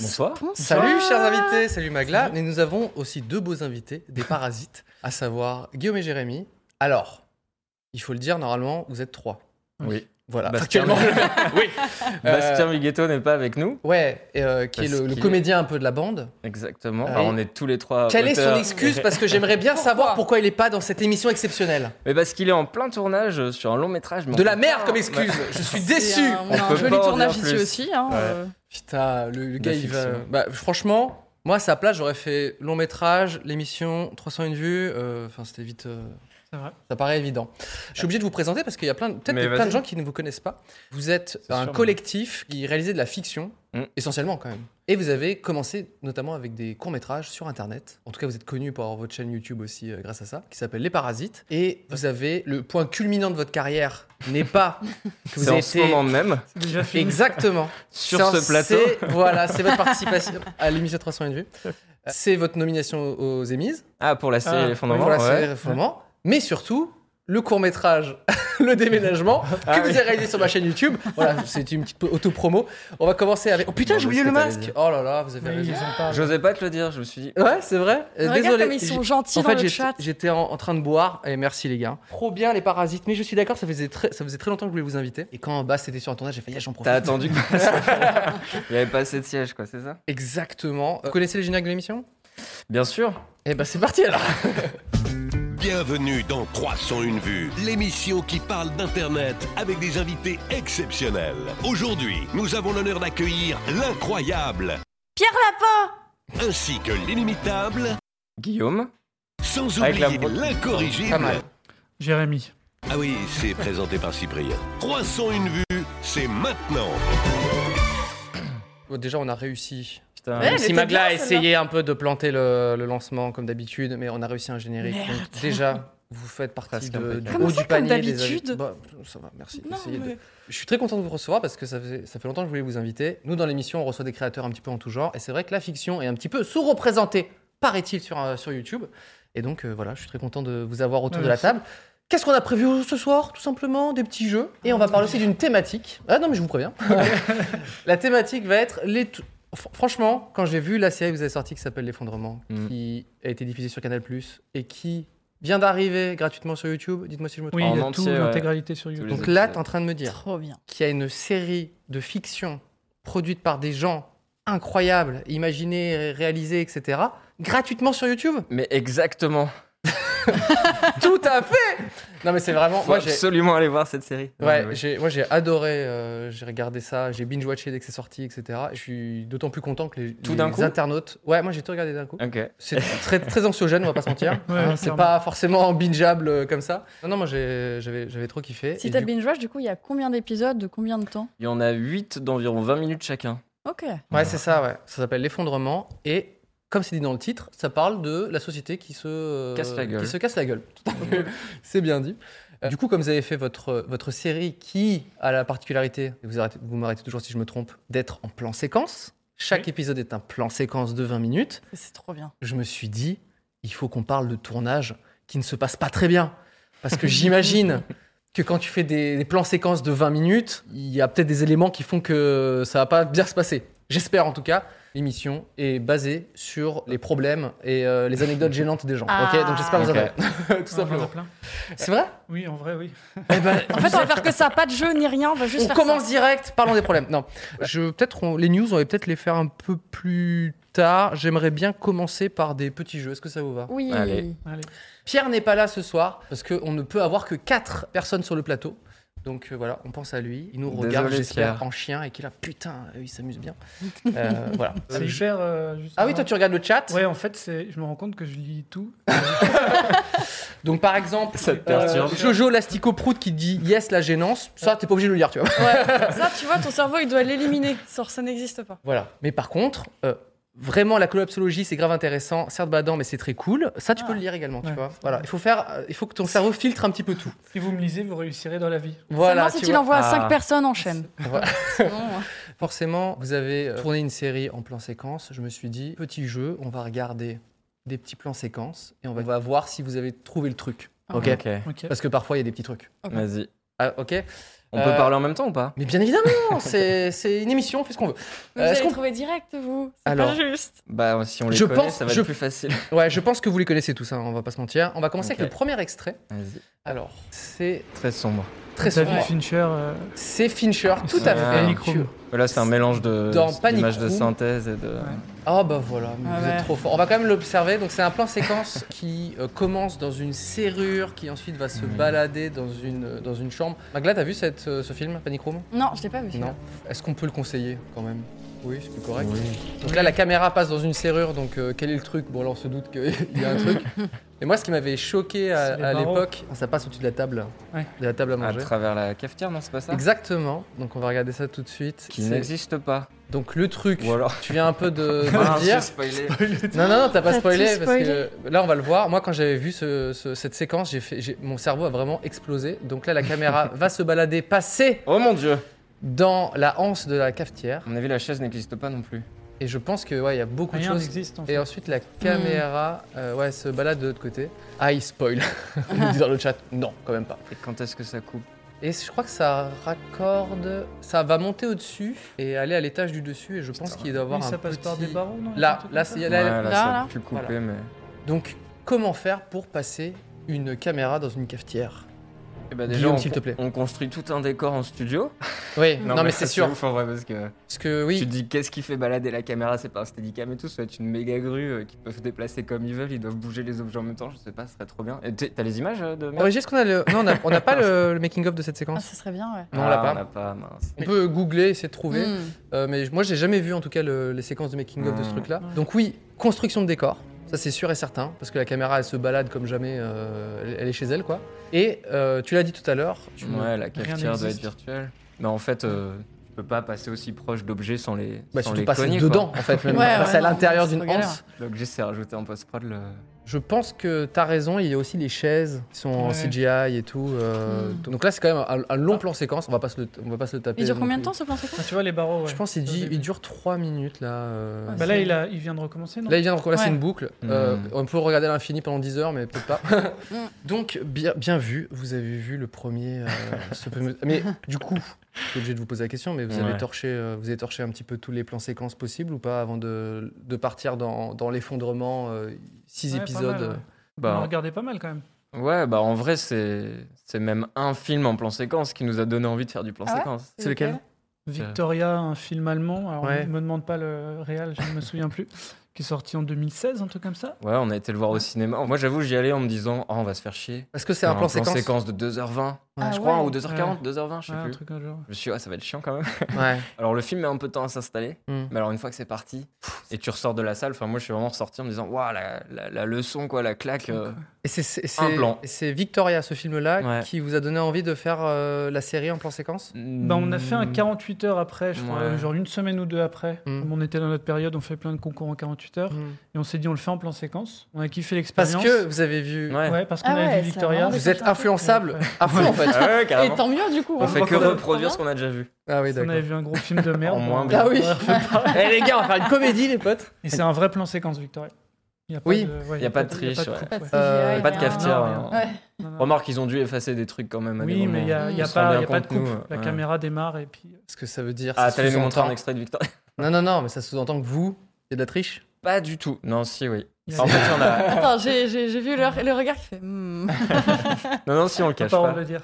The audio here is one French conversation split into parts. Bonsoir. Salut chers invités, salut Magla. Mais nous avons aussi deux beaux invités, des parasites, à savoir Guillaume et Jérémy. Alors, il faut le dire, normalement, vous êtes trois. Oui. Voilà, Bastien, factuellement. oui. Bastien Euh, Miguetto n'est pas avec nous. Ouais, et, euh, qui est Parce le, le qu'il- comédien un peu de la bande. Exactement. Ah Alors, oui. on est tous les trois. Quelle est son auteurs. excuse Parce que j'aimerais bien savoir pourquoi il n'est pas dans cette émission exceptionnelle. Mais parce qu'il est en plein tournage sur un long métrage. mais on De la peut merde pas- comme excuse Ouais. Je suis C'est déçu un- On, On a un peut pas joli en dire tournage ici plus. aussi. Hein, Ouais. euh, Putain, le, le gars, il va. fiction. Bah, franchement, moi, à sa place, j'aurais fait long métrage, l'émission, 301 vues. euh, Enfin, c'était vite. euh, C'est vrai. Ça paraît évident. Je suis obligé de vous présenter parce qu'il y a plein, de- peut-être Mais des- plein de vas-y. gens qui ne vous connaissent pas. Vous êtes C'est un sûr, mais- collectif qui réalisait de la fiction, Mm. essentiellement quand même. Et vous avez commencé notamment avec des courts-métrages sur Internet. En tout cas, vous êtes connu pour avoir votre chaîne YouTube aussi euh, grâce à ça, qui s'appelle Les Parasites. Et vous avez le point culminant de votre carrière n'est pas que vous C'est en avez ce été- moment même, C'est déjà fini. Exactement. sur C'est un- ce plateau. c'est- Voilà, c'est votre participation à l'émission 300 vues. C'est votre nomination aux Émises Ah, pour la série Ah, Les Fondements. pour la ouais. série Réformement. mais surtout le court métrage Le déménagement que Ah vous oui. avez réalisé sur ma chaîne YouTube. Voilà, c'est une petite auto-promo. On va commencer avec. Oh putain, Je j'ai oublié sais le ce que t'allais masque dire. Oh là là, vous avez Oui, raison. ils ont pas- J'osais pas te le dire, je me suis dit. Ouais, c'est vrai. Euh, Regarde Désolé. comme ils sont J'ai- gentils en dans fait, le j'ai- chat. j'étais en, en train de boire. Et merci les gars. Trop bien les parasites. Mais je suis d'accord, ça faisait très, ça faisait très longtemps que je voulais vous inviter. Et quand Bass était sur un tournage, j'ai failli j'en profite. T'as attendu que. Il n'y avait pas assez de sièges, quoi, c'est ça Exactement. Vous connaissez les génériques de l'émission Bien sûr. Eh ben c'est parti alors. Bienvenue dans 301 vues, l'émission qui parle d'Internet avec des invités exceptionnels. Aujourd'hui, nous avons l'honneur d'accueillir l'incroyable Pierre Lapin ainsi que l'inimitable, Guillaume. sans Avec la oublier voix- Pas l'incorrigible. mal. Jérémy. Ah oui, c'est présenté par Cyprien. 301 vues, c'est maintenant. Bon, Déjà, on a réussi. Putain. Ouais, Même elle si était Magla bien, a celle-là. essayé un peu de planter le, le lancement comme d'habitude, mais on a réussi un générique. Merde. Donc, déjà, vous faites Presque partie de, impeccable. du Comment haut ça, du comme panier. des d'habitude invités. Bah, ça va, merci. Non, Essayez de- mais- Je suis très content de vous recevoir parce que ça fait, ça fait longtemps que je voulais vous inviter. Nous, dans l'émission, on reçoit des créateurs un petit peu en tout genre, et c'est vrai que la fiction est un petit peu sous-représentée, paraît-il, sur, euh, sur YouTube. Et donc, euh, voilà, je suis très content de vous avoir autour Ouais, de la merci. table. Qu'est-ce qu'on a prévu ce soir Tout simplement des petits jeux. Et on va parler aussi d'une thématique. Ah non, mais je vous préviens. la thématique va être les. t- Fr- Franchement, quand j'ai vu la série que vous avez sortie qui s'appelle L'effondrement, Mm. qui a été diffusée sur Canal et qui vient d'arriver gratuitement sur YouTube, dites-moi si je me Oui, trompe. En il y a entier, tout, ouais. l'intégralité Tous sur YouTube. les Donc là, épisodes. t'es en train de me dire Trop bien. qu'il y a une série de fiction produite par des gens incroyables, imaginés, ré- réalisés, etc., gratuitement sur YouTube Mais exactement. Tout à fait Non, mais c'est vraiment. Faut Moi, j'ai. absolument aller voir cette série. Ouais, Ouais. j'ai- moi j'ai adoré, euh, j'ai regardé ça, j'ai binge-watché dès que c'est sorti, etc. Je suis d'autant plus content que les, Tout les d'un coup Ah. internautes. Ouais, moi j'ai tout regardé d'un coup. Ok. C'est très, très anxiogène, on va pas se mentir. Ouais, Hein, ouais, c'est clairement. pas forcément bingeable euh, comme ça. Non, non, moi j'ai- j'avais j'avais trop kiffé. Si Et t'as du- binge watch, du coup, il y a combien d'épisodes de combien de temps Il y en a 8 d'environ 20 minutes chacun. Ok. Ouais, c'est ça, ouais. Ça s'appelle l'effondrement et. Comme c'est dit dans le titre, ça parle de la société qui se euh, Casse la gueule. Qui se casse la gueule. Tout à fait. c'est bien dit. Euh, Du coup, comme vous avez fait votre, votre série qui a la particularité, et vous, arrêtez- vous m'arrêtez toujours si je me trompe, d'être en plan séquence, chaque Oui. épisode est un plan séquence de 20 minutes, C'est trop bien. je me suis dit, il faut qu'on parle de tournage qui ne se passe pas très bien. Parce que j'imagine que quand tu fais des, des plans séquences de 20 minutes, il y a peut-être des éléments qui font que ça va pas bien se passer. J'espère en tout cas. L'émission est basée sur les problèmes et euh, les anecdotes gênantes des gens. Ah. Ok, donc j'espère que vous Ok. avez tout Ouais, on en a simplement. plein. C'est vrai Oui, en vrai, oui. Eh ben, En fait, on va faire que ça, pas de jeu ni rien, on va juste on faire commence ça. direct. Parlons des problèmes. Non, je peut-être on- les news, on va peut-être les faire un peu plus tard. J'aimerais bien commencer par des petits jeux. Est-ce que ça vous va Oui. Allez. Allez. Pierre n'est pas là ce soir parce qu'on ne peut avoir que 4 personnes sur le plateau. Donc euh, voilà, on pense à lui. Il nous Désolé, regarde, j'espère, Pierre. en chien et qu'il a putain, eux, ils s'amusent bien. Euh, voilà. C'est hyper. euh, juste- Ah oui, toi tu regardes le chat. Ouais, en fait, c'est- je me rends compte que je lis tout. Donc par exemple, Ça te euh, perturbe. Jojo Lastico Prout qui dit yes la gênance. Ça, t'es pas obligé de le lire, tu vois. Ça, tu vois, ton cerveau, il doit l'éliminer. Ça, ça n'existe pas. Voilà. Mais par contre, euh, vraiment, la collapsologie, c'est grave intéressant. Certes, badant, mais c'est très cool. Ça, Ah. tu peux le lire également, tu Ouais. vois. Voilà. Il faut faire, euh, il faut que ton cerveau filtre un petit peu tout. Si vous me lisez, vous réussirez dans la vie. Voilà. Seulement si tu tu vois. l'envoies à Ah. 5 personnes en chaîne. Voilà. Sinon, euh, Forcément, vous avez euh, tourné une série en plan séquence. Je me suis dit, petit jeu, on va regarder des petits plans séquences et on va, on va voir si vous avez trouvé le truc. Ah. Ok. Ok, Euh, Ok. Parce que parfois, il y a des petits trucs. vas-y. Ah, ok. On Euh, peut parler en même temps ou pas Mais bien évidemment, c'est c'est une émission, on fait ce qu'on veut. Vous Euh, est-ce allez qu'on- trouver direct, vous. C'est Alors. pas juste. Bah, si on les je connaît, pense- ça va je- être plus facile. Ouais, je pense que vous les connaissez tous, hein, on va pas se mentir. On va commencer Ok. avec le premier extrait. Vas-y. Alors, c'est Très sombre. très David sombre. Fincher. euh, C'est Fincher, tout c'est à Ah. fait. Panic Room. Là, c'est un mélange de Dans Panic d'images de Room. synthèse et de. Ah bah voilà, mais Ah vous ouais. êtes trop fort. On va quand même l'observer. Donc c'est un plan séquence qui euh, commence dans une serrure, qui ensuite va se Oui. balader dans une, euh, dans une chambre. Magla, t'as vu cette, euh, ce film, Panic Room Non, je l'ai pas vu. celui-là. Non. Est-ce qu'on peut le conseiller quand même Oui, c'est plus correct. Oui. Donc là, la caméra passe dans une serrure, donc euh, quel est le truc Bon, là, on se doute qu'il y a un truc. Et moi, ce qui m'avait choqué à, C'est les à barreaux. l'époque, Ah, ça passe au-dessus de la table, Ouais. de la table à À manger. travers la cafetière, non, c'est pas ça Exactement. Donc on va regarder ça tout de suite. Qui C'est- n'existe pas. Donc le truc, Ou alors. tu viens un peu de, de Ah, le dire. j'ai spoilé. Non, non, non, t'as pas T'as spoilé, tout parce que là, on va le voir. Moi, quand j'avais vu ce- ce- cette séquence, j'ai fait, j'ai- mon cerveau a vraiment explosé. Donc là, la caméra va se balader, passer Oh mon dieu dans la hanse de la cafetière. À mon avis, la chaise n'existe pas non plus. Et je pense que ouais, il y a beaucoup de Rien choses. n'existe en fait. Et ensuite, la caméra euh, ouais, se balade de l'autre côté. Ah, il spoil. on nous dit dans le chat, non, quand même pas. Et quand est-ce que ça coupe Et je crois que ça raccorde. Ça va monter au-dessus et aller à l'étage du dessus. Et je pense qu'il doit y avoir Oui, un ça passe par des petit- barreaux, non un Là, truc là, comme c'est ça là, Ouais, là, là, là, ça a là. pu couper, Voilà. mais. Donc, comment faire pour passer une caméra dans une cafetière Eh ben, Guillaume, déjà, on, s'il te plaît. on construit tout un décor en studio. Oui, non, mais, c'est ça, sûr. ouf en vrai, parce que Parce que tu oui, te dis qu'est-ce qui fait balader la caméra C'est pas un steadicam et tout, ça va être une méga grue euh, qui peuvent se déplacer comme ils veulent, ils doivent bouger les objets en même temps, je sais pas, ce serait trop bien. Et t'es- t'as les images euh, de merde Brigitte, est-ce qu'on a le. Non, on a- on n'a pas le, making-of de cette Ah, séquence. ce serait bien, ouais. Non, on l'a Ah, pas. On l'a pas, mince. On peut googler, essayer de trouver. Hmm. Euh, mais moi, j'ai jamais vu en tout cas le- les séquences de making-of de ce Mm. truc-là. Ouais. Donc, oui, construction de décor. Ça, c'est sûr et certain. Parce que la caméra, elle se balade comme jamais. euh, elle- elle est chez elle, quoi. Et euh, tu l'as dit tout à l'heure. tu ne- Ouais, la cafetière doit être n'existe. virtuelle. Mais en fait, euh, tu peux pas passer aussi proche d'objets sans les. Bah, sans surtout les passer cogner, quoi. dedans, en fait. Même Ouais, passer ouais, à non, l'intérieur c'est d'une trop galère. anse. L'objet, c'est rajouté en post-prod. Le... Je pense que t'as raison, il y a aussi les chaises qui sont en Ouais. Hmm. CGI et tout. euh, Mm. Donc là, c'est quand même un, un long plan séquence, on va pas se le, on va pas se le taper. Il dure Euh, non combien de plus. temps ce plan séquence Ah, tu vois les barreaux, ouais. Je pense qu'il dit- il dure 3 minutes là. euh. Ouais, Bah là, il, a, il vient de recommencer, non Là, il vient de recommencer Ouais. une boucle. Euh, Mm. on peut le regarder à l'infini pendant 10 heures, mais peut-être pas. Hmm. Donc, bien, bien vu, vous avez vu le premier. euh, ce fameux- Mais du coup, je suis obligé de vous poser la question, mais vous avez Ouais. torché, euh, vous avez torché un petit peu tous les plans séquences possibles ou pas avant de, de partir dans, dans l'effondrement 6 Ouais, pas épisodes mal, ouais. euh, On Bah, a regardé pas mal quand même. ouais, bah en vrai, c'est c'est même un film en plan séquence qui nous a donné envie de faire du plan Ah ouais séquence. C'est lequel Victoria, un film allemand. Alors, Ouais. ne me demande pas le réel, je ne me souviens plus. Qui est sorti en 2016, un truc comme ça. Ouais, on a été le voir au cinéma. Moi, j'avoue, j'y allais en me disant, oh, on va se faire chier. Parce que Ah. c'est un plan séquence. de 2h20, Ah je crois, ouais. ou 2h40, 2h20, je sais Ouais, un plus. truc comme genre. Je me suis dit, ah, ça va être chiant quand même. Ouais. Alors, le film met un peu de temps à s'installer, Mm. mais alors, une fois que c'est parti, pff, et tu ressors de la salle, enfin, moi, je suis vraiment ressorti en me disant, waouh, la, la- la leçon, quoi, la claque. euh. Et c'est- c'est Un c'est- plan. et c'est Victoria, ce film-là, Ouais. qui vous a donné envie de faire euh, la série en plan séquence Bah, on a fait mm. un 48 heures après, je crois, Ouais. genre une semaine ou deux après. Mm. Comme on était dans notre période, on fait plein de concours en 48 heures. Mmh. Et on s'est dit, on le fait en plan séquence. On a Parce kiffé l'expérience. que vous avez vu. Ouais. Ouais, parce qu'on Ah avait ouais, vu ça Victoria. rend des Vous êtes influençable à fond, en fait. Ah ouais, carrément. Et tant mieux, du coup. On hein. fait que Trop reproduire bien. ce qu'on a déjà vu. Ah oui, On avait d'accord. vu un gros film de merde. En moins bon. bien. Ah oui Ouais. Eh les gars, on va faire une comédie, les potes Et c'est un vrai plan séquence, Victoria. Il n'y a pas Oui. de, ouais, Il y a pas de triche, il y a ouais. coupe, Pas de, ouais. Euh, CGI, Pas de rien. cafetière. Non, hein. Ouais. Non, non. Remarque, ils ont dû effacer des trucs quand même. à des Oui, moments. mais il n'y a, Mm. il y a On se pas, rend bien il y a pas de compte, coupe. nous, La ouais. caméra démarre et puis. Ce que ça veut dire. Ah, ça t'allais nous montrer sous-entend- un extrait de Victor Non, non, non, mais ça sous-entend que vous, c'est de la triche. Pas du tout. Non, si, oui. Il y a- En fait, il y en a. Attends, j'ai j'ai- j'ai vu le, le regard qui fait. hmm. Non, non, si, on le Faut cache pas pas. le dire.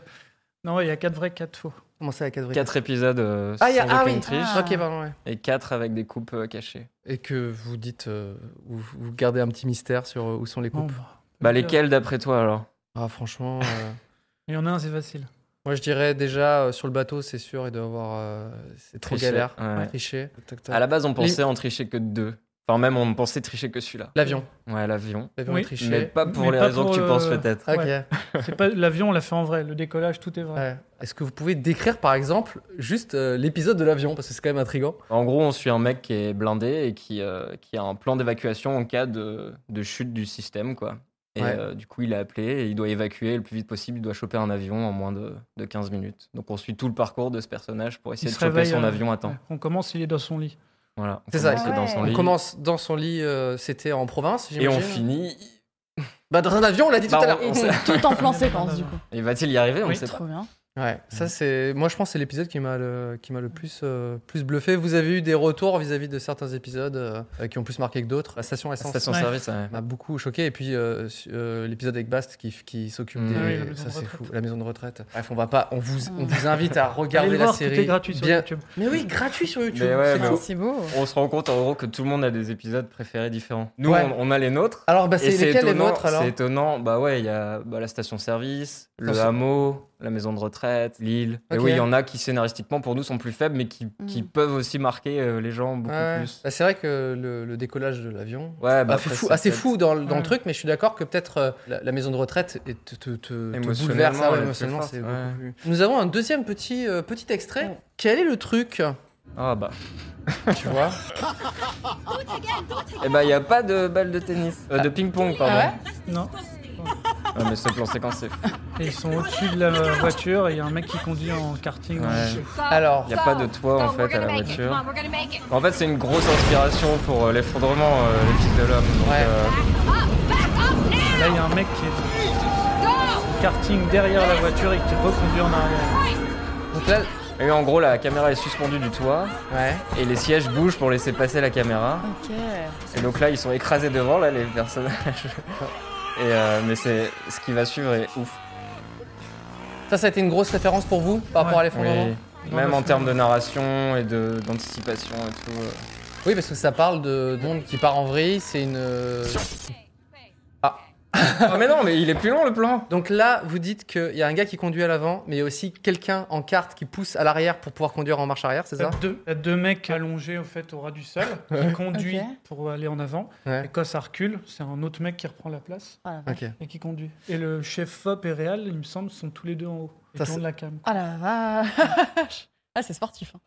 Non, il y a 4 vrais, 4 faux. Comment ça, la cadre Quatre épisodes euh, Ah, il y a- sans ah aucune oui. triche Ah. Ok, pardon, ouais. et quatre avec des coupes euh, cachées. Et que vous dites. euh, vous, vous gardez un petit mystère sur euh, où sont les Bon, coupes. bah, Bah, lesquels d'après toi alors Ah, franchement. euh, Il y en a un, c'est facile. Moi, je dirais déjà euh, sur le bateau, c'est sûr, et d'avoir. euh, c'est trop Tricher, galère. ouais. Tricher. À la base, on pensait en tricher que deux. Enfin, même on pensait tricher que celui-là. L'avion. Ouais, l'avion. L'avion Oui. est triché. Mais pas pour Mais les pas raisons pour, que tu penses, euh, peut-être. Ok. Ouais. C'est pas l'avion, on l'a fait en vrai. Le décollage, tout est vrai. Ouais. Est-ce que vous pouvez décrire, par exemple, juste euh, l'épisode de l'avion Parce que c'est quand même intriguant. En gros, on suit un mec qui est blindé et qui, euh, qui a un plan d'évacuation en cas de, de chute du système, quoi. Et Ouais. euh, du coup, il a appelé et il doit évacuer le plus vite possible. Il doit choper un avion en moins de, de 15 minutes. Donc, on suit tout le parcours de ce personnage pour essayer Il de se choper réveille, son euh, avion à temps. ouais. On commence, il est dans son lit. Voilà. on C'est ça, commence il- dans son On lit. commence dans son lit, euh, c'était en province, Et on j'imagine. finit. Bah, dans un avion, on l'a dit Bah, tout à l'heure. on- Et on sait- tout en plan séquence, du coup. Et va-t-il y arriver On ne Oui. sait pas. Trop bien. Ouais, Mm. ça c'est. Moi, je pense que c'est l'épisode qui m'a le qui m'a le plus euh, plus bluffé. Vous avez eu des retours vis-à-vis de certains épisodes euh, euh, qui ont plus marqué que d'autres. La station essence Station Ouais. service, ouais. m'a beaucoup choqué et puis euh, su- euh, l'épisode avec Bast qui, qui s'occupe Mm. des Ah oui, la maison ça de c'est retraite. fou la maison de retraite. Bref, on va pas. On vous on Mm. vous invite à regarder Allez le la voir, tout série. est gratuit sur Bien- YouTube. Mais oui, gratuit sur YouTube. Mais ouais, c'est mais fou. Ah, C'est beau. On se rend compte en gros que tout le monde a des épisodes préférés différents. Nous, Ouais. on, on a les nôtres. Alors bah et c'est lesquels les étonnant, vôtres alors C'est étonnant. Bah ouais, il y a bah, la station-service, le Station- hameau, la maison de retraite, l'île. Et Ok. Hmm. oui, il y en a qui scénaristiquement pour nous sont plus faibles, mais qui, qui Mm. peuvent aussi marquer euh, les gens beaucoup Ouais. plus. Bah, c'est vrai que le, le décollage de l'avion. Ouais, bah Ah, c'est après, fou, c'est ah, c'est peut-être fou dans, le- dans le Ouais. truc, mais je suis d'accord que peut-être euh, la, la maison de retraite est- te, te, te- te Émotionnellement, bouleverse ah ouais, elle est plus émotionnellement. forte, c'est ouais. beaucoup plus- Nous avons un deuxième petit, euh, petit extrait. Quel est le truc Ah bah. Tu vois Et bah, il n'y a pas de balle de tennis. Euh, De ping-pong, pardon. Ah Non. Ouais, mais ce plan séquence, c'est fou. Et ils sont au-dessus de la voiture et il y a un mec qui conduit en karting. Ouais. Alors, Il n'y a pas de toit en fait à la voiture. En fait, c'est une grosse inspiration pour euh, l'effondrement, euh, les fils de l'homme. Donc, Ouais. euh, Et Là, il y a un mec qui est karting derrière la voiture et qui reconduit en arrière. donc là, Et en gros, la caméra est suspendue du toit ouais. et les sièges bougent pour laisser passer la caméra. Ok. Et donc là, ils sont écrasés devant, là, les personnages. Et euh, mais c'est ce qui va suivre est ouf. Ça, ça a été une grosse référence pour vous par rapport à l'effondrement Oui. oui. Dans Même le en film. termes de narration et de- d'anticipation et tout. euh. parce que ça parle de de monde qui part en vrille. C'est une. euh, Ah mais non, mais il est plus long le plan. Donc là, vous dites qu'il y a un gars qui conduit à l'avant, mais il y a aussi quelqu'un en carte qui pousse à l'arrière pour pouvoir conduire en marche arrière, c'est Il y a ça deux, il y a deux mecs allongés au, fait, au ras du sol qui conduit Ok. pour aller en avant. Ouais. Et quand ça recule, c'est un autre mec qui reprend la place Ah la vache. Ok. et qui conduit. Et le chef FOP et Réal, il me semble, sont tous les deux en haut. Ils Ça, tournent c'est- la cam. Ah la vache. Ah, c'est sportif. hein.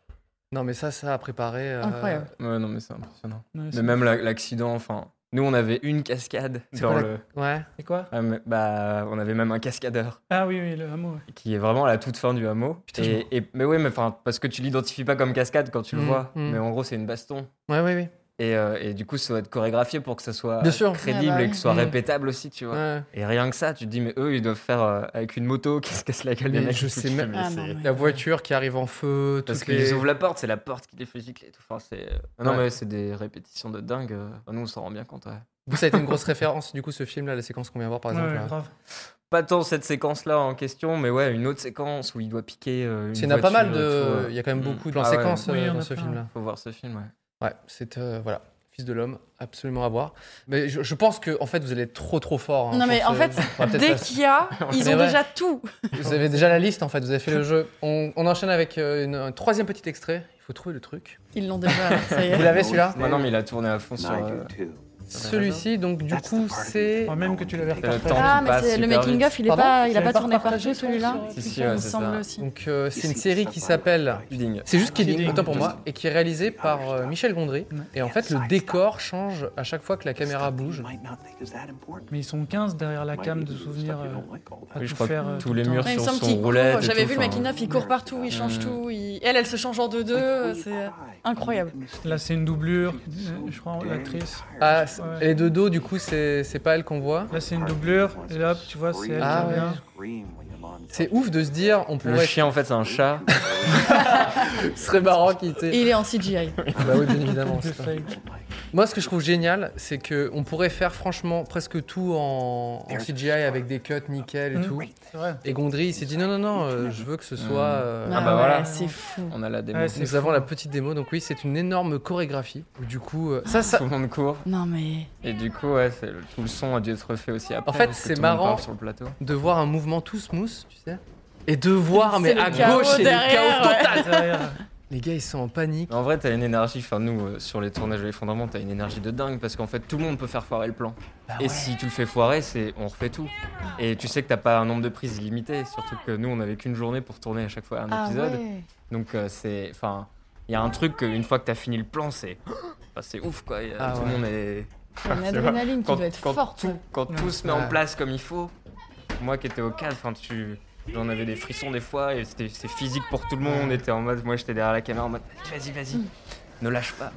Non, mais ça, ça a préparé. euh, Incroyable. Ouais, non, mais c'est impressionnant. Ouais, Mais c'est- même la- l'accident, enfin. Nous, on avait une cascade C'est dans quoi la- le. Ouais. C'est quoi Ah, mais- bah, on avait même un cascadeur Ah oui, oui, le hameau. ouais. qui est vraiment à la toute fin du hameau. Putain, et, et- mais oui, mais enfin, parce que tu l'identifies pas comme cascade quand tu le Mm, vois. mm. Mais en gros, c'est une baston. Ouais, ouais, ouais. Et, euh, et du coup, ça doit être chorégraphié pour que ça soit Bien sûr. crédible Ouais, bah et que oui. ce soit Mm. répétable aussi, tu vois. Ouais. Et rien que ça, tu te dis, mais eux, ils doivent faire euh, avec une moto qui se casse la gueule des Mais mecs. je et tout, sais tu fais, même- mais Ah, c'est- non, mais- La voiture qui arrive en feu, Parce toutes qu'ils les... ouvrent la porte, c'est la porte qui les fait gicler. et tout. Enfin, c'est... Ah Non, Ouais. mais c'est des répétitions de dingue. euh. Enfin, nous, on s'en rend bien compte. ouais. Vous, ça a été une grosse référence, du coup, ce film-là, la séquence qu'on vient voir, par exemple. Ouais, là. grave. Pas tant cette séquence-là en question, mais ouais, une autre séquence où il doit piquer. euh, une Parce qu'il y en a pas voiture mal et tout, de... ouais. Il y a quand même beaucoup de plans Ah ouais. séquences Oui, euh, il y en dans a ce plein. film-là. Faut voir ce film, ouais. Ouais, c'est... euh, voilà. Fils de l'homme, absolument à voir. Mais je, je pense que, en fait, vous allez être trop, trop fort. hein, Non, mais pour en ce- fait, on va peut-être Dès pas- qu'il y a, ils Mais ont ouais. déjà tout. Vous avez déjà la liste, en fait. Vous avez fait le jeu. On, on enchaîne avec euh, une- un troisième petit extrait. Il faut trouver le truc. Ils l'ont déjà. alors, ça y Vous est. l'avez, celui-là Ouais, non, mais il a tourné à fond sur. euh, Celui-ci, donc, du coup, c'est... Enfin, même que tu l'avais le reparti. temps. Ah, qui mais passe c'est- le super making vite. of, il est Pardon pas, il a J'avais pas pas tourné partout partagé ça, celui-là. sur- Si, si, Il ouais, me c'est semble ça. aussi. Donc, euh, c'est une série qui s'appelle... Kidding. C'est juste Kidding, Kidding. autant pour moi, et qui est réalisé par euh, Michel Gondry. Ouais. Et en fait, le décor change à chaque fois que la caméra bouge. Mais ils sont 15 derrière la cam de souvenirs. euh, à Oui, je tout crois que faire, euh, tous tout les le temps. murs Ouais, il me Sur semble son qu'il court. roulette et J'avais tout, vu le enfin. making-of, il court partout, il change Mm. tout. il- Elle, elle se change en deux-deux. euh, C'est incroyable. Là, c'est une doublure, euh, je crois, l'actrice. Ah, c'est- Ouais. les deux dos, du coup, c'est c'est pas elle qu'on voit. Là, c'est une doublure. Et là, tu vois, c'est elle Ah, qui revient. C'est ouf de se dire, on Le pourrait. chien, en fait, c'est un chat. Ce serait marrant qu'il Et était. il est en CGI. Bah oui, bien évidemment. Deux c'est pas- feuilles. Moi, ce que je trouve génial, c'est que on pourrait faire franchement presque tout en, en CGI avec des cuts nickel et Mm. tout. C'est vrai. Et Gondry, il s'est dit non, non, non, euh, je veux que ce soit. euh, Ah, bah ouais, voilà. C'est fou. On a la démo. Ouais, c'est Nous fou. avons la petite démo, donc oui, c'est une énorme chorégraphie. où Du coup, euh, ça, ça, Tout le monde court. Non, mais. Et du coup, ouais, c'est le- tout le son a dû être refait aussi après. fait, parce que c'est tout le monde marrant. part Sur le plateau. de voir un mouvement tout smooth, tu sais. Et de voir, mais le à chaos gauche, c'est le derrière, chaos ouais. Ah, total. Derrière. Les gars, ils sont en panique. Mais En vrai, t'as une énergie, enfin nous, euh, sur les tournages de l'effondrement, t'as une énergie de dingue parce qu'en fait, tout le monde peut faire foirer le plan. Bah et si tu le fais foirer, c'est on refait tout. Et tu sais que t'as pas un nombre de prises limité, surtout que nous, on avait qu'une journée pour tourner à chaque fois un Ah épisode. ouais. Donc euh, c'est, enfin, il y a un truc que, une fois que t'as fini le plan, c'est, bah, c'est ouf quoi. y a- Ah tout ouais. le monde est Il y a une adrénaline qui quand, doit être quand forte. hein. tout, quand tout se met Ouais. en place comme il faut. Moi qui étais au cadre, enfin tu. J'en avais des frissons des fois et c'était c'était physique pour tout le monde. Et t'es en mode, moi j'étais derrière la caméra en mode vas-y, vas-y, Mm. ne lâche pas.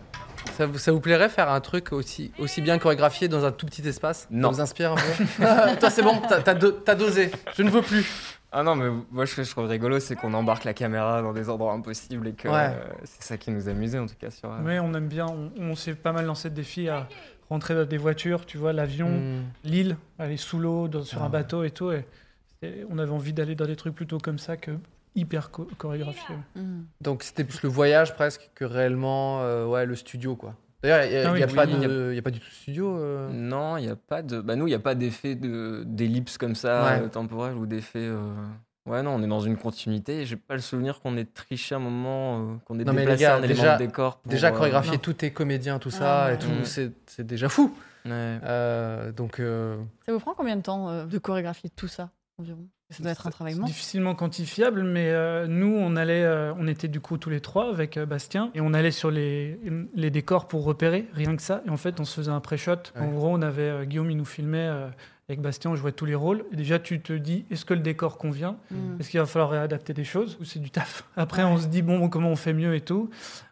Ça, vous- ça vous plairait faire un truc aussi, aussi bien chorégraphié dans un tout petit espace Non. Ça vous inspire un peu Toi, c'est bon, t'as- t'as do- t'as dosé. Je ne veux plus. Ah non, mais moi ce que je trouve rigolo, c'est qu'on embarque la caméra dans des endroits impossibles et que Ouais. euh, c'est ça qui nous amusait en tout cas sur. euh, Mais on aime bien, on, on s'est pas mal lancé de défis à rentrer dans des voitures, tu vois, l'avion, Mm. Hmm. l'île, aller sous l'eau, dans- Ah sur un bateau et tout. Et, c'était- on avait envie d'aller dans des trucs plutôt comme ça que hyper cho- chorégraphiés. Hmm. Donc c'était plus le voyage presque que réellement euh, ouais, le studio quoi. D'ailleurs, il n'y a, Ah oui, y a oui, pas oui. de- y a pas du tout de studio. euh. Non, il n'y a pas de. Bah, nous, il n'y a pas d'effet de... d'ellipse comme ça, Ouais. euh, temporel ou d'effet. euh, Ouais, non, on est dans une continuité. et J'ai pas le souvenir qu'on ait triché un moment, euh, qu'on ait Non, mais les déplacé gars, un élément déjà- de décor. pour, Déjà euh, chorégraphier non. tous tes comédiens, tout ça, Ah, et tout, ouais. c'est c'est déjà fou. ouais. Euh, donc euh, Ça vous prend combien de temps euh, de chorégraphier tout ça environ Ça doit être un travail C'est monstre. difficilement quantifiable, mais euh, nous, on allait, euh, on était du coup tous les trois avec euh, Bastien, et on allait sur les, les décors pour repérer, rien que ça. Et en fait, on se faisait un pré-shot. En Ouais. gros, on avait euh, Guillaume, il nous filmait. euh, avec Bastien, on jouait tous les rôles. Et déjà, tu te dis, est-ce que le décor convient Mm. Hmm. Est-ce qu'il va falloir adapter des choses ou c'est du taf Après, on se dit, bon, comment on fait mieux et tout.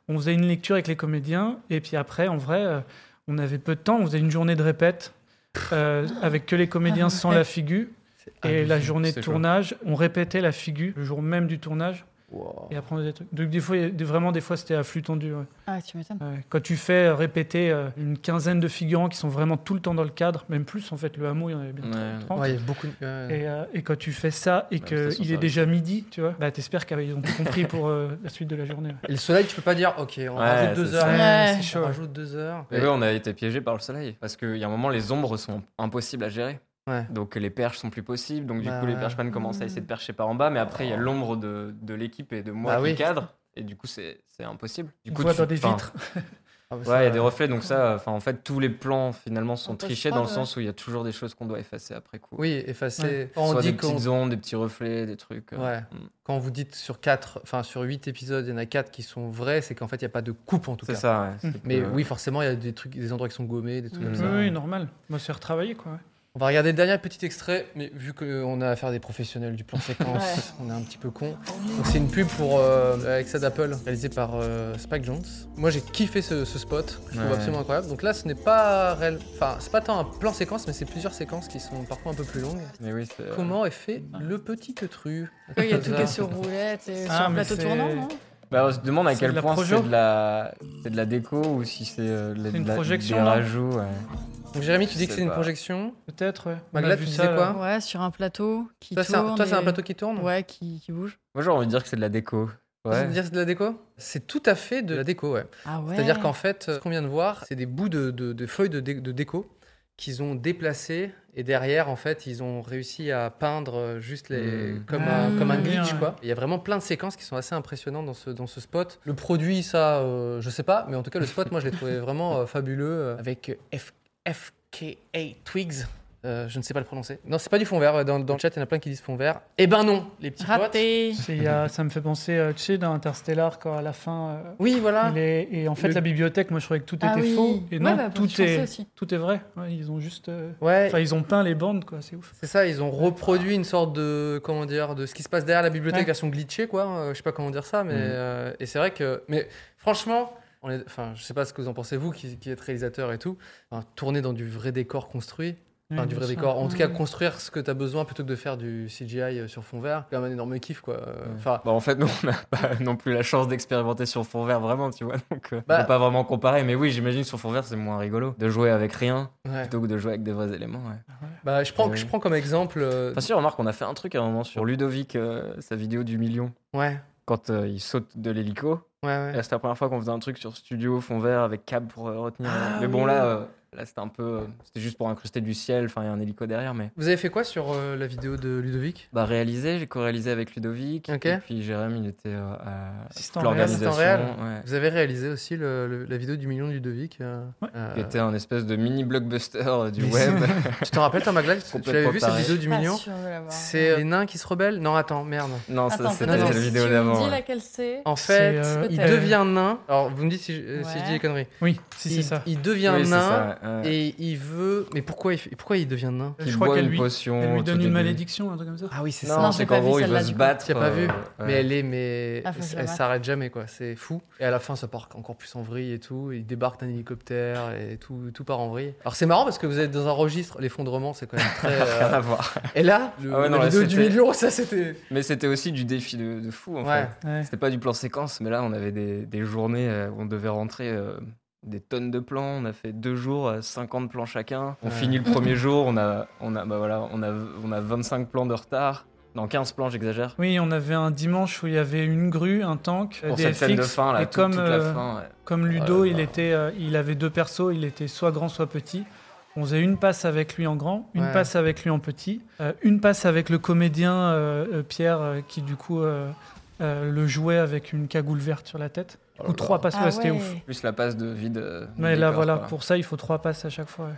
On faisait une lecture avec les comédiens, et puis après, en vrai, euh, on avait peu de temps, on faisait une journée de répète euh, avec que les comédiens sans la figure. Ah, Et la journée de c'est tournage, on répétait la figure le jour même du tournage wow. et après on faisait des trucs. Donc des fois, il y a- des- vraiment des fois c'était à flux tendu. ouais. Ah, tu m'étonnes. Ouais. Quand tu fais euh, répéter euh, une quinzaine de figurants qui sont vraiment tout le temps dans le cadre, même plus en fait, le hameau il y en avait bien Ouais. 30. Ouais, y a beaucoup. de- ouais. Et, euh, et quand tu fais ça et Bah, de toute façon, qu'il ça est va. déjà midi, tu vois, bah t'espères qu'ils ont tout compris pour euh, la suite de la journée. ouais. Et le soleil, tu peux pas dire, ok, on Ouais, rajoute c'est deux ça. heures. Ouais. c'est On chaud. rajoute deux heures. Et ouais, on a été piégé par le soleil parce qu'il y a un moment, les ombres sont impossibles à gérer. Ouais. Donc les perches sont plus possibles. Donc du Bah coup, les ouais. Oh. perchemans commencent à essayer de percher par en bas, mais après, il y a l'ombre de, de l'équipe et de moi Bah qui oui. cadre. Et du coup, c'est c'est impossible. Du On coup, voit tu- dans des enfin, vitres. Ah, bah, ça, Ouais, il y a des reflets, donc ça, enfin, en fait, tous les plans finalement sont On peut se trichés dans le prendre, sens où il y a toujours des choses qu'on doit effacer après coup. Oui, effacer. Ouais. Quand on Soit dit des qu'on petites ondes, des petits reflets, des trucs. euh, Ouais. Mm. Quand vous dites sur 4, enfin sur 8 épisodes, il y en a 4 qui sont vrais, c'est qu'en fait, il n'y a pas de coupe en tout C'est cas. ça, ouais. Mm. c'est Mais que- oui, forcément, il y a des trucs, des endroits qui sont gommés, des trucs Mm. comme Oui, ça. oui, normal. Moi, c'est retravaillé quoi. ouais. On va regarder le dernier petit extrait, mais vu qu'on a affaire à des professionnels du plan séquence, on est un petit peu con. Donc c'est une pub pour euh, Alexa d'Apple, réalisée par euh, Spike Jones. Moi j'ai kiffé ce, ce spot, je trouve Ouais. absolument incroyable. Donc là ce n'est pas réel, enfin c'est pas tant un plan séquence, mais c'est plusieurs séquences qui sont parfois un peu plus longues. Mais oui, c'est. Comment est fait le petit quetru Il y a tout qui est sur roulette et Ah, sur un mais plateau c'est- tournant, non Bah, on se demande à C'est quel de la point projo c'est de la, c'est de la déco ou si c'est euh, de la- C'est une de la- projection, des là. rajouts. ouais. Donc Jérémy, tu Je dis que sais c'est une pas. projection. Peut-être. Ouais. On a Magla, vu tu ça, euh, disais quoi Ah. Ouais, sur un plateau qui Toi c'est un, tourne. toi, c'est un et- plateau qui tourne Ouais, qui, qui bouge. Moi, j'ai envie de dire que c'est de la déco. Ça veut Ouais. dire que c'est de la déco C'est tout à fait de la déco, ouais. Ah ouais. C'est-à-dire qu'en fait, ce qu'on vient de voir, c'est des bouts de, de- de feuilles de, dé- de déco qu'ils ont déplacés et derrière, en fait, ils ont réussi à peindre euh, juste les, Mm. comme, Ah, un, comme un bien, glitch, ouais. quoi. Il y a vraiment plein de séquences qui sont assez impressionnantes dans ce, dans ce spot. Le produit, ça, euh, je sais pas, mais en tout cas, le spot, moi, je l'ai trouvé vraiment euh, fabuleux euh, avec F- FKA Twigs. Euh, je ne sais pas le prononcer. Non, c'est pas du fond vert. Dans, dans le chat, il y en a plein qui disent fond vert. Eh ben non, les petits potes. Raté. C'est, il y a- ça me fait penser, euh, tu sais, dans Interstellar quand à la fin. euh, Oui, voilà. il est- et en fait, Le- la bibliothèque, moi, je croyais que tout était Ah oui. faux. Ouais, Et non, bah, tout, je pensais est, aussi. tout est vrai. Ouais, ils ont juste. euh, Ouais. Enfin, ils ont peint les bandes, quoi, c'est ouf. C'est ça, ils ont reproduit une sorte de comment dire de ce qui se passe derrière la bibliothèque Ouais. Mhm. version glitchée quoi. Euh, je sais pas comment dire ça, mais Mm. euh, et c'est vrai que mais franchement, on est, enfin je sais pas ce que vous en pensez vous qui, qui êtes réalisateur et tout, enfin, tourner dans du vrai décor construit, enfin Ouais, du vrai bien sûr. décor, en tout Mm. cas construire ce que tu as besoin plutôt que de faire du CGI euh, sur fond vert, c'est quand même un énorme kiff quoi. Euh, Enfin Bah, en fait, nous, on n'a pas non plus la chance d'expérimenter sur fond vert, vraiment, tu vois. Donc, euh, on Bah- peut pas vraiment comparer. Mais oui, j'imagine que sur fond vert, c'est moins rigolo de jouer avec rien ouais. plutôt que de jouer avec des vrais éléments. ouais. bah je prends Ouais. je prends comme exemple euh, Enfin, si, remarque, on a fait un truc à un moment sur Ludovic, euh, sa vidéo du million. ouais Quand euh, il saute de l'hélico, Ouais, ouais. Là, c'était la première fois qu'on faisait un truc sur studio, fond vert, avec câble pour euh, retenir. Ah mais bon, oui. là, euh, là c'était un peu. euh, c'était juste pour incruster du ciel, enfin, il y a un hélico derrière, mais. Vous avez fait quoi sur euh, la vidéo de Ludovic Bah, réalisé, j'ai co-réalisé avec Ludovic. Ok. Et puis Jérém, il était euh, à Assistant réel. l'organisation. Assistant ouais. Vous avez réalisé aussi le- le- la vidéo du million de Ludovic euh, Ouais. euh, Qui était un espèce de mini blockbuster euh, du Mais web. Tu t'en rappelles, Thomas Glack Tu- Tu Complètement l'avais vu cette pareil. vidéo du Pas million sûre de l'avoir. C'est euh, les nains qui se rebellent Non, attends, merde. non, ça, Attends, c'était peut-être non, la que si vidéo tu me d'avant. dis ouais. laquelle c'est. En fait, C'est, euh, il peut-être. devient nain. Alors, vous me dites si je, euh, si je dis Ouais. des conneries. Oui, si il, c'est ça. il devient Oui, c'est nain ça, ouais. et il veut. Mais pourquoi il, fait- pourquoi il devient nain je Qui crois boit qu'elle une lui, potion. elle lui au donne tout une début. malédiction, un truc comme ça. Ah oui, c'est ça. Non, j'ai c'est pas qu'en vu gros, il celle-là, veut se du coup. battre. Tu as pas vu euh, Mais ouais. elle est, mais Ah, faut se la elle battre. s'arrête jamais, quoi. C'est fou. Et à la fin, ça part encore plus en vrille et tout. Il débarque d'un hélicoptère et tout, tout part en vrille. Alors c'est marrant parce que vous êtes dans un registre. L'effondrement, c'est quand même très. Rien euh, à voir. Et là, le, Ah ouais, non, la là, vidéo du c'était- million, ça c'était. Mais c'était aussi du défi de, de fou, en Ouais. fait. Ah. Ouais. C'était pas du plan séquence, mais là, on avait des, des journées euh, où on devait rentrer euh, des tonnes de plans. On a fait deux jours, euh, 50 plans chacun. On Ouais. finit le premier jour, on a, on, a, bah voilà, on, a, on a 25 plans de retard. Non, 15 plans, j'exagère. Oui, on avait un dimanche où il y avait une grue, un tank, Pour Euh, des cette scène de FX, fin, là, et tout- comme, toute euh, la fin. ouais. comme Ludo, bah. il, était, euh, il avait deux persos, il était soit grand, soit petit. On faisait une passe avec lui en grand, une Ouais. passe avec lui en petit, euh, une passe avec le comédien euh, euh, Pierre euh, qui du coup euh, euh, le jouait avec une cagoule verte sur la tête. Oh Du coup, trois passes, Ah Ah ouais, c'était ouf. Plus la passe de vide. euh, du Mais là décor, voilà, quoi. pour ça il faut trois passes à chaque fois. ouais.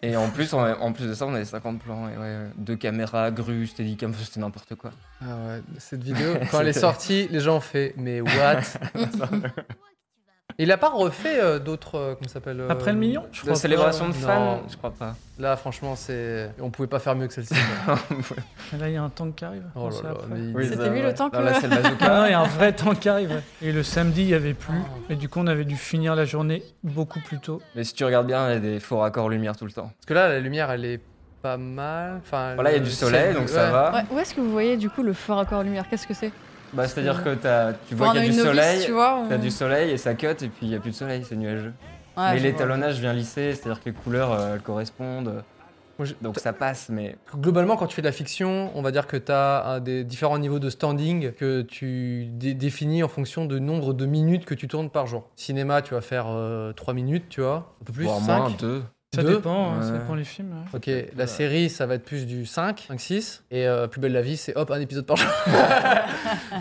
Et en plus, on a- en plus de ça, on avait 50 plans. Et ouais, ouais. deux caméras, grue, steadicam, c'était n'importe quoi. Ah ouais, cette vidéo, quand elle est sortie, les gens ont fait Mais what Il a pas refait euh, d'autres. euh, comment ça s'appelle euh, Après le million, je La crois. célébration pas. de Non. fans, je crois pas. Là, franchement, c'est. On pouvait pas faire mieux que celle-ci. Mais Là il y a un tank qui arrive. Oh on là sait là, après. mais il- Oui, C'était ça, lui, ouais. le temps Dans que- la salle bazooka. Ah non, il y a un vrai tank qui arrive. ouais. Et le samedi, il n'y avait plus. Ah. Et du coup, on avait dû finir la journée beaucoup plus tôt. Mais si tu regardes bien, il y a des faux raccords lumière tout le temps. Parce que là, la lumière, elle est pas mal. Enfin, Voilà, il y a le du soleil, ciel- donc Euh, ouais. ça va. Ouais, où est-ce que vous voyez du coup le fort accord lumière Qu'est-ce que c'est Bah, c'est-à-dire que t'as- tu Pour vois un qu'il y a œil du novice, soleil, tu vois. on- t'as du soleil et ça cut, et puis il n'y a plus de soleil, c'est nuageux. Ouais, mais Ah, je vois. l'étalonnage vient lisser, c'est-à-dire que les couleurs euh, elles correspondent, Moi, j'ai- donc ça passe, mais Globalement, quand tu fais de la fiction, on va dire que tu as des différents niveaux de standing que tu dé- définis en fonction du nombre de minutes que tu tournes par jour. Cinéma, tu vas faire 3 minutes, tu vois. Un peu plus, voire 5. moins deux. Ça Deux dépend, hein, ça Ouais. dépend les films. ouais. Ok, la série, ça va être plus du 5, 5, 6. Et euh, Plus belle la vie, c'est hop, un épisode par jour.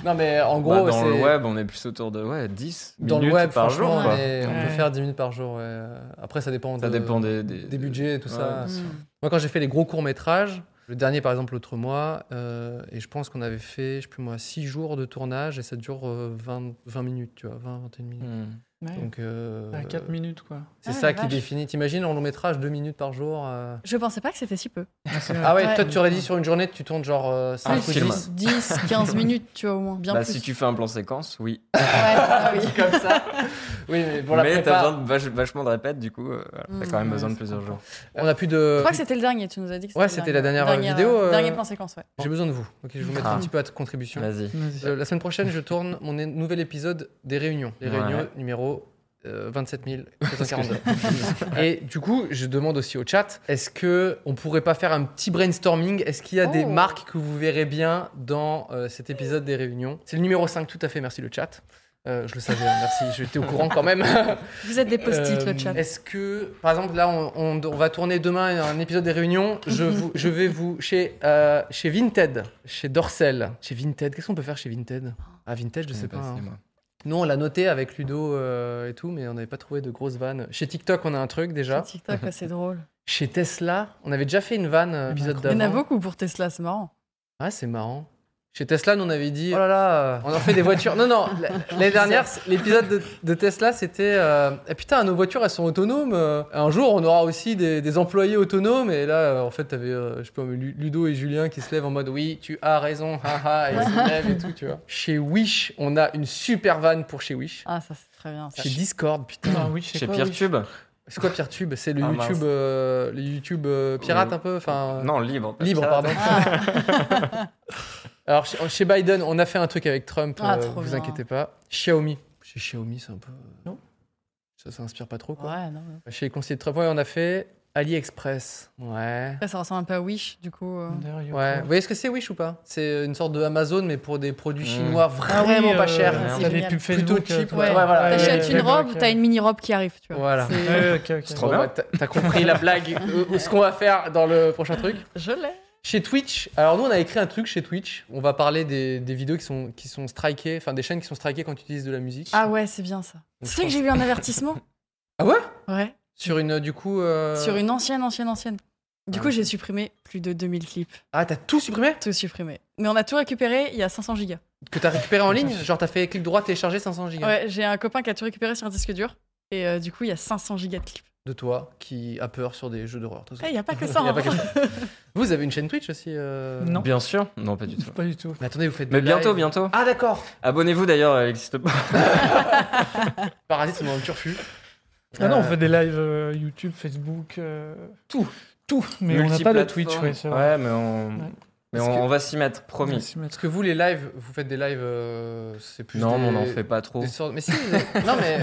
non, mais Bah, en gros, dans c'est. le web, on est plus autour de ouais, 10 dans le minutes web, par jour. franchement, quoi. on, est- on peut Ouais. faire 10 minutes par jour. ouais. Après, ça dépend, Ça de- dépend des, des- des budgets et tout Ouais, ça. bien sûr. Moi, quand j'ai fait les gros courts-métrages, le dernier, par exemple, l'autre mois, euh, et je pense qu'on avait fait, je sais plus moi, 6 jours de tournage et ça dure euh, 20, 20 minutes, tu vois, 20, 21 minutes. Mm. Hmm. Donc, euh, À 4 minutes, quoi. c'est Ah, ça la qui vache. définit. T'imagines en long métrage, 2 minutes par jour. euh. Je pensais pas que c'était si peu. Ah ouais, Ouais. toi, tu aurais dit sur une journée, tu tournes genre euh, 5 Un ou Ah, film. 10. 10, 15 minutes, tu vois, au moins. Bien Bah, plus. si tu fais un plan séquence, oui. Ouais, ah oui. Comme ça. Oui, mais pour la mais prépa, t'as besoin de vach- vachement de répète, du coup, euh, voilà, t'as quand même Hmm. besoin de Ouais, plusieurs c'est jours. on a plus Mm. Je de. crois que c'était le dernier, tu nous as dit que Ouais, le c'était la dernière, euh, vidéo, euh, euh, Dernier plan séquence, ouais. J'ai besoin de vous. Ok, je vais vous mettre un Ah. petit peu à contribution. Vas-y. Euh, la semaine prochaine, je tourne mon é- nouvel épisode des réunions. Les Ouais. réunions numéro euh, 27 Parce 442. que j'ai- Et du coup, je demande aussi au chat, est-ce que on pourrait pas faire un petit brainstorming Est-ce qu'il y a des Oh. marques que vous verrez bien dans euh, cet épisode des réunions C'est le numéro 5, tout à fait, merci le chat. Euh, je le savais, merci, j'étais au courant quand même. Vous êtes des post-it, Euh, le chat. Est-ce que, par exemple, là, on, on- on va tourner demain un épisode des réunions. Je, vous- je vais vous chez, euh, chez Vinted, chez Dorsel. Chez Vinted, qu'est-ce qu'on peut faire chez Vinted Ah, Vinted, je sais pas. hein. c'est moi. Nous, on l'a noté avec Ludo euh, et tout, mais on n'avait pas trouvé de grosses vannes. Chez TikTok, on a un truc déjà. Sur TikTok, ouais, c'est drôle. Chez Tesla, on avait déjà fait une vanne euh, épisode Il y en a d'avant. beaucoup pour Tesla, c'est marrant. Ah, c'est marrant. Chez Tesla, nous, on avait dit Oh là là, euh, on en fait des voitures. Non, non, la- l'année dernière, c'est- l'épisode de, de Tesla, c'était euh, Ah putain, nos voitures, elles sont autonomes. euh, Un jour, on aura aussi des, des employés autonomes. Et là, euh, en fait, t'avais, euh, je sais pas, mais Lu- Ludo et Julien qui se lèvent en mode Oui, tu as raison, haha, et ils se lèvent et tout, tu vois. Chez Wish, on a une super vanne pour chez Wish. Ah, ça, c'est très bien. ça. Chez Discord, putain. Ah oui, c'est Chez quoi, oui. PeerTube C'est quoi PeerTube C'est le Ah, mince. YouTube, euh, le YouTube euh, pirate Euh, un peu enfin, Non, libre. pas Libre, pirate. pardon. Ah, Alors, chez chez Biden, on a fait un truc avec Trump, Ah, euh, trop vous bien. inquiétez pas. Xiaomi. Chez Xiaomi, c'est un peu. Non. euh, Ça, ça inspire pas trop, quoi. ouais, non. Chez les conseillers de Trump, ouais, on a fait. AliExpress. Ouais. Après, ça ressemble un peu à Wish, du coup. euh, D'ailleurs, il y a Ouais. quoi Vous voyez ce que c'est Wish ou pas C'est une sorte de Amazon mais pour des produits Mm. chinois Ah oui, vraiment pas euh, chers. merde. il y a des Plutôt pubs Facebook, cheap, euh, tout ouais. ça. voilà. T'achètes ouais, une ouais, robe, ouais. t'as une mini robe qui arrive, tu vois. Voilà. C'est- Ouais, ok, ok. trop Bon, bien. bah, t'as- T'as compris la blague ou ou ce qu'on va faire dans le prochain truc Je l'ai. Chez Twitch, alors nous on a écrit un truc chez Twitch. On va parler des, des vidéos qui sont, qui sont strikées, enfin des chaînes qui sont strikées quand tu utilises de la musique. Ah ouais, c'est bien ça. Donc, C'est je vrai que pense- j'ai vu un avertissement Ah ouais Ouais. Sur une, euh, du coup. euh, Sur une ancienne, ancienne, ancienne. Du Ah, coup, ok. j'ai supprimé plus de 2000 clips. Ah, t'as tout supprimé Tout supprimé. Mais on a tout récupéré, il y a 500 gigas. Que t'as récupéré en ligne Genre t'as fait clic droit, télécharger 500 gigas Ouais, j'ai un copain qui a tout récupéré sur un disque dur. Et euh, du coup, il y a 500 gigas de clips. de toi qui a peur sur des jeux d'horreur. tout Eh, ça. Il n'y a pas que ça. Il y a hein. pas que ça. Vous avez une chaîne Twitch aussi euh, Non. Bien sûr. Non, pas du tout. Pas du tout. Mais attendez, vous faites. Mais des bientôt, lives. bientôt. Ah d'accord. Abonnez-vous d'ailleurs, elle n'existe pas. Parasite, c'est mon turfu. Ah non, on fait des lives euh, YouTube, Facebook, euh, Tout. tout. Mais on n'a pas de Twitch, ouais, c'est vrai. Ouais, mais on, Ouais. mais Parce on, que- on va s'y mettre, On va promis. s'y mettre. Parce que vous les lives, vous faites des lives, euh, c'est plus. Non, des- mais on n'en fait pas trop. des sortes- Mais si. vous avez- non mais.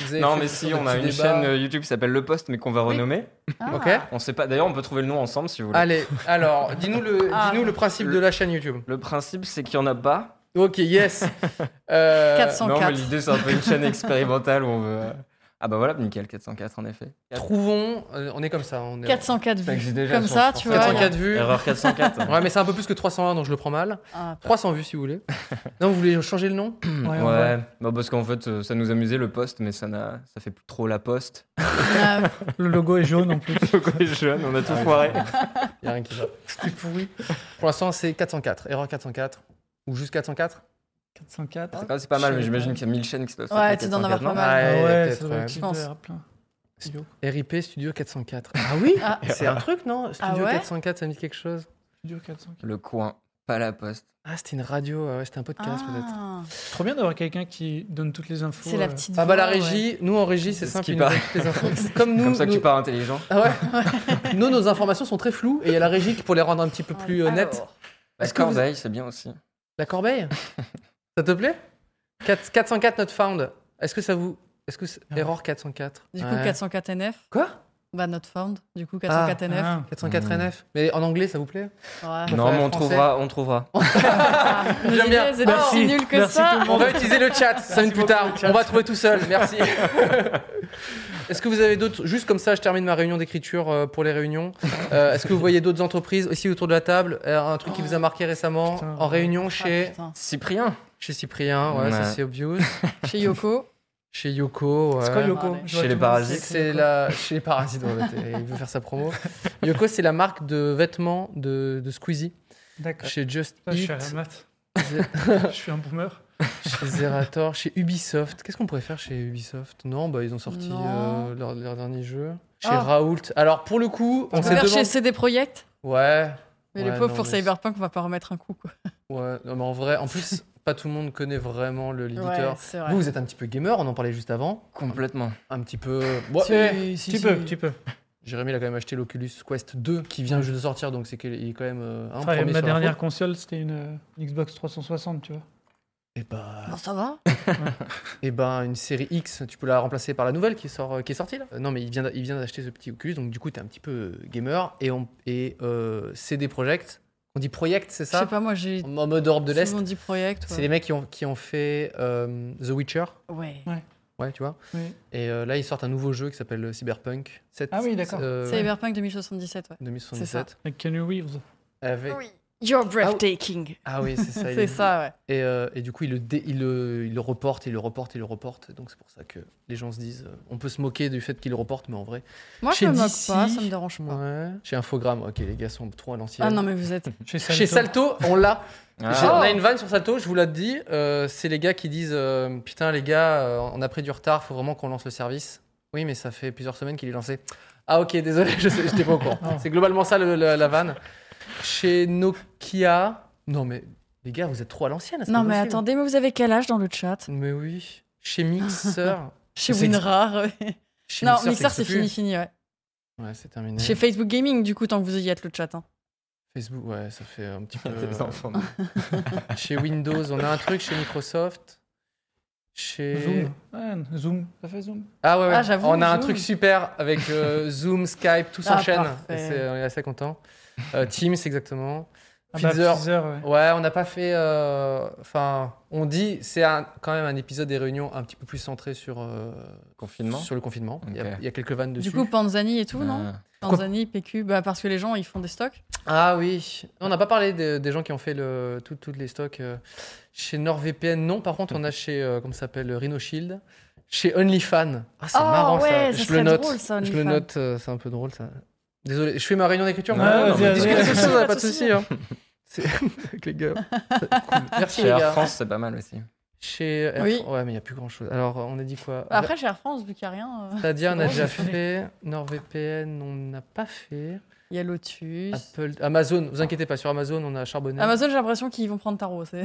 vous avez Non, fait mais des sortes si, de on a petits une débats. chaîne euh, YouTube qui s'appelle Le Poste, mais qu'on va renommer. Ah. Ok. On sait pas. D'ailleurs, on peut trouver le nom ensemble si vous voulez. Allez, alors, dis-nous le, Ah. dis-nous le principe de la chaîne YouTube. Le principe, c'est qu'il y en a pas. Ok, yes. Euh, 400. Non, mais 104. l'idée, c'est un peu une chaîne expérimentale où on veut. Ah bah voilà, nickel, 404 en effet. Trouvons, euh, on est comme ça. On est 404 Ça vues. existe déjà, Comme je ça, pense. tu vois. 404 vues. Erreur 404. Ouais, mais c'est un peu plus que 301, donc je le prends mal. Ah, 300 vues si vous voulez. Non, vous voulez changer le nom Ouais, Ouais, on va- Bah, parce qu'en fait, euh, ça nous amusait le poste, mais ça, n'a- ça fait plus trop la poste. ah, Le logo est jaune en plus. Donc, on est jeunes, on a tout foiré. Il y a rien qui va. C'était pourri. Pour l'instant, c'est 404. Erreur 404. Ou juste 404 404. Ah, c'est pas mal, mais j'imagine qu'il y a 1000 chaînes qui se doivent Ouais, s'appeler tu dois en avoir 404, non pas mal. Ah ouais, peut-être, ça doit ouais. être Je pense. hyper plein. Studio. RIP Studio 404. Ah oui ah. C'est un truc, non Studio ouais 404, ça me dit quelque chose. Studio 404. Le coin, pas la poste. Ah, c'était une radio, ah ouais, c'était un podcast peut-être. Ah. C'est trop bien d'avoir quelqu'un qui donne toutes les infos. C'est la euh, petite. Ah bah la voix, ouais. régie, nous en régie, C'est c'est ce simple, qui ils nous paraît. donnent toutes les infos. Comme nous, Comme ça que nous- tu pars intelligent. Ah ouais. nous, nos informations sont très floues et il y a la régie qui pour les rendre un petit peu plus euh, nettes. Ah, Alors, La Est-ce que vous- corbeille, Bah, c'est bien aussi. La corbeille Ça te plaît Quatre- 404 not found. Est-ce que ça vous. Est-ce que. c'est- Ah ouais. Erreur 404. Du coup, Ouais. 404 NF. Quoi Bah, not found. Du coup, 404 NF. ah, 404 Mm. NF. Mais en anglais, ça vous plaît Ouais. Préférez Non, mais on français. trouvera, on trouvera. Nos Ah. J'aime bien. idées étaient Merci. si nulles que Merci tout ça. le On va utiliser le chat 5 minutes plus Ah, beaucoup, tard. le chat. On va trouver tout seul. Merci. Est-ce que vous avez d'autres. Juste comme ça, je termine ma réunion d'écriture euh, pour les réunions. Euh, Est-ce que vous voyez d'autres entreprises aussi autour de la table Euh, Un truc qui vous a marqué récemment Oh, Putain. En réunion Ah, chez. putain. Cyprien Chez Cyprien, ouais, ça Ouais. c'est obvious. Chez Yoko. Chez Yoko, ouais. C'est quoi Yoko Chez Je vois les tout le Parasites. monde, C'est la chez les Parasites, en fait, et il veut faire sa promo. Yoko, c'est la marque de vêtements de, de Squeezie. D'accord. Chez Just Putain, Je suis à la Eat, mat. Ze- Je suis un boomer. chez Zerator, chez Ubisoft. Qu'est-ce qu'on pourrait faire chez Ubisoft Non, bah ils ont sorti Non. euh, leur, leur dernier jeu. Chez Ah. Raoult. Alors pour le coup, on On s'est va demandé. chez CD Projekt. Ouais. Mais Ouais, le pauvre non, pour mais- Cyberpunk, on va pas remettre un coup. Quoi. Ouais. Non, mais en vrai, en plus, pas tout le monde connaît vraiment le l'éditeur. Ouais, c'est vrai. vous, vous êtes un petit peu gamer. On en parlait juste avant. Complètement. Un petit peu. Bon, Si, eh, si, Tu si. peux, tu peux. Jérémy, il a quand même acheté l'Oculus Quest 2 qui vient juste de sortir, donc c'est qu'il il est quand même euh, un Enfin, premier ma sur la dernière faute. console, c'était une, euh, une Xbox 360, tu vois. Et bah, Bon, ça va. et bah, une série X, tu peux la remplacer par la nouvelle qui sort, qui est sortie là. Euh, Non, mais il vient, d'a- il vient d'acheter ce petit Oculus, donc du coup, t'es un petit peu euh, gamer et on et euh, CD Projekt. On dit Project, c'est Je sais ça pas, moi j'ai. En en mode Europe de l'Est. Souvent dit Projekt. C'est les mecs qui ont, qui ont fait euh, The Witcher, Ouais. ouais, tu vois. Oui. Et euh, là, ils sortent un nouveau jeu qui s'appelle euh, Cyberpunk. 7, Ah oui, d'accord. euh, Cyberpunk 2077, ouais. C'est 2077. Avec Kenny Reeves. Avec... You're breathtaking. Ah oui, c'est ça. il est- c'est ça, ouais. Et, euh, et du coup, il le, dé- il, le, il le reporte, il le reporte, il le reporte. Donc c'est pour ça que les gens se disent, euh, on peut se moquer du fait qu'il le reporte, mais en vrai. Moi, Chez je me moque DC, pas, ça me dérange pas. Ouais. Ah. Chez Infogrames, ok, les gars sont trop à l'ancienne. Ah non, mais vous êtes. Chez Salto. Chez Salto, on l'a. Ah. J'ai- On a une vanne sur Salto, je vous l'ai dit. euh, c'est les gars qui disent, euh, putain les gars, euh, on a pris du retard, faut vraiment qu'on lance le service. Oui, mais ça fait plusieurs semaines qu'il est lancé. Ah ok, désolé, je sais- j'étais pas au courant. Ah. C'est globalement ça le- la, la vanne. Chez Nokia, non mais les gars, vous êtes trop à l'ancienne. c'est Non, pas mais possible. attendez, mais vous avez quel âge dans le chat Mais oui. Chez Mixer. Chez C'est- WinRAR. ouais. Chez Non, ça Mixer, c'est existe fini, plus. fini, ouais. Ouais, c'est terminé. Chez Facebook Gaming, du coup, tant que vous y êtes, le chat. hein. Facebook, ouais, ça fait un petit peu. Des enfants. chez Windows, on a un truc chez Microsoft. Chez... Zoom. Ouais, Zoom. Ça fait Zoom. Ah ouais, ouais. Ah, j'avoue, on a un Zoom. truc super avec euh, Zoom, Skype, tout Ah, s'enchaîne. parfait. Et c'est- On est assez content. Euh, Teams exactement. Ah bah, Pfizer. Pfizer, ouais. Ouais, on n'a pas fait. euh, Enfin, on dit c'est un- quand même un épisode des réunions un petit peu plus centré sur euh, Confinement. sur le confinement. Il y a- Ok. il y, a quelques vannes dessus. Du coup, Panzani et tout, non Ah. Panzani, PQ, bah parce que les gens, ils font des stocks. Euh, Ah oui, on n'a pas parlé de- des gens qui ont fait le, tout- toutes les stocks euh, chez NordVPN. Non, par contre, on a chez euh, comment ça s'appelle RhinoShield, chez OnlyFan. Ah, c'est Oh, marrant ça. ouais, ça Je le serait note. drôle, ça, Je le OnlyFan. note, euh, c'est un peu drôle ça. Désolé, je fais ma réunion d'écriture. Non, moi. non, On vas-y, discute vas-y. de choses, Pas pas de de souci. hein. C'est avec les gars. Cool. Merci Chez les Air gars. France, c'est pas mal aussi. Chez Air- Oui. Ouais, mais il n'y a plus grand chose. Alors, on a dit quoi Après, chez Air France, vu qu'il n'y a rien, euh, Stadia, on a drôle, déjà c'est funny. fait. NordVPN, on n'a pas fait. il y a Lotus. Apple, Amazon, vous inquiétez pas, sur Amazon, on a charbonné. Amazon, j'ai l'impression qu'ils vont prendre tarot. C'est...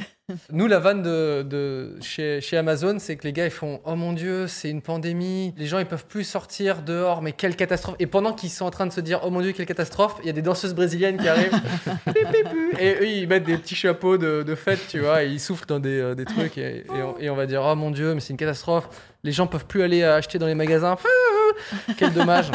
Nous, la vanne de, de- chez, chez Amazon, c'est que les gars, ils font Oh mon Dieu, c'est une pandémie, les gens, ils peuvent plus sortir dehors, mais quelle catastrophe. Et pendant qu'ils sont en train de se dire Oh mon Dieu, quelle catastrophe, il y a des danseuses brésiliennes qui arrivent. Pi, pi, pi. et eux, ils mettent des petits chapeaux de, de fête, tu vois, et ils soufflent dans des, euh, des trucs, et, et on, et on va dire Oh mon Dieu, mais c'est une catastrophe, les gens peuvent plus aller acheter dans les magasins. Quel dommage.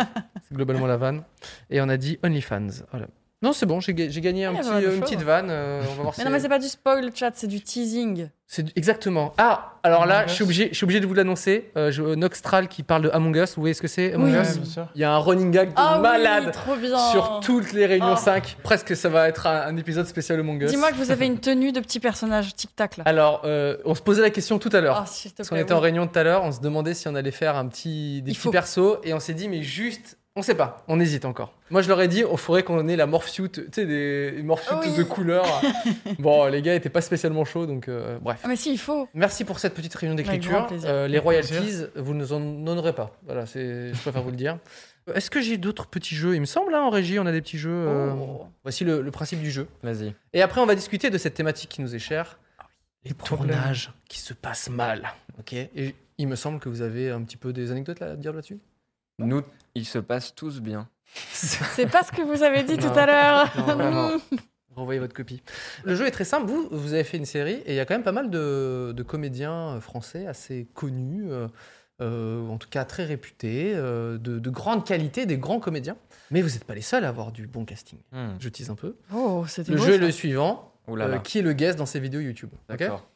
C'est globalement la vanne. Et on a dit OnlyFans. Voilà. Non, c'est bon, j'ai ga- j'ai gagné un Ouais, petit- voilà, une chaud. petite vanne. euh, on va voir Mais si- non, mais c'est pas du spoil, chat, c'est du teasing. c'est du- exactement. Ah, alors là, Among je suis Us. obligé, je suis obligé de vous l'annoncer. Euh, je- Noxtral qui parle de Among Us. Vous voyez ce que c'est Among Oui. Ouais, Us bien sûr. Il y a un running gag de Ah oui, malade trop bien. sur toutes les réunions Oh. 5. Presque, ça va être un, un épisode spécial Among Us. Dis-moi que vous avez une tenue de petit personnage tic-tac là. Alors, euh, on se posait la question tout à l'heure. Ah, s'il te Parce qu'on plaît, était oui. en réunion tout à l'heure, on se demandait si on allait faire un petit, des Il petits faut. persos et on s'est dit, mais juste, on sait pas, on hésite encore. Moi je leur ai dit, il faudrait qu'on ait la morphsuit, tu sais, des morphsuits Oh Oui. de couleur. bon, les gars étaient pas spécialement chauds donc euh, bref. Ah, mais si, il faut. Merci pour cette petite réunion Avec d'écriture. grand plaisir. Euh, les Avec royalties, vous ne nous en honorez pas. Voilà, c'est, je préfère vous le dire. Euh, Est-ce que j'ai d'autres petits jeux Il me semble, hein, en régie, on a des petits jeux. euh, Oh. Voici le, le principe du jeu. Vas-y. Et après, on va discuter de cette thématique qui nous est chère. Les problèmes. tournages qui se passent mal. Ok. Et il me semble que vous avez un petit peu des anecdotes là, à dire là-dessus. Nous, ils se passent tous bien. C'est pas ce que vous avez dit Non. tout à l'heure. Non, vraiment. Renvoyez votre copie. Le jeu est très simple. Vous, vous avez fait une série et il y a quand même pas mal de, de comédiens euh, français assez connus, euh, euh, en tout cas très réputés, euh, de, de grande qualité, des grands comédiens. Mais vous n'êtes pas les seuls à avoir du bon casting. Hmm. Je tease un peu. Oh, c'était Le beau, jeu est ça. le suivant. Ouh Oh là Euh, là. qui est le guest dans ses vidéos YouTube Ok. D'accord.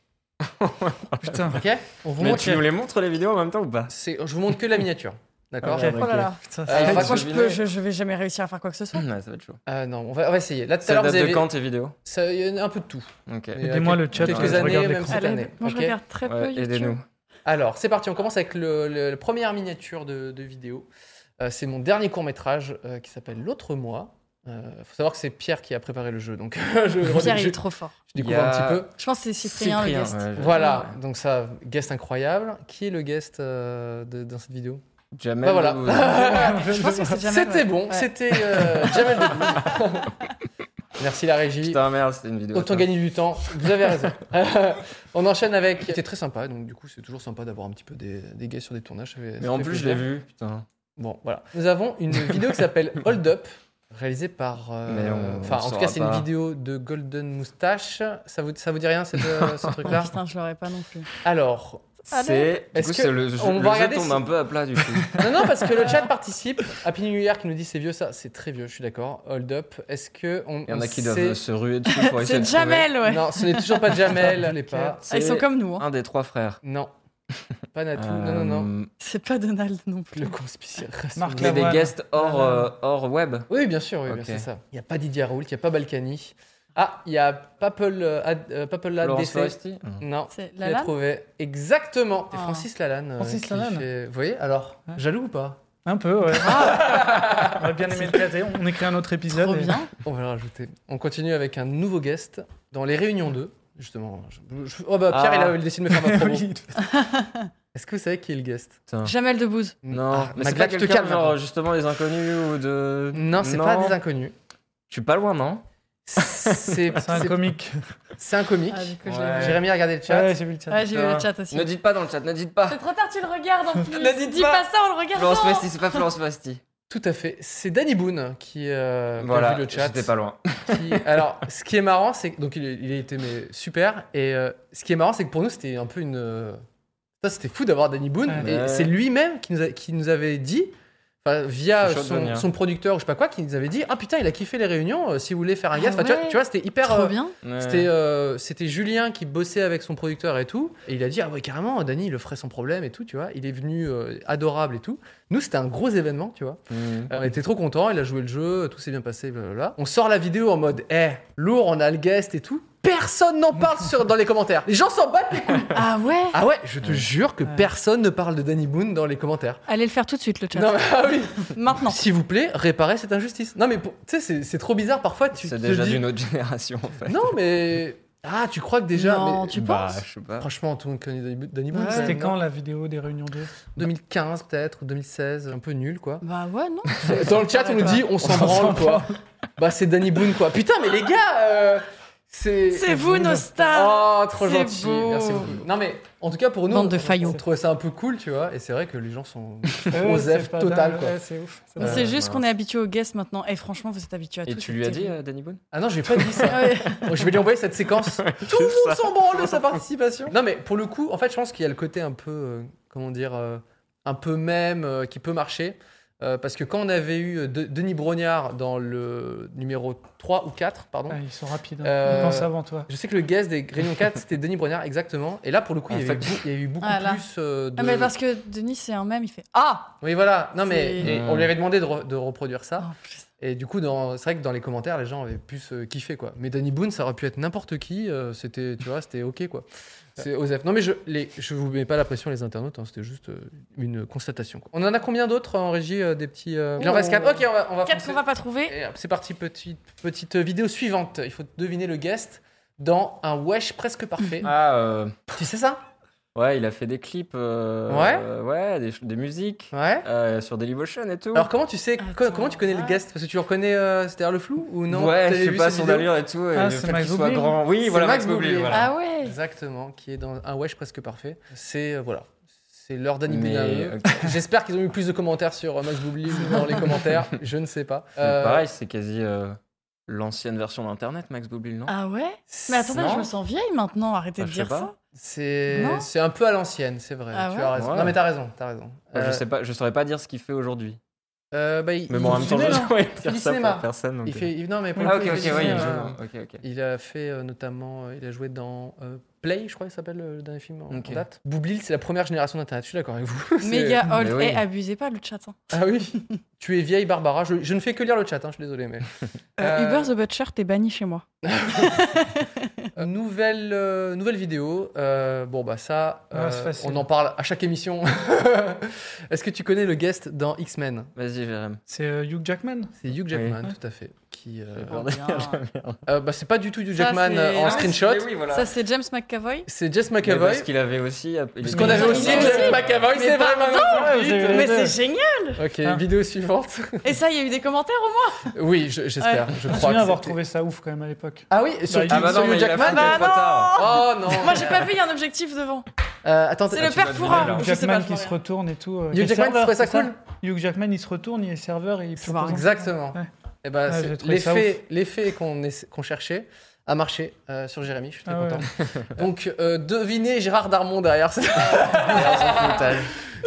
Putain. Ok. On vous Mais montre. tu nous les montres les vidéos en même temps ou pas c'est- Je vous montre que la miniature. D'accord. Ok. Oh là là. Putain, Ah, c'est- il Moi, va je, peux, je, je vais jamais réussir à faire quoi que ce soit. Ouais, ça va être chaud. Ah non, on va, on va essayer. Là tout à Ça l'heure date vous avez de quand tes vidéos ça, il y en a un peu de tout. Ok. Mais, euh, Aidez-moi quel- le chat, Quelques je regarde années, l'écran. même cette Allez, année. moi, je ok regarde très peu Ouais, YouTube. Aidez-nous. Alors, c'est parti, on commence avec le, le- la première miniature de, de vidéo. Euh, c'est mon dernier court-métrage euh, qui s'appelle L'autre mois. Il faut savoir que c'est Pierre qui a préparé le jeu, donc je, Pierre, je- il est trop fort. je découvre Il y a- un petit peu. Je pense que c'est Cyprien, le guest. ouais, je- Voilà, Ah. ouais. donc ça, guest incroyable. Qui est le guest euh, de- dans cette vidéo Jamel. Bah voilà. ou- Je pense que c'est Jamel, C'était ouais. bon, Ouais. c'était euh, Jamel Debbouze. Merci la régie. Putain, merde, c'était une vidéo. Autant attends. gagner du temps, vous avez raison. on enchaîne avec. C'était très sympa, donc du coup, c'est toujours sympa d'avoir un petit peu des, des guests sur des tournages. ça fait- Mais ça en fait plus, je plaisir. l'ai vu. Putain. Bon, voilà. Nous avons une vidéo qui s'appelle Hold Up, réalisée par. euh, Mais on- on Enfin, en tout saura cas, c'est une pas. vidéo de Golden Moustache. Ça vous, ça vous dit rien, cette, euh, ce Oh, truc-là putain, je l'aurais pas non plus. Alors. C'est. Du Est-ce coup, que- c'est le jeu, on le va jeu regarder tombe si- un peu à plat du coup. Non, non, parce que le chat participe. Happy New Year qui nous dit c'est vieux, ça. C'est très vieux, je suis d'accord. Hold Up. Est-ce que. On, Il y en on a qui sait- doivent se ruer dessus pour essayer C'est de trouver. Jamel, ouais. Non, ce n'est toujours pas Jamel. Je l'ai pas. Ah, ils sont C'est comme nous. hein. Un des trois frères. Non. Pas Natou. Non, non, non. Euh, C'est pas Donald non plus. Le conspirateur. Marc Mais des Lavoine. guests hors, Lavoine. euh, hors web. Oui, bien sûr, oui, bien, Ok. c'est ça. Il n'y a pas Didier Raoult, il n'y a pas Balkany. Ah, il y a Papel, euh, Ad- euh, Papel Laurence ADC. Foresti. Non, C'est il a Lalanne trouvé. Exactement. C'est Ah. Francis Lalanne. euh, Francis qui Lalanne. fait- Vous voyez, alors, Ouais. jaloux ou pas Un peu, ouais. On aurait bien aimé le caser. On écrit un autre épisode. Trop et- bien. On va le rajouter. On continue avec un nouveau guest dans les réunions 2. Justement, je- je- oh bah Pierre, Ah. il, a, il décide de me faire ma promo. Oui. Est-ce que vous savez qui est le guest Putain. Jamel Debbouze. Non, Ah, mais c'est Magla, pas tu te quelqu'un calmes, genre Magla. justement les inconnus ou de. Non, c'est pas des inconnus. Je suis pas loin, non C'est C'est un c'est- comique. c'est un comique. Ah, du coup, je Ouais. l'ai vu. Jérémy a regardé le chat. Ouais, j'ai vu le chat. Ouais, j'ai vu le chat aussi. Ne dites pas dans le chat, ne dites C'est pas trop tard, tu le regardes en plus. Ne dites Dis pas. pas ça, on le regarde. Florence non. Foresti, c'est pas Florence Foresti. Tout à fait. C'est Danny Boone qui euh, a Voilà, vu le chat. j'étais pas loin. Qui- alors, ce qui est marrant, c'est que donc il, il a été mais, super. Et euh, ce qui est marrant, c'est que pour nous, c'était un peu une, euh, Ça, c'était fou d'avoir Danny Boone. Ouais. Et Ouais. c'est lui-même qui, nous a- qui nous avait dit, enfin, Je via suis chaud de son, venir. son producteur ou je sais pas quoi, qui nous avait dit Ah putain, il a kiffé les réunions, euh, si vous voulez faire un Ah gaffe. Enfin, tu vois- ouais. tu vois, c'était hyper. Trop euh, bien. Ouais. C'était euh, c'était Julien qui bossait avec son producteur et tout. Et il a dit Ah ouais, carrément, Danny, il le ferait sans problème et tout, tu vois. Il est venu euh, adorable et tout. Nous, c'était un gros événement, tu vois. Mhm. Euh, On était trop contents, il a joué le jeu, tout s'est bien passé, blablabla. On sort la vidéo en mode, eh, lourd, on a le guest et tout. Personne n'en parle sur, dans les commentaires. Les gens s'en battent les couilles. Ah ouais Ah ouais, je te jure que Ouais. personne ne parle de Danny Boone dans les commentaires. Allez le faire tout de suite, le chat. Non, mais ah oui. Maintenant. S'il vous plaît, réparez cette injustice. Non, mais pour- tu sais, c'est- c'est trop bizarre parfois. Tu C'est te déjà dis- d'une autre génération en fait. Non, mais. Ah, tu crois que déjà. Non, mais- tu bah, penses je sais pas. Franchement, tout le monde connaît Danny Bo- Danny Boone. Ouais. C'était non quand la vidéo des réunions 2 2015 peut-être, ou 2016, un peu nul quoi. Bah ouais, non. Dans le chat, on nous dit on s'en On s'en branle quoi. Bah, c'est Danny Boone quoi. Putain, mais les gars, euh, c'est. C'est vous nos stars Oh, trop C'est gentil. beau. Merci beaucoup. Non, mais en tout cas, pour nous, Bande on, de faillots. on trouvait ça un peu cool, tu vois. Et c'est vrai que les gens sont. Osef total, quoi. C'est ouf. ça On va. sait juste Euh, mince. qu'on est habitué aux guests maintenant. Eh, Et franchement, vous êtes habitué à tout. Et c'est tu lui as dit, terrible. euh, Danny Boone Ah non, je vais pas dit ça. Je vais lui envoyer cette séquence. Tout le monde s'en branle de sa participation. Non, mais pour le coup, en fait, je pense qu'il y a le côté un peu. euh, comment dire euh, Un peu même euh, qui peut marcher. Euh, parce que quand on avait eu euh, De- Denis Brognard dans le numéro 3 ou 4, pardon. Ah, ils sont rapides. hein. Euh, Ils pensent avant toi. Je sais que le guest des Réunion 4, c'était Denis Brognard, exactement. Et là, pour le coup, il y, En avait fait- beaucoup- il y a eu beaucoup Ah là. plus euh, de. Ah, mais parce que Denis, c'est un même, il fait Ah Oui, voilà. Non, mais C'est- et on lui avait demandé de, re- de reproduire ça. Oh, putain. Et du coup, dans- c'est vrai que dans les commentaires, les gens avaient plus euh, kiffé, quoi. Mais Danny Boone, ça aurait pu être n'importe qui. euh, c'était, tu vois, c'était OK, quoi. C'est Osef. Non, mais je les, je vous mets pas la pression, les internautes. hein, c'était juste euh, une constatation. quoi. On en a combien d'autres en régie euh, Des petits. euh, Il en Oh. reste quatre. OK, on va. On va Quatre foncer. qu'on va pas trouver. Et hop, c'est parti, petite, petite euh, vidéo suivante. Il faut deviner le guest dans un wesh presque parfait. Ah, euh, Tu sais ça ouais, il a fait des clips. euh, Ouais. euh, ouais, des, ch- des musiques. Ah Ouais. euh, sur Dailymotion et tout. Alors comment tu sais co- Attends, comment tu connais le ouais. guest parce que tu le reconnais euh, c'était derrière le flou ou non ouais, T'avais je sais vu pas cette son vidéo allure et tout. Et Ah, le c'est fait Max qu'il soit Boublil. grand. Oui, C'est voilà, Max Max Boublil. Boublil. Voilà. Ah ouais Exactement, qui est dans un wesh presque parfait. C'est euh, voilà, c'est leur Danny Boone à Mais euh, eux. ok. J'espère qu'ils ont eu plus de commentaires sur euh, Max Boublil dans les commentaires, je ne sais pas. Mais Euh, pareil, c'est quasi euh, l'ancienne version d'Internet, Max Boublil, non Ah ouais c'est- Mais attendez, non, je me sens vieille maintenant, arrêtez Bah, de je sais dire pas. ça. c'est Non. c'est un peu à l'ancienne, c'est vrai. Ah tu ouais as raison. Ouais. Non mais t'as raison, t'as raison. Moi, Euh, Je sais pas, je saurais pas dire ce qu'il fait aujourd'hui. euh, bah, il, Mais il bon, en même temps, je fait- ouais, du dire ça cinéma. pour personne. donc, il fait il- non mais pour euh. Ah, le ok, coup, ok, il ouais, fait du il cinéma. joue. Ok, ok. Il a fait euh, notamment, euh, il a joué dans euh, Play, je crois qu'il s'appelle euh, le dernier film en, en Ok. date. Boublil, c'est la première génération d'Internet, je suis d'accord avec vous. C'est- Méga Mais old. oui. Eh, Et abusez pas le chat. hein. Ah oui Tu es vieille Barbara, je, je ne fais que lire le chat, hein, je suis désolé. Mais... Euh, Euh, Uber the Butcher, t'es banni chez moi. euh, nouvelle, euh, nouvelle vidéo, euh, bon bah ça, Ah, euh, c'est facile. on en parle à chaque émission. Est-ce que tu connais le guest dans X-Men Vas-y, Jérém. C'est euh, Hugh Jackman. C'est Hugh Jackman, Oui. tout à fait. Qui, euh, Oh, Merde, bien. merde. euh, bah, c'est pas du tout Hugh Ça, Jackman c'est- euh, en Ah, screenshot, Mais oui, voilà. Ça, c'est James McAvoy. c'est Jess Mais McAvoy. Parce qu'il avait aussi. euh, Parce qu'on avait aussi Il est Jess aussi. McAvoy, Mais c'est vrai, pardon maman. Ouais, c'est- Mais Mais c'est c'est génial Ok, Ah. vidéo suivante. Et ça, il y a eu des commentaires au moins Hein Oui, je- j'espère. Je Je me crois. souviens que avoir c'était- trouvé ça ouf quand même à l'époque. Ah oui, sur, Bah, qui- Ah bah sur non, mais Hugh il a Jackman. fait trop tard. Oh non. Moi, j'ai pas vu, il y a un objectif devant. Euh, attends, C'est ah, le tu m'as père deviné, courant. là. Je sais Jackman pas, je qui vois se rien. retourne et tout. euh, Hugh qui est Jackman, tu serveur, trouvais ça c'est cool Hugh Jackman, il se retourne, il est serveur et il C'est propose un- Exactement. Ouais. Et ben, Ouais, c'est- j'ai trouvé ça l'effet, l'effet qu'on essa- qu'on cherchait a marché euh, sur Jérémy. Je suis très Ah ouais. content. Donc, euh, devinez Gérard Darmon derrière ça.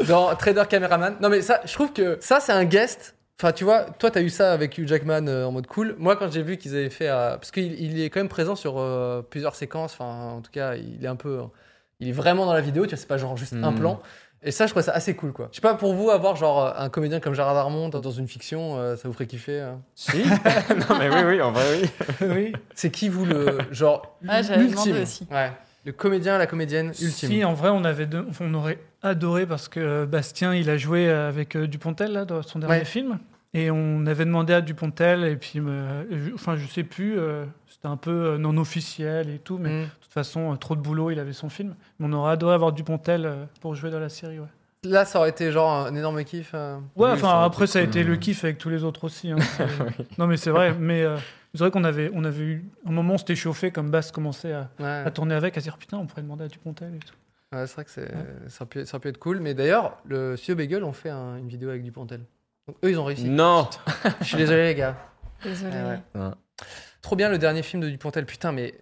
dans Trader Cameraman. Non, mais ça, je trouve que ça, c'est un guest. Enfin, tu vois, toi, t'as eu ça avec Hugh Jackman euh, en mode cool. Moi, quand j'ai vu qu'ils avaient fait. euh, parce qu'il il est quand même présent sur euh, plusieurs séquences. Enfin, en tout cas, il est un peu. il est vraiment dans la vidéo, tu vois, c'est pas genre juste un Hmm. plan. Et ça, je trouvais ça assez cool, quoi. Je sais pas, pour vous, avoir genre un comédien comme Gérard Darmon dans dans une fiction, euh, ça vous ferait kiffer euh Si Non, mais oui, oui, en vrai, oui. oui. C'est qui vous le genre Ouais, j'avais demandé ultime aussi. Ouais. Le comédien, la comédienne ultime. Si, en vrai, on, avait deux- on aurait adoré parce que euh, Bastien, il a joué avec euh, Dupontel là, dans son dernier Ouais. film. Et on avait demandé à Dupontel, et puis, euh, je- enfin, je sais plus, euh, c'était un peu euh, non officiel et tout, mais Mm. de toute façon, euh, trop de boulot, il avait son film. Mais on aurait adoré avoir Dupontel euh, pour jouer dans la série, ouais. Là, ça aurait été genre un énorme kiff. euh. Ouais, Oui, ça enfin, aurait après, été ça a cool. été le kiff avec tous les autres aussi. hein. C'est- non, mais c'est vrai, mais euh, c'est vrai qu'on avait, on avait eu. Un moment, on s'était chauffé comme Bass commençait à, Ouais. à tourner avec, à se dire putain, on pourrait demander à Dupontel et tout. Ouais, c'est vrai que c'est, ça, aurait pu, ça aurait pu être cool. Mais d'ailleurs, le CEO Bagel ont fait un- une vidéo avec Dupontel. Donc eux, ils ont réussi. Non Je suis désolé, les gars. Désolé. Ouais, ouais. Trop bien le dernier film de Dupontel. Putain, mais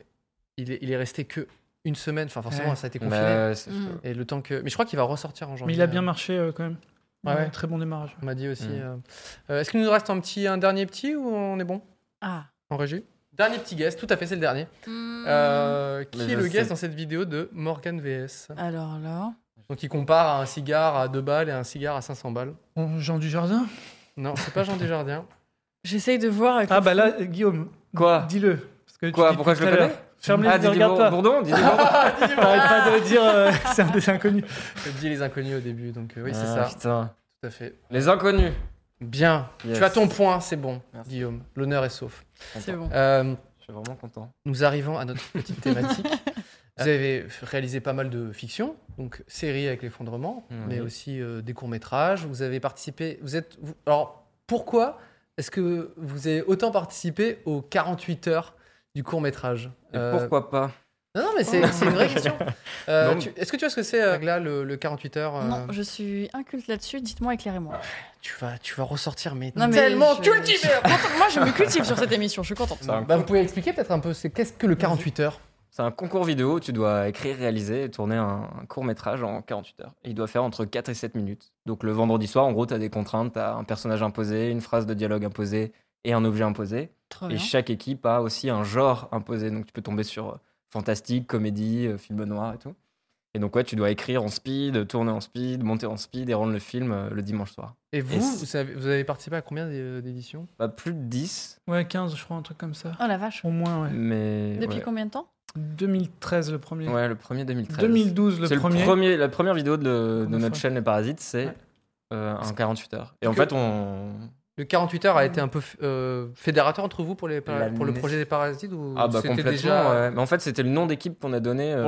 il est, il est resté que une semaine. Enfin, forcément, Ouais. ça a été confiné. Bah, c'est- Hmm. Mm. Et le temps que. Mais je crois qu'il va ressortir en janvier. Mais il a bien marché euh, quand même. Ah Ouais, ouais. Très bon démarrage. On m'a dit aussi. Mm. euh. Euh, Est-ce qu'il nous reste un petit, un dernier petit ou on est bon Ah. en régie Dernier petit guest, tout à fait, c'est le dernier. Mm. Hmm. Euh, Mais qui est je le guest sais. dans cette vidéo de Morgan VS Alors là. Donc il compare un cigare à 2 balles et un cigare à 500 balles. Bon, Jean du Jardin. Non, c'est pas Jean Desjardins. J'essaye de voir. avec Ah le bah fond. là, euh, Guillaume. Quoi Dis-le. Parce que tu Quoi dis Pourquoi tout je le à l'heure. connais Ferme les Ah, yeux, regarde Didier pas. Bourdon Didier Bourdon T'arrêtes pas de dire euh, c'est un des inconnus. Je dis les inconnus au début, donc euh, oui, c'est Ah, ça. Putain. Tout à fait. Les inconnus. Bien. Yes. Tu as ton point, c'est bon, Merci. Guillaume. L'honneur est sauf. C'est bon. Euh, Je suis vraiment content. nous arrivons à notre petite thématique. Vous avez réalisé pas mal de fictions, donc séries avec l'effondrement, Oui. mais aussi euh, des courts-métrages. Vous avez participé. Vous êtes. vous- alors, pourquoi est-ce que vous avez autant participé aux 48 heures du court-métrage Et Euh, pourquoi pas Non, non, mais c'est c'est une vraie question. Euh, Non. tu- Est-ce que tu vois ce que c'est, euh, là, le, le 48 heures euh, Non, je suis inculte là-dessus. Dites-moi, éclairez-moi. tu, vas, tu vas ressortir, mais, Non, mais tellement je- cultivé Moi, je me cultive sur cette émission. Je suis contente. C'est un, Bah, Vous con- pouvez expliquer peut-être un peu c'est qu'est-ce que le 48 heures c'est un concours vidéo où tu dois écrire, réaliser et tourner un, court métrage en 48 heures. Et il doit faire entre 4 et 7 minutes. Donc le vendredi soir, en gros, tu as des contraintes. Tu as un personnage imposé, une phrase de dialogue imposée et un objet imposé. Trop Et bien. chaque équipe a aussi un genre imposé. Donc tu peux tomber sur euh, fantastique, comédie, euh, film noir et tout. Et donc ouais, tu dois écrire en speed, tourner en speed, monter en speed et rendre le film euh, le dimanche soir. Et vous, Et c'est- vous savez- vous avez participé à combien d'é- euh, d'éditions Bah, plus de 10, Ouais, 15, je crois, un truc comme ça. Oh la vache. Au moins, ouais. mais... Depuis ouais. combien de temps 2013 le premier. Ouais, le premier 2013. 2012 le C'est premier. la première vidéo de, de Combien de notre fois chaîne Les Parasites, c'est Ouais. euh, un 48 heures. Et Parce en que- fait, on... Le 48 heures a été un peu f- euh, fédérateur entre vous pour, les, par- La pour le né- projet des parasites ou Ah bah c'était complètement, déjà ouais. Mais en fait, c'était le nom d'équipe qu'on a donné. euh,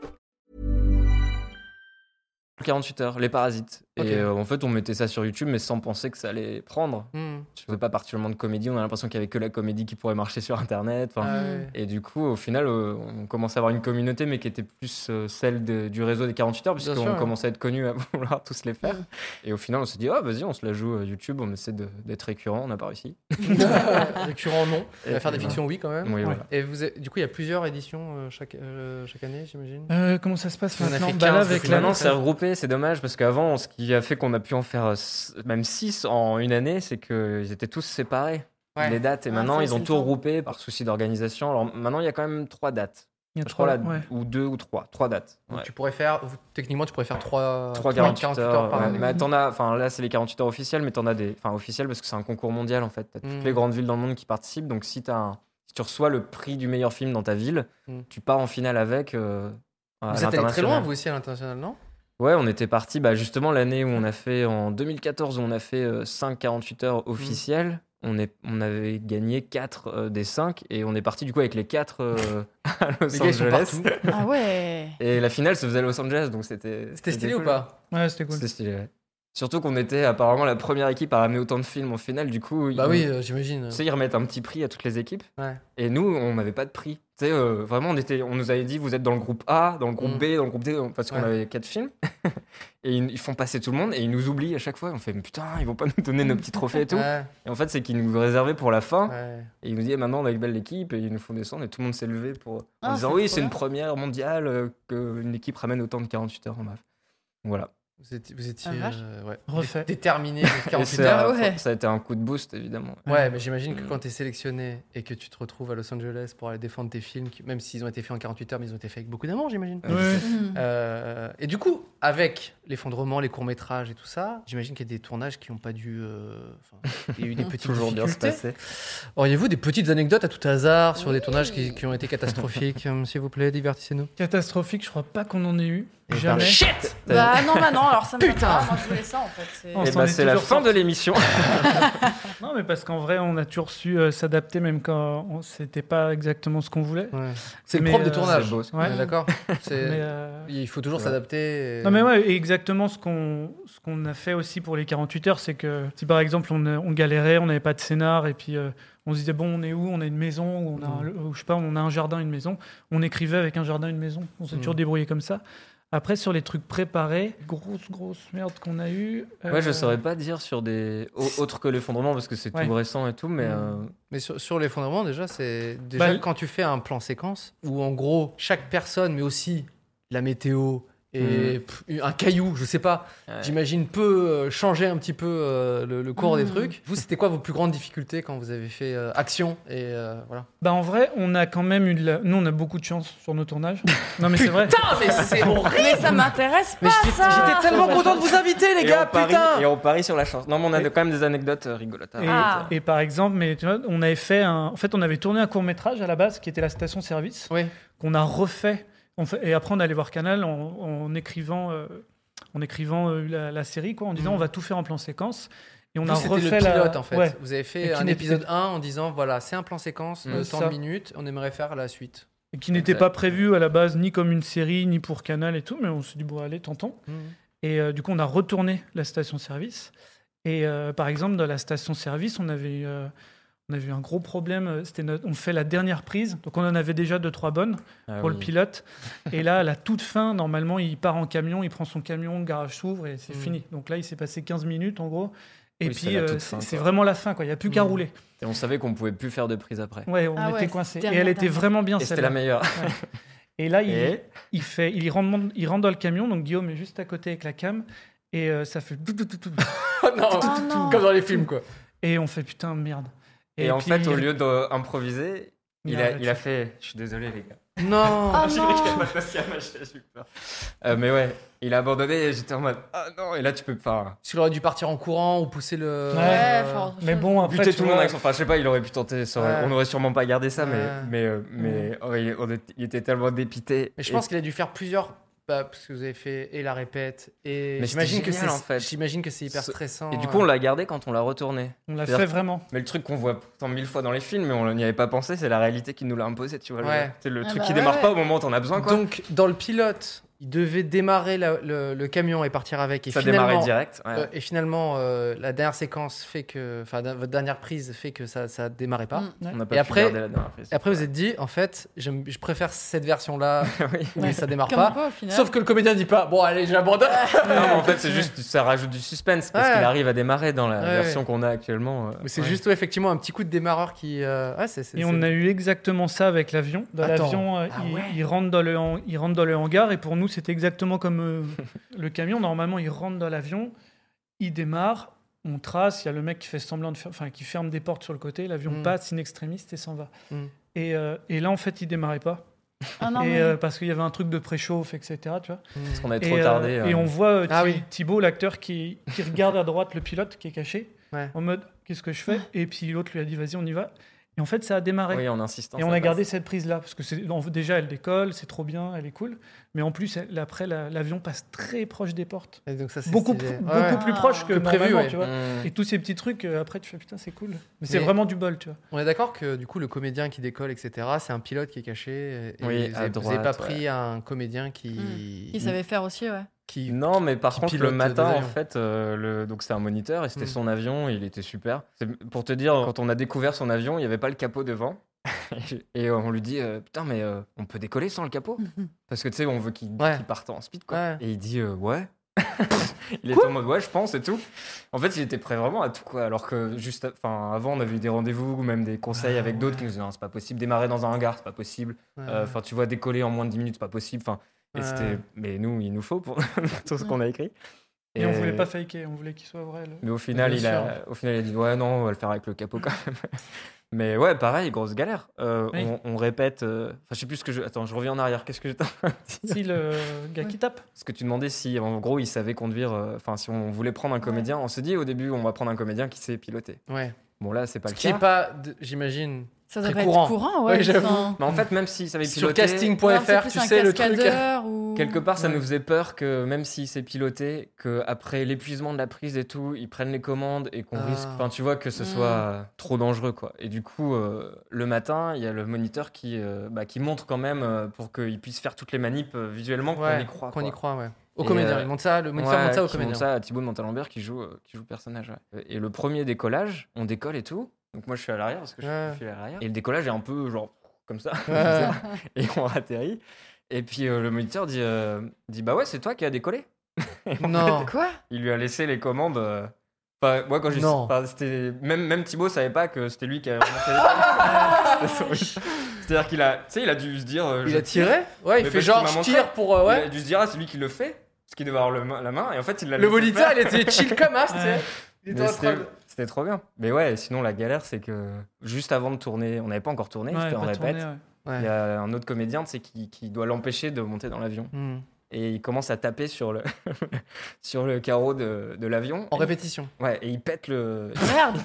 48 heures, les parasites. Ok. Et euh, en fait, on mettait ça sur YouTube, mais sans penser que ça allait prendre. Hmm. Je faisais pas particulièrement de comédie, on a l'impression qu'il y avait que la comédie qui pourrait marcher sur Internet. enfin. Ah ouais. Et du coup, au final, euh, on commençait à avoir une communauté, mais qui était plus euh, celle de- du réseau des 48 heures, Bien puisqu'on sûr, ouais. commençait à être connus à vouloir tous les faire. Et au final, on s'est dit, ah, vas-y, on se la joue euh, YouTube, on essaie de- d'être récurrent, on n'a pas réussi. Récurrent non. Il va Et faire des puis, fictions oui quand même. Oui, voilà. Et vous avez- du coup il y a plusieurs éditions euh, chaque, euh, chaque année j'imagine. Euh, comment ça se passe On en a maintenant fait Bah là, 15 avec depuis la- Maintenant, c'est regroupé, c'est dommage, parce qu'avant, ce qui a fait qu'on a pu en faire euh, s- même 6 en une année, c'est qu'ils étaient tous séparés, Ouais. les dates. Et Ouais, maintenant, ça, ils c'est ont le tout temps. regroupé par souci d'organisation. Alors maintenant, il y a quand même 3 dates. Il y a Je crois, trois, là, ouais. ou 2 ou 3. 3 dates. Donc, ouais. Tu pourrais faire vous- techniquement tu pourrais faire 3, 3 48, heures. par ouais. année. Mais t'en as, enfin là c'est les 48 heures officielles, mais t'en as des, enfin officielles parce que c'est un concours mondial en fait. T'as Mm. toutes les grandes villes dans le monde qui participent, donc si t'as, un- si tu reçois le prix du meilleur film dans ta ville, Mm. tu pars en finale avec. euh, à Vous êtes allé très l'international. loin vous aussi à l'international non Ouais, on était parti bah, justement l'année où on a fait en 2014 où on a fait 5 48 heures Mm. officielles. On, est, on avait gagné 4 des 5 et on est parti du coup avec les 4 à Los Les gars, ils sont Angeles. partout. Ah ouais. Et la finale se faisait à Los Angeles donc c'était. C'était stylé ou cool. pas Ouais, c'était cool. C'était stylé, ouais. Surtout qu'on était apparemment la première équipe à ramener autant de films en finale, du coup. Bah ils, oui euh, j'imagine. Tu sais, ils remettent un petit prix à toutes les équipes. Ouais. Et nous, on n'avait pas de prix. Tu sais, euh, vraiment, on, était, on nous avait dit vous êtes dans le groupe A, dans le groupe Mm. B, dans le groupe D, parce qu'on Ouais. avait quatre films. et ils, ils font passer tout le monde et ils nous oublient à chaque fois. On fait mais putain, ils vont pas nous donner nos petits trophées et tout. hein Ouais, Et en fait, c'est qu'ils nous réservaient pour la fin. ouais. Et ils nous disaient maintenant, on a une belle équipe. Et ils nous font descendre et tout le monde s'est levé pour, en Ah, disant c'est oui, trop c'est une bien. première mondiale, euh, qu'une équipe ramène autant de 48 heures en bref. Voilà. Vous étiez, vous étiez Ah, vache. euh, ouais, Refait. dé- déterminé jusqu'à Et 48 c'est heures. un- ouais. Ça a été un coup de boost, évidemment. Ah Ouais, mais j'imagine que Mm. quand tu es sélectionné et que tu te retrouves à Los Angeles pour aller défendre tes films, qui- même s'ils ont été faits en 48 heures, mais ils ont été faits avec beaucoup d'amour, j'imagine. Ouais. Hmm. Euh, et du coup, avec l'effondrement, les courts-métrages et tout ça, j'imagine qu'il y a des tournages qui n'ont pas dû. euh, enfin, il y a eu des petites Toujours bien se difficultés. passer. Auriez-vous des petites anecdotes à tout hasard sur des tournages qui, qui ont été catastrophiques Hum, S'il vous euh, plaît, divertissez-nous. Catastrophique, je crois pas qu'on en ait eu. Et Jamais. t'as- Shit t'as- Bah non, bah non, alors ça me Putain. va pas, moi je voulais ça en fait. c'est- On Eh s'en ben, est c'est la toujours fin sorti. de l'émission. Non, mais parce qu'en vrai, on a toujours su euh, s'adapter, même quand on- c'était pas exactement ce qu'on voulait. C'est le Mais, propre des euh, tournages. c'est beau, ça. On est Ouais. D'accord. Mais, C'est- euh, Il faut toujours c'est vrai. s'adapter. euh, et- Non mais ouais, et exactement ce qu'on ce qu'on a fait aussi pour les 48 heures, c'est que si par exemple on, euh, on galérait, on n'avait pas de scénar et puis euh, on se disait bon on est où, on a une maison ou on a un- ou je sais pas, on a un jardin, une maison, on écrivait avec un jardin, une maison, on s'est Mm. toujours débrouillé comme ça. Après sur les trucs préparés, grosse grosse merde qu'on a eu. euh, Ouais, je saurais pas dire sur des au- autres que l'effondrement parce que c'est Ouais. tout récent et tout, mais Mm. euh, Mais sur, sur les fondements, déjà, c'est déjà Bah, quand tu fais un plan séquence où en gros chaque personne, mais aussi la météo et pff, un caillou, je sais pas, Mhm. Ouais. j'imagine peut euh, changer un petit peu euh, le, le cours des Mm. Mhm. trucs. Vous, c'était quoi vos plus grandes difficultés quand vous avez fait euh, action et euh, voilà. Bah en vrai, on a quand même eu de la... nous on a beaucoup de chance sur nos tournages. non mais c'est vrai. Putain, mais c'est horrible. Mais ça m'intéresse Mais pas j'étais- ça j'étais tellement content de vous inviter, les et gars, on parie, putain. et on parie sur la chance. Non, mais on a Et- de- quand même des anecdotes euh, rigolotes. Et, Ah. et par exemple, mais tu vois, on avait fait un... en fait on avait tourné un court métrage à la base qui était la station service. Oui. qu'on a refait. On fait- et après, on allait voir Canal en, en écrivant, euh, en écrivant euh, la, la série, quoi, en disant Mhm. on va tout faire en plan séquence. Et on Vous, a c'était refait le pilote la... en fait. Ouais. Vous avez Et fait qui un n'était- épisode 1 en disant voilà, c'est un plan séquence de Mm. tant Ça. de minutes, on aimerait faire la suite. Et qui n'était Exact. pas prévu à la base ni comme une série ni pour Canal et tout, mais on s'est dit bon allez tentons. Et euh, du coup, on a retourné la station-service. Et euh, par exemple, dans la station-service, on avait, euh, on avait eu un gros problème. euh, C'était notre- on fait la dernière prise, donc on en avait déjà deux trois bonnes. Ah pour le pilote. Et là, à la toute fin, normalement, il part en camion, il prend son camion, le garage s'ouvre et c'est Mm. fini. Donc là, il s'est passé 15 minutes en gros. Et Oui, c'est puis, la euh, toute fin, c'est c'est quoi. vraiment la fin, quoi. Il n'y a plus qu'à Mm. rouler. Et on savait qu'on pouvait plus faire de prise après. Ouais, on Ah ouais, était coincés. Et dernière, elle était dernière. vraiment bien, Et c'était la celle-là. meilleure. Et là, il, Et il, fait, il, rentre, il rentre dans le camion. Donc Guillaume est juste à côté avec la cam. Et euh, ça fait. tout, tout, tout, tout. non, Oh non. comme dans les films quoi. Et on fait putain, merde. et, en puis, euh, fait, au lieu d'improviser, il, a, arrête. il a fait. Je suis désolé, les gars. Non. Oh J'ai non. j'ai pas de patient, j'ai eu peur. Euh, mais ouais, il a abandonné et j'étais en mode Ah non, et là tu peux pas. Parce qu'il aurait dû partir en courant ou pousser le. Ouais. Ouais, faire autre Mais chose. bon, après. Buter tu tout le monde vois, avec son. Enfin, je sais pas, il aurait pu tenter. ça aurait- Ouais. On aurait sûrement pas gardé ça, mais, Ouais. mais, euh, mais oh, il, on est- il était tellement dépité. Mais je Et- pense qu'il a dû faire plusieurs. bah, parce que vous avez fait et la répète et. Mais j'imagine c'était que c'est génial, en fait. J'imagine que c'est hyper Ce- stressant. Et du coup, on l'a gardé quand on l'a retourné. On l'a fait C'est-à-dire- vraiment. Mais le truc qu'on voit tant mille fois dans les films, mais on n'y avait pas pensé, c'est la réalité qui nous l'a imposé, tu vois. le- Ouais. C'est le Ah truc bah qui démarre ouais. pas au moment où t'en as besoin, quoi. hein. Donc dans le pilote, il devait démarrer la- le, le camion et partir avec. Et ça finalement, démarrait direct. ouais. euh, et finalement, euh, la dernière séquence fait que, enfin, da- votre dernière prise fait que ça, ça démarrait pas. Mm. on n'a et pas pu après- garder la dernière prise. Et après, vous êtes dit, en fait, j'aime- je préfère cette version-là Oui. où Ouais. ça démarre Comme pas. quoi, au final. Sauf que le comédien dit pas, bon, allez, j'abandonne. Non, mais en fait, c'est juste, ça rajoute du suspense parce Ouais. qu'il arrive à démarrer dans la Ouais, version qu'on a actuellement. euh, Mais c'est ouais. juste, ouais, effectivement, un petit coup de démarreur qui. euh, ouais, c'est- c'est- Et on c'est- a eu exactement ça avec l'avion. Dans Attends. l'avion, euh, Ah il, ouais. il rentre dans le han- il rentre dans le hangar et pour nous, c'était exactement comme euh, le camion. Normalement, il rentre dans l'avion, il démarre, on trace, il y a le mec qui fait semblant de fer- enfin qui ferme des portes sur le côté, l'avion Mm. passe in extremis et s'en va. Mm. Et, euh, et là, en fait, il démarrait pas. Ah non, et, mais- euh, parce qu'il y avait un truc de préchauffe, etc. Tu vois. Mm. On est Et, trop euh, tardé. et euh. on voit euh, Ah Thi- oui. Thibaut, l'acteur, qui, qui regarde à droite le pilote qui est caché, Ouais. en mode qu'est-ce que je fais Et puis l'autre lui a dit vas-y, on y va. Et en fait, ça a démarré. Oui, en insistant. Et ça on a passe. gardé cette prise-là, parce que c'est- on- déjà, elle décolle, c'est trop bien, elle est cool. Mais en plus, elle- après, la- l'avion passe très proche des portes. Et donc ça, c'est Beaucoup, stylé. pr- Ouais, beaucoup ouais. plus proche que, Que prévu, normalement, ouais. tu vois. Mm. Et tous ces petits trucs, euh, après, tu fais putain, c'est cool. Mais c'est Mais- vraiment du bol, tu vois. On est d'accord que du coup, le comédien qui décolle, etc., c'est un pilote qui est caché. Et Oui, vous à avez- vous avez droite, pas ouais. pris un comédien qui. Hmm. Il savait faire aussi, ouais. qui- Non, mais par qui contre, le pilote matin, des en avions. fait, euh, le... donc c'était un moniteur et c'était Hmm. Mm. son avion, et il était super. C'est- Pour te Oh. dire, quand on a découvert son avion, il n'y avait pas le capot devant. et on lui dit, euh, putain, mais euh, on peut décoller sans le capot Parce que tu sais, on veut qu'il Ouais. qu'il parte en speed, quoi. Ouais. Et il dit, euh, ouais. il était en mode, ouais, je pense et tout. En fait, il était prêt vraiment à tout, quoi. Alors que juste a- enfin, avant, on avait eu des rendez-vous ou même des conseils Ah avec d'autres qui nous disaient, non, c'est pas possible, démarrer dans un hangar, c'est pas possible. Ah Ouais. Euh, Enfin, tu vois, décoller en moins de 10 minutes, c'est pas possible. Enfin, et Ouais. c'était, mais nous, il nous faut pour tout ce qu'on a écrit. Et, on voulait pas faker, on voulait qu'il soit vrai. le- Mais au final, Bien il a, au final, il a dit ouais, non, on va le faire avec le capot quand même. Mais ouais, pareil, grosse galère. Euh, Oui. on, on répète. euh, Enfin, je sais plus ce que je. Attends, je reviens en arrière. Qu'est-ce que j'étais en train de dire Si le euh, gars qui tape. Parce que tu demandais si, en gros, il savait conduire. euh, Enfin, si on voulait prendre un comédien, on se dit au début, on va prendre un comédien qui sait piloter. Ouais. Bon là, c'est pas Ce le qui est cas. pas, de- j'imagine, Ça Très devrait courant. être courant, Ouais, ouais. j'avoue. enfin, Mais en fait, même si ça avait Sur piloté, alors, c'est casting.fr, plus tu un sais, le truc. cascadeur ou- Quelque part, ça Ouais. nous faisait peur que même si c'est piloté, que après l'épuisement de la prise et tout, ils prennent les commandes et qu'on Ah. risque. Enfin, tu vois que ce Mm. soit euh, trop dangereux, quoi. Et du coup, euh, le matin, il y a le moniteur qui, euh, bah, qui montre quand même euh, pour qu'ils puissent faire toutes les manips euh, visuellement qu'on Ouais, y croit. Qu'on y quoi. croit, ouais. Au Et, comédien, euh, il monte ça, le moniteur Ouais, monte ça au qui montre comédien. ça à Thibaut de Montalembert qui joue, euh, qui joue le personnage. ouais. Et le premier décollage, on décolle et tout. Donc moi je suis à l'arrière parce que je suis- Ouais. je suis à l'arrière. Et le décollage est un peu genre comme ça. Ouais. et on atterrit. Et puis euh, le moniteur dit, euh, dit Bah ouais, c'est toi qui as décollé. Non. Quoi Il lui a laissé les commandes. euh, enfin, moi quand j'ai. Non. enfin, c'était- même, même Thibaut savait pas que c'était lui qui avait remonté les- C'était horrible. C'est-à-dire qu'il a, tu sais, il a dû se dire. euh, Il je a tiré Ouais, Mais il fait parce genre, qu'il m'a je montré. tire pour. euh, Il a ouais. dû se dire, ah, c'est lui qui le fait, parce qu'il devait avoir le ma- la main, et en fait, il l'a Le laissé moniteur, faire. il était chill comme as, tu sais. Ouais. Il était Mais en train C'était de- c'était trop bien. Mais ouais, sinon, la galère, c'est que juste avant de tourner, on n'avait pas encore tourné, Ouais, c'était en pas répète. tourné, ouais. Il y a un autre comédien, tu sais, qui, qui doit l'empêcher de monter dans l'avion. Hmm. Et il commence à taper sur le, sur le carreau de, de l'avion. En Et- répétition. Ouais, et il pète le, Merde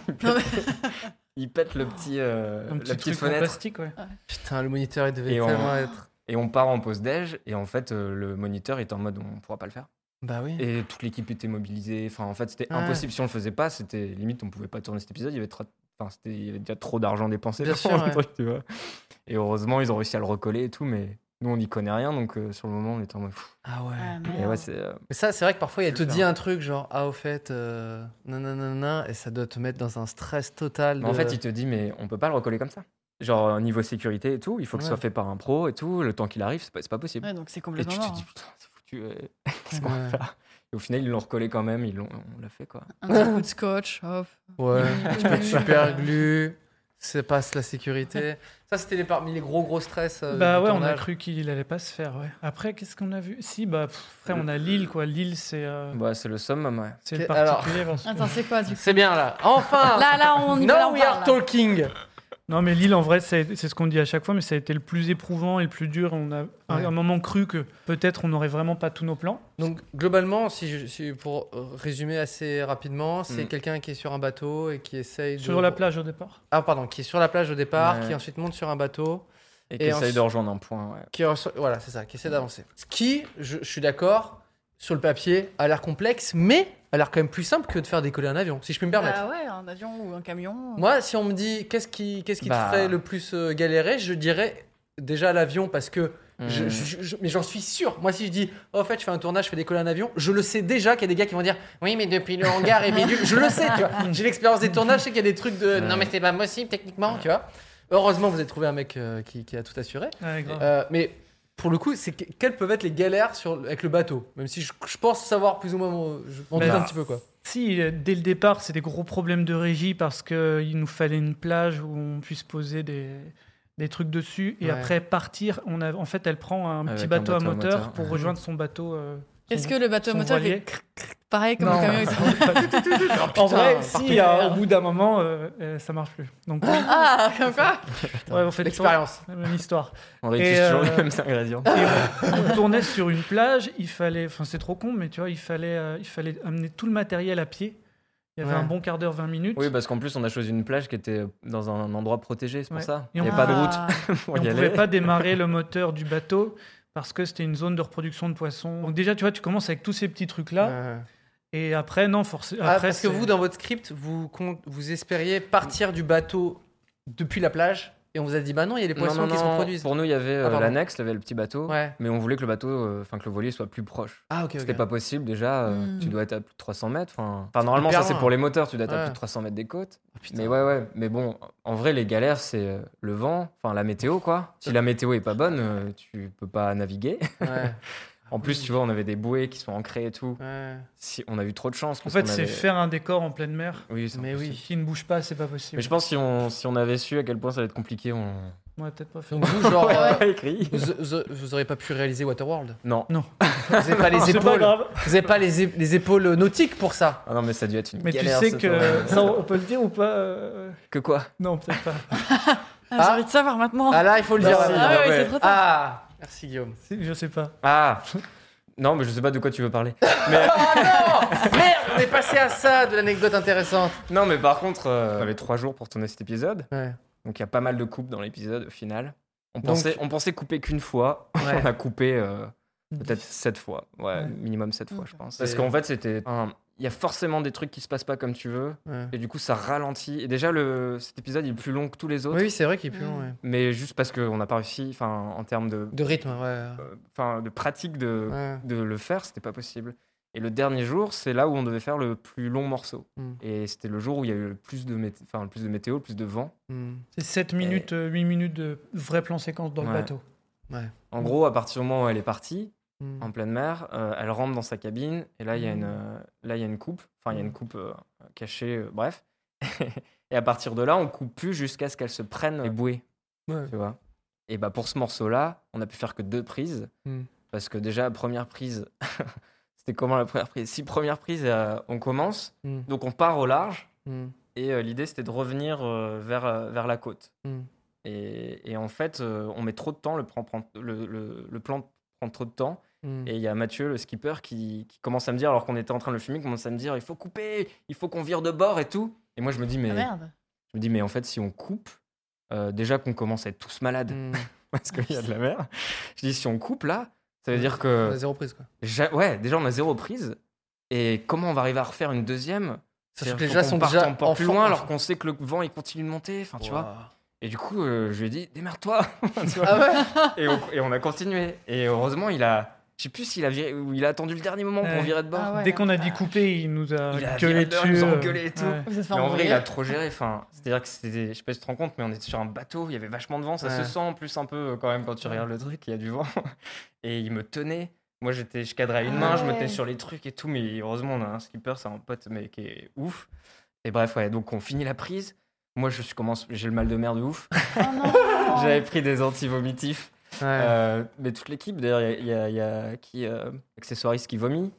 il pète le petit, euh, Un la petit petite truc en fenêtre. plastique, ouais. Putain, le moniteur, il devait Et on- tellement être. Et on part en pause déj. Et en fait, euh, le moniteur est en mode, on pourra pas le faire. Bah oui. Et toute l'équipe était mobilisée. Enfin, en fait, c'était Ouais. impossible. Si on le faisait pas, c'était limite, on pouvait pas tourner cet épisode. Il y avait, trop- enfin, c'était- il y avait déjà trop d'argent dépensé. Bien pour sûr, le ouais. truc, tu vois. Et heureusement, ils ont réussi à le recoller et tout. Mais nous, on n'y connaît rien. Donc, euh, sur le moment, on était en mode. pfff. Ah ouais. Ah, Et merde. ouais, c'est. euh, Mais ça, c'est vrai que parfois, il Je te vais le dit faire. un truc genre, ah, au fait, euh, nanana, et ça doit te mettre dans un stress total. mais En de- fait, il te dit, mais on peut pas le recoller comme ça. Genre, euh, niveau sécurité et tout, il faut que ce Ouais. soit fait par un pro et tout. Le temps qu'il arrive, c'est pas, c'est pas possible. Ouais, donc c'est et tu complètement te mort. hein. dis, putain, c'est foutu. euh, Qu'est-ce qu'on va Ouais. faire Et au final, ils l'ont recollé quand même. Ils l'ont, on l'a fait, quoi. hein. Un petit coup de scotch, hop. Ouais, Mmh. tu peux être super glu, ça passe la sécurité. Ça, c'était les- parmi les gros gros stress. euh, Bah du ouais, on a tournage. cru qu'il allait pas se faire, ouais. Après, qu'est-ce qu'on a vu Si, bah, pff, après, on a Lille, quoi. Lille, c'est euh, Bah, c'est le summum, ouais. c'est le Euh, Ok, alors. particulier. parce que- Attends, c'est quoi du coup C'est bien là. Enfin Là, là, on y va. Now we are talking Non, mais Lille, en vrai, c'est c'est ce qu'on dit à chaque fois, mais ça a été le plus éprouvant et le plus dur. On a à Ouais. un moment cru que peut-être on n'aurait vraiment pas tous nos plans. Donc, globalement, si je, si- pour euh, résumer assez rapidement, c'est Mm. quelqu'un qui est sur un bateau et qui essaye de. Sur la plage au départ. Ah, pardon, qui est sur la plage au départ, Ouais. qui ensuite monte sur un bateau. Et, Et qui essaye ensuite- de rejoindre un point, ouais. qui reço- voilà, c'est ça, qui essaie d'avancer. Ce qui, je, je suis d'accord, sur le papier, a l'air complexe, mais a l'air quand même plus simple que de faire décoller un avion, si je puis me Ah permettre. Bah ouais, un avion ou un camion. Moi, si on me dit qu'est-ce qui, qu'est-ce qui Bah. te ferait le plus euh, galérer, je dirais déjà l'avion parce que. je- Mm. je- je- mais j'en suis sûr. Moi, si je dis, oh, en fait, je fais un tournage, je fais décoller un avion, je le sais déjà qu'il y a des gars qui vont dire, oui, mais depuis le hangar et bidule. Je le sais, tu vois. J'ai l'expérience des tournages, je sais qu'il y a des trucs de, non, mais c'est pas possible techniquement, tu vois. Heureusement, vous avez trouvé un mec euh, qui- qui a tout assuré. Ouais, grave. Euh, mais pour le coup, c'est que- quelles peuvent être les galères sur, avec le bateau Même si je, je pense savoir plus ou moins, mon- je m'en Mais doute un bah, petit peu quoi. Si, euh, dès le départ, c'est des gros problèmes de régie parce qu'il nous fallait une plage où on puisse poser des, des trucs dessus. Et Ouais. après partir, on a, en fait, elle prend un Avec petit un bateau, bateau à à moteur, moteur, pour ouais. rejoindre son bateau. euh, Est-ce son- que le bateau à son moteur voilier. fait cric, cric, pareil comme Non. un camion ici En vrai, Putain, si, euh, au bout d'un moment, euh, euh, ça marche plus. Donc, oui, Ah, comme quoi ouais, on fait des L'expérience. tours, la même histoire. On réutilise euh, toujours les mêmes ingrédients. Et on, on tournait sur une plage, il fallait, enfin c'est trop con, mais tu vois, il fallait, euh, il fallait amener tout le matériel à pied. Il y avait Ouais. un bon quart d'heure, 20 minutes. Oui, bah, parce qu'en plus, on a choisi une plage qui était dans un endroit protégé, c'est pour Ouais. ça. Et Il n'y on- a pas de route Ah. pour Et on y ne aller. pouvait pas démarrer le moteur du bateau parce que c'était une zone de reproduction de poissons. Donc déjà, tu vois, tu commences avec tous ces petits trucs-là. Ouais. Et après, non, forcément. Ah, parce que vous, dans votre script, vous, compte- vous espériez partir du bateau depuis la plage et on vous a dit bah non, il y a les Non, poissons non, qui se non, reproduisent. Pour nous, il y avait euh, pardon. l'annexe, il y avait le petit bateau. Ouais. Mais on voulait que le bateau, euh, enfin que le voilier soit plus proche. Ah ok. ok. C'était pas possible déjà, euh, Hmm. tu dois être à plus de 300 mètres. Enfin, Oh, enfin, normalement, ça hyper c'est loin. pour les moteurs, tu dois être à Ouais. plus de 300 mètres des côtes. Ah, putain. Mais ouais, ouais. Mais bon, en vrai, les galères, c'est euh, le vent, enfin la météo quoi. Si la météo est pas bonne, euh, tu peux pas naviguer. Ouais, En plus, tu vois, on avait des bouées qui sont ancrées et tout. ouais. Si, on a eu trop de chance. En parce fait, qu'on c'est avait- faire un décor en pleine mer Oui, c'est Mais impossible. Eh oui. qui ne bouge pas, c'est pas possible. Mais je pense que si on, si on avait su à quel point ça allait être compliqué, on On aurait peut-être pas fait. Donc vous, genre, euh, pas écrit. vous, vous- vous aurez pas pu réaliser Waterworld. Non. Vous avez pas les Ah, C'est pas épaules. grave. Vous avez pas les, é- les épaules nautiques pour ça. Ah non, mais ça a dû être une Mais galère. tu sais cette que. journée. Ça, on peut le dire ou pas euh, Que quoi Non, peut-être pas. Ah, Ah. J'ai envie de savoir maintenant. Ah là, il faut le Bah, dire. si, là. Ah bah ouais, ouais. c'est trop tard. Ah, merci Guillaume. Si, Je sais pas. Ah Non, mais je sais pas de quoi tu veux parler. Ah Merde, on est passé à ça de l'anecdote intéressante. Non, mais par contre, euh, on avait trois jours pour tourner cet épisode. Donc il y a pas mal de coupes dans l'épisode au final. On Donc- pensait, on pensait couper qu'une fois, Ouais. on a coupé euh, peut-être Dix. sept fois. Ouais, Ouais. minimum sept fois, je pense. Parce C'est- qu'en fait, c'était. un- Il y a forcément des trucs qui se passent pas comme tu veux. Ouais. Et du coup, ça ralentit. Et déjà, le... cet épisode il est plus long que tous les autres. Oui, c'est vrai qu'il est plus long, ouais. Mais juste parce qu'on n'a pas réussi, enfin, en termes de, De rythme, ouais. euh, enfin, de pratique de, Ouais. de le faire, c'était pas possible. Et le dernier jour, c'est là où on devait faire le plus long morceau. Mm. Et c'était le jour où il y a eu le plus de, mét- enfin, le plus de météo, le plus de vent. Mm. C'est 7 minutes, euh, 8 minutes de vrai plan séquence dans le Eh. Ouais. bateau. En gros, à partir du moment où elle est partie, Mm. en pleine mer, euh, elle rentre dans sa cabine, et là, il y a une, Mm. euh, là, il y a une coupe, enfin, il y a une coupe euh, cachée, euh, bref. et à partir de là, on coupe plus jusqu'à ce qu'elle se prenne les bouées, Ouais. tu vois. Et bah, pour ce morceau-là, on a pu faire que deux prises, Mm. parce que déjà, la première prise, c'était comment la première prise Si première prise, euh, on commence, Mm. donc on part au large, Mm. et euh, l'idée, c'était de revenir euh, vers, euh, vers la côte. Mm. Et, et en fait, euh, on met trop de temps, le, plan prend- le- le- le plan prend trop de temps. Mm. Et il y a Mathieu, le skipper, qui, qui commence à me dire, alors qu'on était en train de le filmer, il commence à me dire il faut couper, il faut qu'on vire de bord et tout. Et moi, je me dis mais, Ah merde. je me dis, mais en fait, si on coupe, euh, déjà qu'on commence à être tous malades Mm. parce qu'il y a de la mer. Je dis si on coupe là, ça veut Ouais. dire On que. a zéro prise, quoi. ja- Ouais, déjà, on a zéro prise. Et comment on va arriver à refaire une deuxième Sachant que C'est-à-dire les gens qu'on sont parte déjà encore plus enfants, loin enfants. alors qu'on sait que le vent il continue de monter. Enfin, tu vois. Ouah. Et du coup, euh, je lui ai dit, démerde-toi. Tu vois. Ah ouais et, on, et on a continué. Et heureusement, il a, je sais plus s'il a viré, ou il a attendu le dernier moment pour Ouais. virer de bord. Ah ouais. Dès qu'on a dit couper, il nous a Il a gueulé viré dehors, il dessus. nous a euh, engueulé et tout. Vous êtes fait Mais en vrai, il embrouiller. a trop géré. Enfin, c'est-à-dire que c'était, je sais pas si tu te rends compte, mais on était sur un bateau, il y avait vachement de vent, ça Ouais. se sent en plus un peu euh, quand même quand tu Ouais. regardes le truc, il y a du vent. Et il me tenait. Moi, j'étais, je cadrais à une main, je me tenais Ouais. sur les trucs et tout, mais heureusement, on a un skipper, c'est un pote, mais qui est ouf. Et bref, ouais, donc on finit la prise. Moi, je commence, j'ai le mal de mer de ouf. Oh non. J'avais pris des anti-vomitifs. Ouais. Euh, mais toute l'équipe, d'ailleurs, il y, a- il y a il y a qui euh, Accessoiriste qui vomit.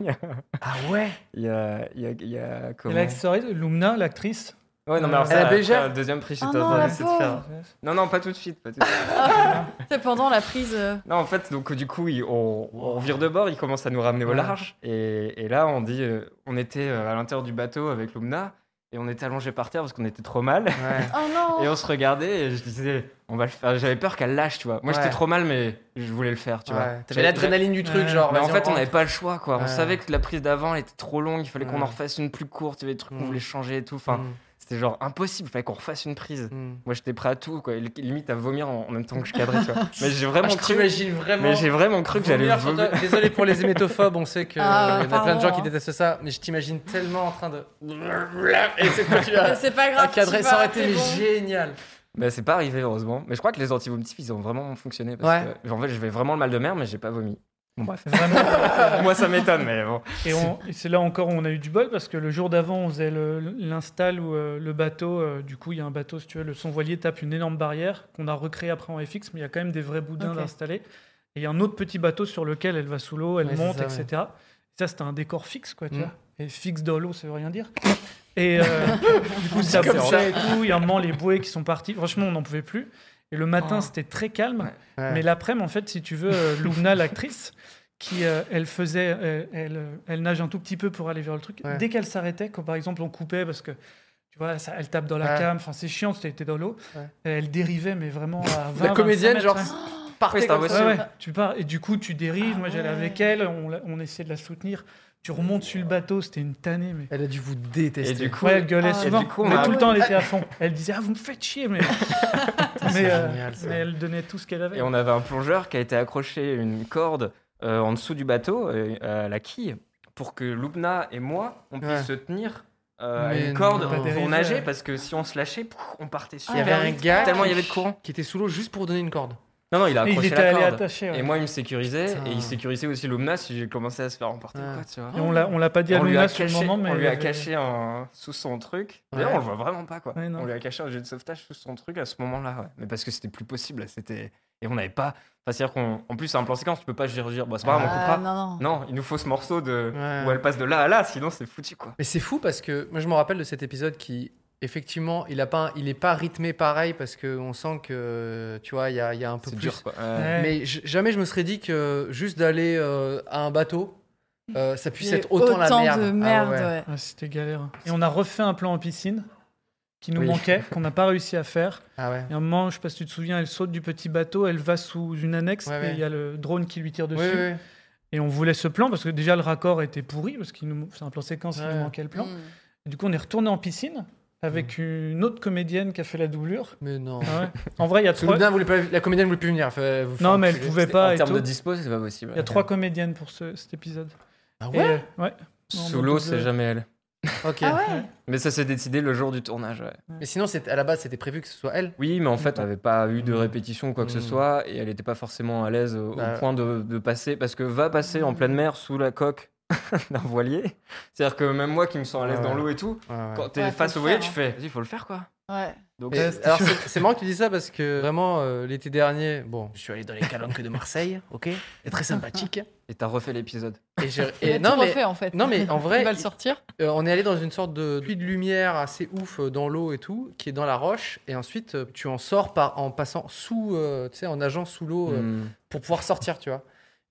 Il y a- Ah ouais Il y a. Il y a. il y a- Et comment la story, Lumna, l'actrice. Ouais, non, mais alors Elle a ça, après, bégère le deuxième prix, j'étais Oh en non, train la d'essayer de faire. pauvre. Non, non, pas tout de suite. Pas tout de suite. C'est pendant la prise. euh, non, en fait, donc du coup, il- on, on vire de bord, il commence à nous ramener au Ah. Ouais. large. Et, et là, on dit. euh, on était euh, à l'intérieur du bateau avec Lumna et on était allongés par terre parce qu'on était trop mal. Ouais. Oh non. Et on se regardait et je disais, on va le faire. J'avais peur qu'elle lâche, tu vois. Moi, Ouais. j'étais trop mal, mais je voulais le faire, tu vois. Ouais. J'avais- T'avais l'adrénaline du truc, Ouais. genre. Mais en vas-y, fait, on rentre. n'avait pas le choix, quoi. Ouais. On savait que la prise d'avant, elle était trop longue, il fallait qu'on Ouais. en refasse une plus courte, il y avait des trucs Mm. qu'on voulait changer et tout. Enfin, Mm. c'était genre impossible, il fallait qu'on refasse une prise. Mm. Moi, j'étais prêt à tout, quoi. Et Limite à vomir en en même temps que je cadrais, tu vois. Mais j'ai vraiment Ah, je cru. t'imagine vraiment. Mais j'ai vraiment cru que j'allais vomir sur toi. vomir. Désolé pour les hémétophobes, on sait qu'il Ah, y en a plein de pardon, gens qui hein. détestent ça, mais je t'imagine tellement en train de. Et c'est quoi tu as C'est pas à grave. cadrer, tu ça vas, aurait été c'est mais bon. génial. Mais Bah, c'est pas arrivé, heureusement. Mais je crois que les anti-vomitifs, ils ont vraiment fonctionné. Parce Ouais. que, en fait, j'avais vraiment le mal de mer, mais j'ai pas vomi. Bon, bref. Vraiment. Moi, ça m'étonne, mais bon. Et, on- et c'est là encore où on a eu du bol parce que le jour d'avant, on faisait le- l'install où euh, le bateau, euh, du coup, il y a un bateau, si tu veux, le son voilier tape une énorme barrière qu'on a recréé après en FX, mais il y a quand même des vrais boudins Ok. d'installer. Et il y a un autre petit bateau sur lequel elle va sous l'eau, elle Ouais, c'est monte, ça, etc. Ça, c'était un décor fixe, quoi, tu Mm. vois. Et fixe dans l'eau, ça veut rien dire. Et euh, du coup, ça comme poussait ça. et tout. Il y a un moment, les bouées qui sont parties. Franchement, on n'en pouvait plus. Et le matin, Oh. c'était très calme. Ouais. Ouais. Mais l'après-midi, en fait, si tu veux, euh, Loubna, l'actrice, qui euh, elle faisait, euh, elle, euh, elle nage un tout petit peu pour aller vers le truc. Ouais. Dès qu'elle s'arrêtait, quand par exemple on coupait parce que tu vois, ça- elle tape dans la Ouais. cam, enfin c'est chiant, c'était t'es dans l'eau. Ouais. Elle dérivait, mais vraiment à 20, La comédienne, 25 genre, mètres, partez c'est comme ouais. ça. impossible. Ouais, ouais. Tu pars et du coup tu dérives. Ah Moi j'allais ouais. avec elle, on, l'a- on essayait de la soutenir. Tu remontes sur le bateau, c'était une tannée, mais. Elle a dû vous détester. Et du coup, Ouais, elle gueulait Ah. souvent, Et du coup, on mais a- tout le temps elle était à fond. Elle disait ah vous me faites chier, mais mais, euh, génial, ça. mais elle donnait tout ce qu'elle avait. Et on avait un plongeur qui a été accroché une corde euh, en dessous du bateau, euh, à la quille, pour que Lubna et moi, on puisse Ouais. se tenir euh, à Mais une corde non. Pas pour dériver, ouais. nager, parce que si on se lâchait, pff, on partait Ah, super il y avait un vite, gars tellement il y qui- avait de courant. qui était sous l'eau juste pour donner une corde. Non, non, il a Et il accroché était la allé corde. attaché. ouais. Et moi, il me sécurisait, Putain. et il sécurisait aussi Lubna si j'ai commencé à se faire emporter ou Ouais. quoi, tu vois. Et on l'a, on l'a pas dit à on lui Luna a sur caché, le moment, mais on lui elle a avait- caché un- sous son truc. D'ailleurs, Ouais. on le voit vraiment pas quoi. Ouais, non. on lui a caché un jet de sauvetage sous son truc à ce moment-là. ouais. Mais parce que c'était plus possible, c'était et on n'avait pas. Enfin, c'est-à-dire qu'en plus, c'est un plan séquence, tu peux pas dire, dire bah, c'est pas grave, on Ah, coupera. non, non. Non, il nous faut ce morceau de Ouais. où elle passe de là à là, sinon c'est foutu quoi. Mais c'est fou parce que moi je me rappelle de cet épisode qui effectivement il a pas un- il est pas rythmé pareil parce que on sent que tu vois il y a, il y a un peu C'est plus. dur quoi. Ouais. Ouais. Mais j- jamais je me serais dit que juste d'aller euh, à un bateau euh, ça Il puisse y a eu être autant, la merde. de Ah merde. ouais. ouais. Ah, c'était galère. Et on a refait un plan en piscine qui nous Oui. manquait, qu'on n'a pas réussi à faire. Ah ouais. Et à un moment, je sais pas si tu te souviens, elle saute du petit bateau, elle va sous une annexe, Ouais, et il ouais. y a le drone qui lui tire dessus. Oui, oui, oui. Et on voulait ce plan parce que déjà le raccord était pourri, parce qu'il nous... c'est un plan séquence, il Ouais. nous manquait le plan. Mm. Et du coup, on est retourné en piscine avec Mm. une autre comédienne qui a fait la doublure. Mais non. Ah ouais. En vrai, il y a Parce que trois. Oh. le nain voulait pas- la comédienne voulait plus venir. elle fait- vous Non, faire mais elle enculer. pouvait En pas. et termes tout. de dispo, c'est pas possible. Il y a trois comédiennes pour ce- cet épisode. Ah Et, ouais euh, ouais. Sous l'eau, c'est jamais elle. Ok. Ah ouais Mais ça s'est décidé le jour du tournage. ouais. Mais sinon, c'est- à la base, c'était prévu que ce soit elle. Oui, mais en fait, on n'avait pas eu de répétition ou quoi que ce Mm. soit, et elle n'était pas forcément à l'aise au, au Bah. point de, de passer, parce que va passer en pleine mer sous la coque d'un voilier. C'est-à-dire que même moi qui me sens à l'aise Ouais, dans ouais. l'eau et tout, Ouais, ouais. quand t'es Ouais, faut face le au voilier, faire, tu fais, vas-y, faut le faire quoi. Ouais. Donc, Mais, alors, c'est- c'est marrant que tu dis ça parce que vraiment, euh, l'été dernier, bon, je suis allé dans les calanques de Marseille, ok Et très sympathique. et t'as refait l'épisode. Et j'ai- Il et- a non, tout mais, refait en fait. non, mais en vrai, il va le sortir. euh, on est allé dans une sorte de puits de lumière assez ouf euh, dans l'eau et tout, qui est dans la roche. Et ensuite, euh, tu en sors par, en passant sous, euh, tu sais, en nageant sous l'eau euh, Mm. pour pouvoir sortir, tu vois.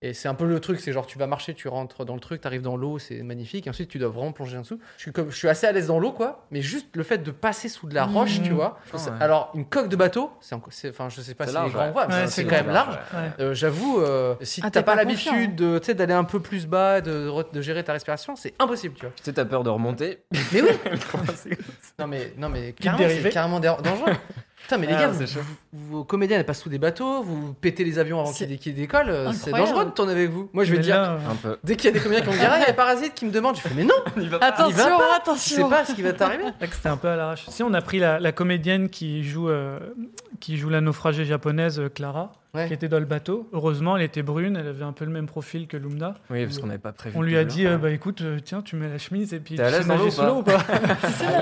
Et c'est un peu le truc, c'est genre tu vas marcher, tu rentres dans le truc, t'arrives dans l'eau, c'est magnifique. Et ensuite, tu dois vraiment plonger en dessous. Je suis, comme, je suis assez à l'aise dans l'eau, quoi. Mais juste le fait de passer sous de la roche, Mmh. tu vois. Ah ouais. Alors, une coque de bateau, c'est encore- c'est- enfin, je sais pas C'est si large, c'est grand ouais. ou pas, mais Ouais, c'est c'est quand même large. Ouais. Euh, J'avoue, euh, si Ah, t'as t'es pas pas l'habitude de, tu sais, d'aller un peu plus bas, de, re- de gérer ta respiration, c'est impossible, tu vois. Tu sais, t'as peur de remonter. Mais oui Non mais, non, mais carrément, dérivé. c'est carrément dar- dangereux. Putain, mais les Ah, gars, c'est vous, chaud. vous- vos comédiens, elles passent sous des bateaux, vous pétez les avions avant C'est qu'ils qu'ils décollent, euh, c'est incroyable. dangereux de tourner avec vous. Moi, je vais Mais dire, là, euh, Un peu. dès qu'il y a des comédiens qui me disent, ah, il y a des parasites qui me demandent, je fais, mais non, il va Attention, pas. tu sais attention. pas ce qui va t'arriver. c'est vrai que c'était un peu à l'arrache. Si on a pris la, la comédienne qui joue, euh, qui joue la naufragée japonaise euh, Clara, Ouais. qui était dans le bateau. Heureusement, elle était brune, elle avait un peu le même profil que Lumna. Oui, parce qu'on n'avait pas prévu. On de lui a le dit, faire. euh, bah écoute, euh, tiens, tu mets la chemise et puis T'es tu à sais l'aise dans nager l'eau sous l'eau ou pas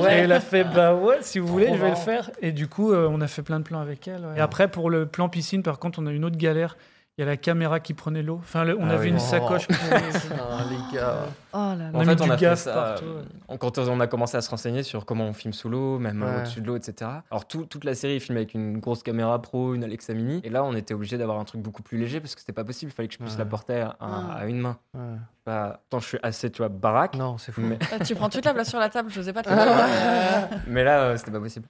Et elle a fait, bah ouais, si vous voulez, Trop je vais le marrant. faire. Et du coup, euh, on a fait plein de plans avec elle. ouais. Et après, pour le plan piscine, par contre, on a une autre galère. Il y a la caméra qui prenait l'eau. Enfin, le- on Ah avait oui. une sacoche. Putain, les gars. Oh là là. en On a fait, mis on du a fait gaz ça. partout, ouais. euh, Quand on a commencé à se renseigner sur comment on filme sous l'eau, même euh, Ouais. au-dessus de l'eau, etc. Alors, tout- toute la série est filmée avec une grosse caméra pro, une Alexa Mini. Et là, on était obligé d'avoir un truc beaucoup plus léger parce que c'était pas possible. Il fallait que je puisse Ouais. la porter à, à- à une main. Ouais. Bah, tant je suis assez, tu vois, baraque. Non, c'est fou. Mais, euh, Ah, tu prends toute la place sur la table, je sais pas Ah, te le dire, mais, euh, mais là, euh, c'était pas possible.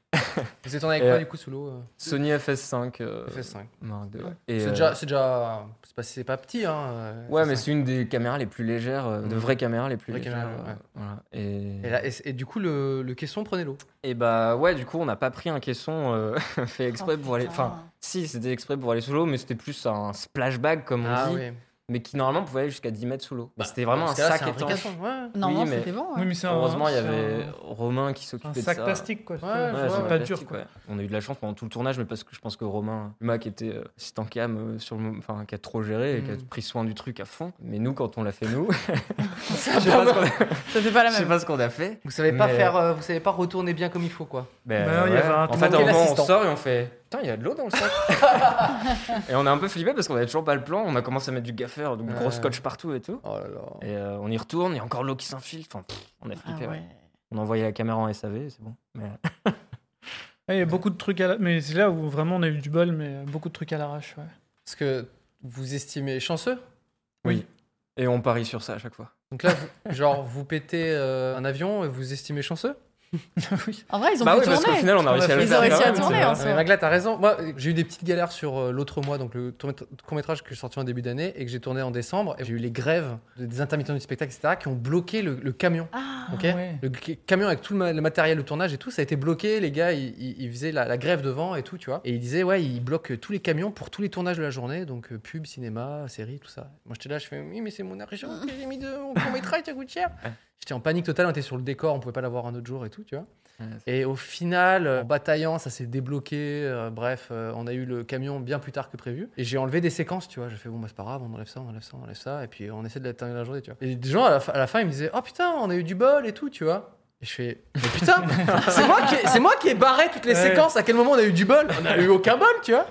Vous êtes en avec Et, quoi euh, du coup sous l'eau euh, Sony FS5. euh, FS5. marque de- Ouais. et, C'est euh, déjà, c'est déjà, c'est pas, c'est pas petit, hein. euh, Ouais, FS5. mais c'est une des caméras les plus légères, euh, de Mm. vraies caméras les plus Vraies légères. caméras, euh, ouais. voilà. Et, Et, là, et, et du coup, le, le caisson prenait l'eau. Et bah ouais, du coup, on n'a pas pris un caisson euh, fait exprès pour aller. Enfin, si, c'était exprès pour aller sous l'eau, mais c'était plus un splash bag, comme on dit, oui. mais qui normalement pouvait aller jusqu'à 10 mètres sous l'eau. Ah Bah, c'était Ah vraiment Dans un ce cas-là, sac c'est vrai étanche. caisson, ouais. Non, Oui, non, mais- c'était bon. Oui, mais c'est un- Heureusement, il y c'est avait un- Romain qui s'occupait un de sac ça. plastique, quoi. Ouais, C'est- Ouais, je c'est vois, sac pas plastique, dur, quoi. ouais. On a eu de la chance pendant tout le tournage, mais parce que je pense que Romain, Luma qui était euh, assistant cam, euh, sur le moment- enfin, qui a trop géré et qui a Mm. pris soin du truc à fond. Mais nous, quand on l'a fait nous, je Ça sais pas ce qu'on a- ça fait pas la je sais même. pas ce qu'on a fait. Vous savez pas Mais- faire, euh, vous savez pas retourner bien comme il faut, quoi. Ben, Ben, il y ouais. avait un en tout fait, à un manqué moment, on l'assistant. sort et on fait Putain, il y a de l'eau dans le sac. et on a un peu flippé parce qu'on avait toujours pas le plan. On a commencé à mettre du gaffeur, donc du gros Ouais. scotch partout et tout. Oh là là. Et euh, on y retourne, il y a encore de l'eau qui s'infiltre. Enfin, pff, on a Ah flippé. ouais. ouais. On a envoyé la caméra en SAV, c'est bon. Mais- Ouais, il y a beaucoup de trucs à la... Mais c'est là où vraiment on a eu du bol, mais beaucoup de trucs à l'arrache. ouais. Parce que vous estimez chanceux. Oui. Et on parie sur ça à chaque fois. Donc là, vous- genre, vous pétez euh, un avion et vous estimez chanceux. Ah, oui. En vrai, ils ont bah pu oui, parce qu'au tourner. final, on a Parce réussi à qu'on le a Ils ont faire. réussi quand à même, tourner hein, c'est en vrai. Mais soi. Magla, t'as raison. Moi, euh, j'ai eu des petites galères sur euh, l'autre mois, donc le tour- court-métrage que je sorti en début d'année et que j'ai tourné en décembre. Et J'ai eu les grèves de- des intermittents du spectacle, etc., qui ont bloqué le, le camion. Ah, ok Ah ouais. Le ca- camion avec tout le, ma- le matériel de tournage et tout, ça a été bloqué. Les gars, ils, ils- ils faisaient la, la grève devant et tout, tu vois. Et ils disaient, ouais, ils bloquent tous les camions pour tous les tournages de la journée, donc euh, pub, cinéma, série, tout ça. Moi, j'étais là, je fais, oui, mais c'est mon argent que j'ai mis de mon court-métrage, ça coûte cher. J'étais en panique totale, on était sur le décor, on pouvait pas l'avoir un autre jour et tout, tu vois. Et au final, euh, en bataillant, ça s'est débloqué. euh, bref, euh, on a eu le camion bien plus tard que prévu. Et j'ai enlevé des séquences, tu vois. J'ai fait, bon, bah, c'est pas grave, on enlève ça, on enlève ça, on enlève ça. Et puis, on essaie de la terminer la journée, tu vois. Et des gens, à la, fin- à la fin, ils me disaient, oh putain, on a eu du bol et tout, tu vois. Et je fais, mais putain, c'est moi, qui ai- c'est moi qui ai barré toutes les Ouais. séquences. À quel moment on a eu du bol On a eu aucun bol, tu vois.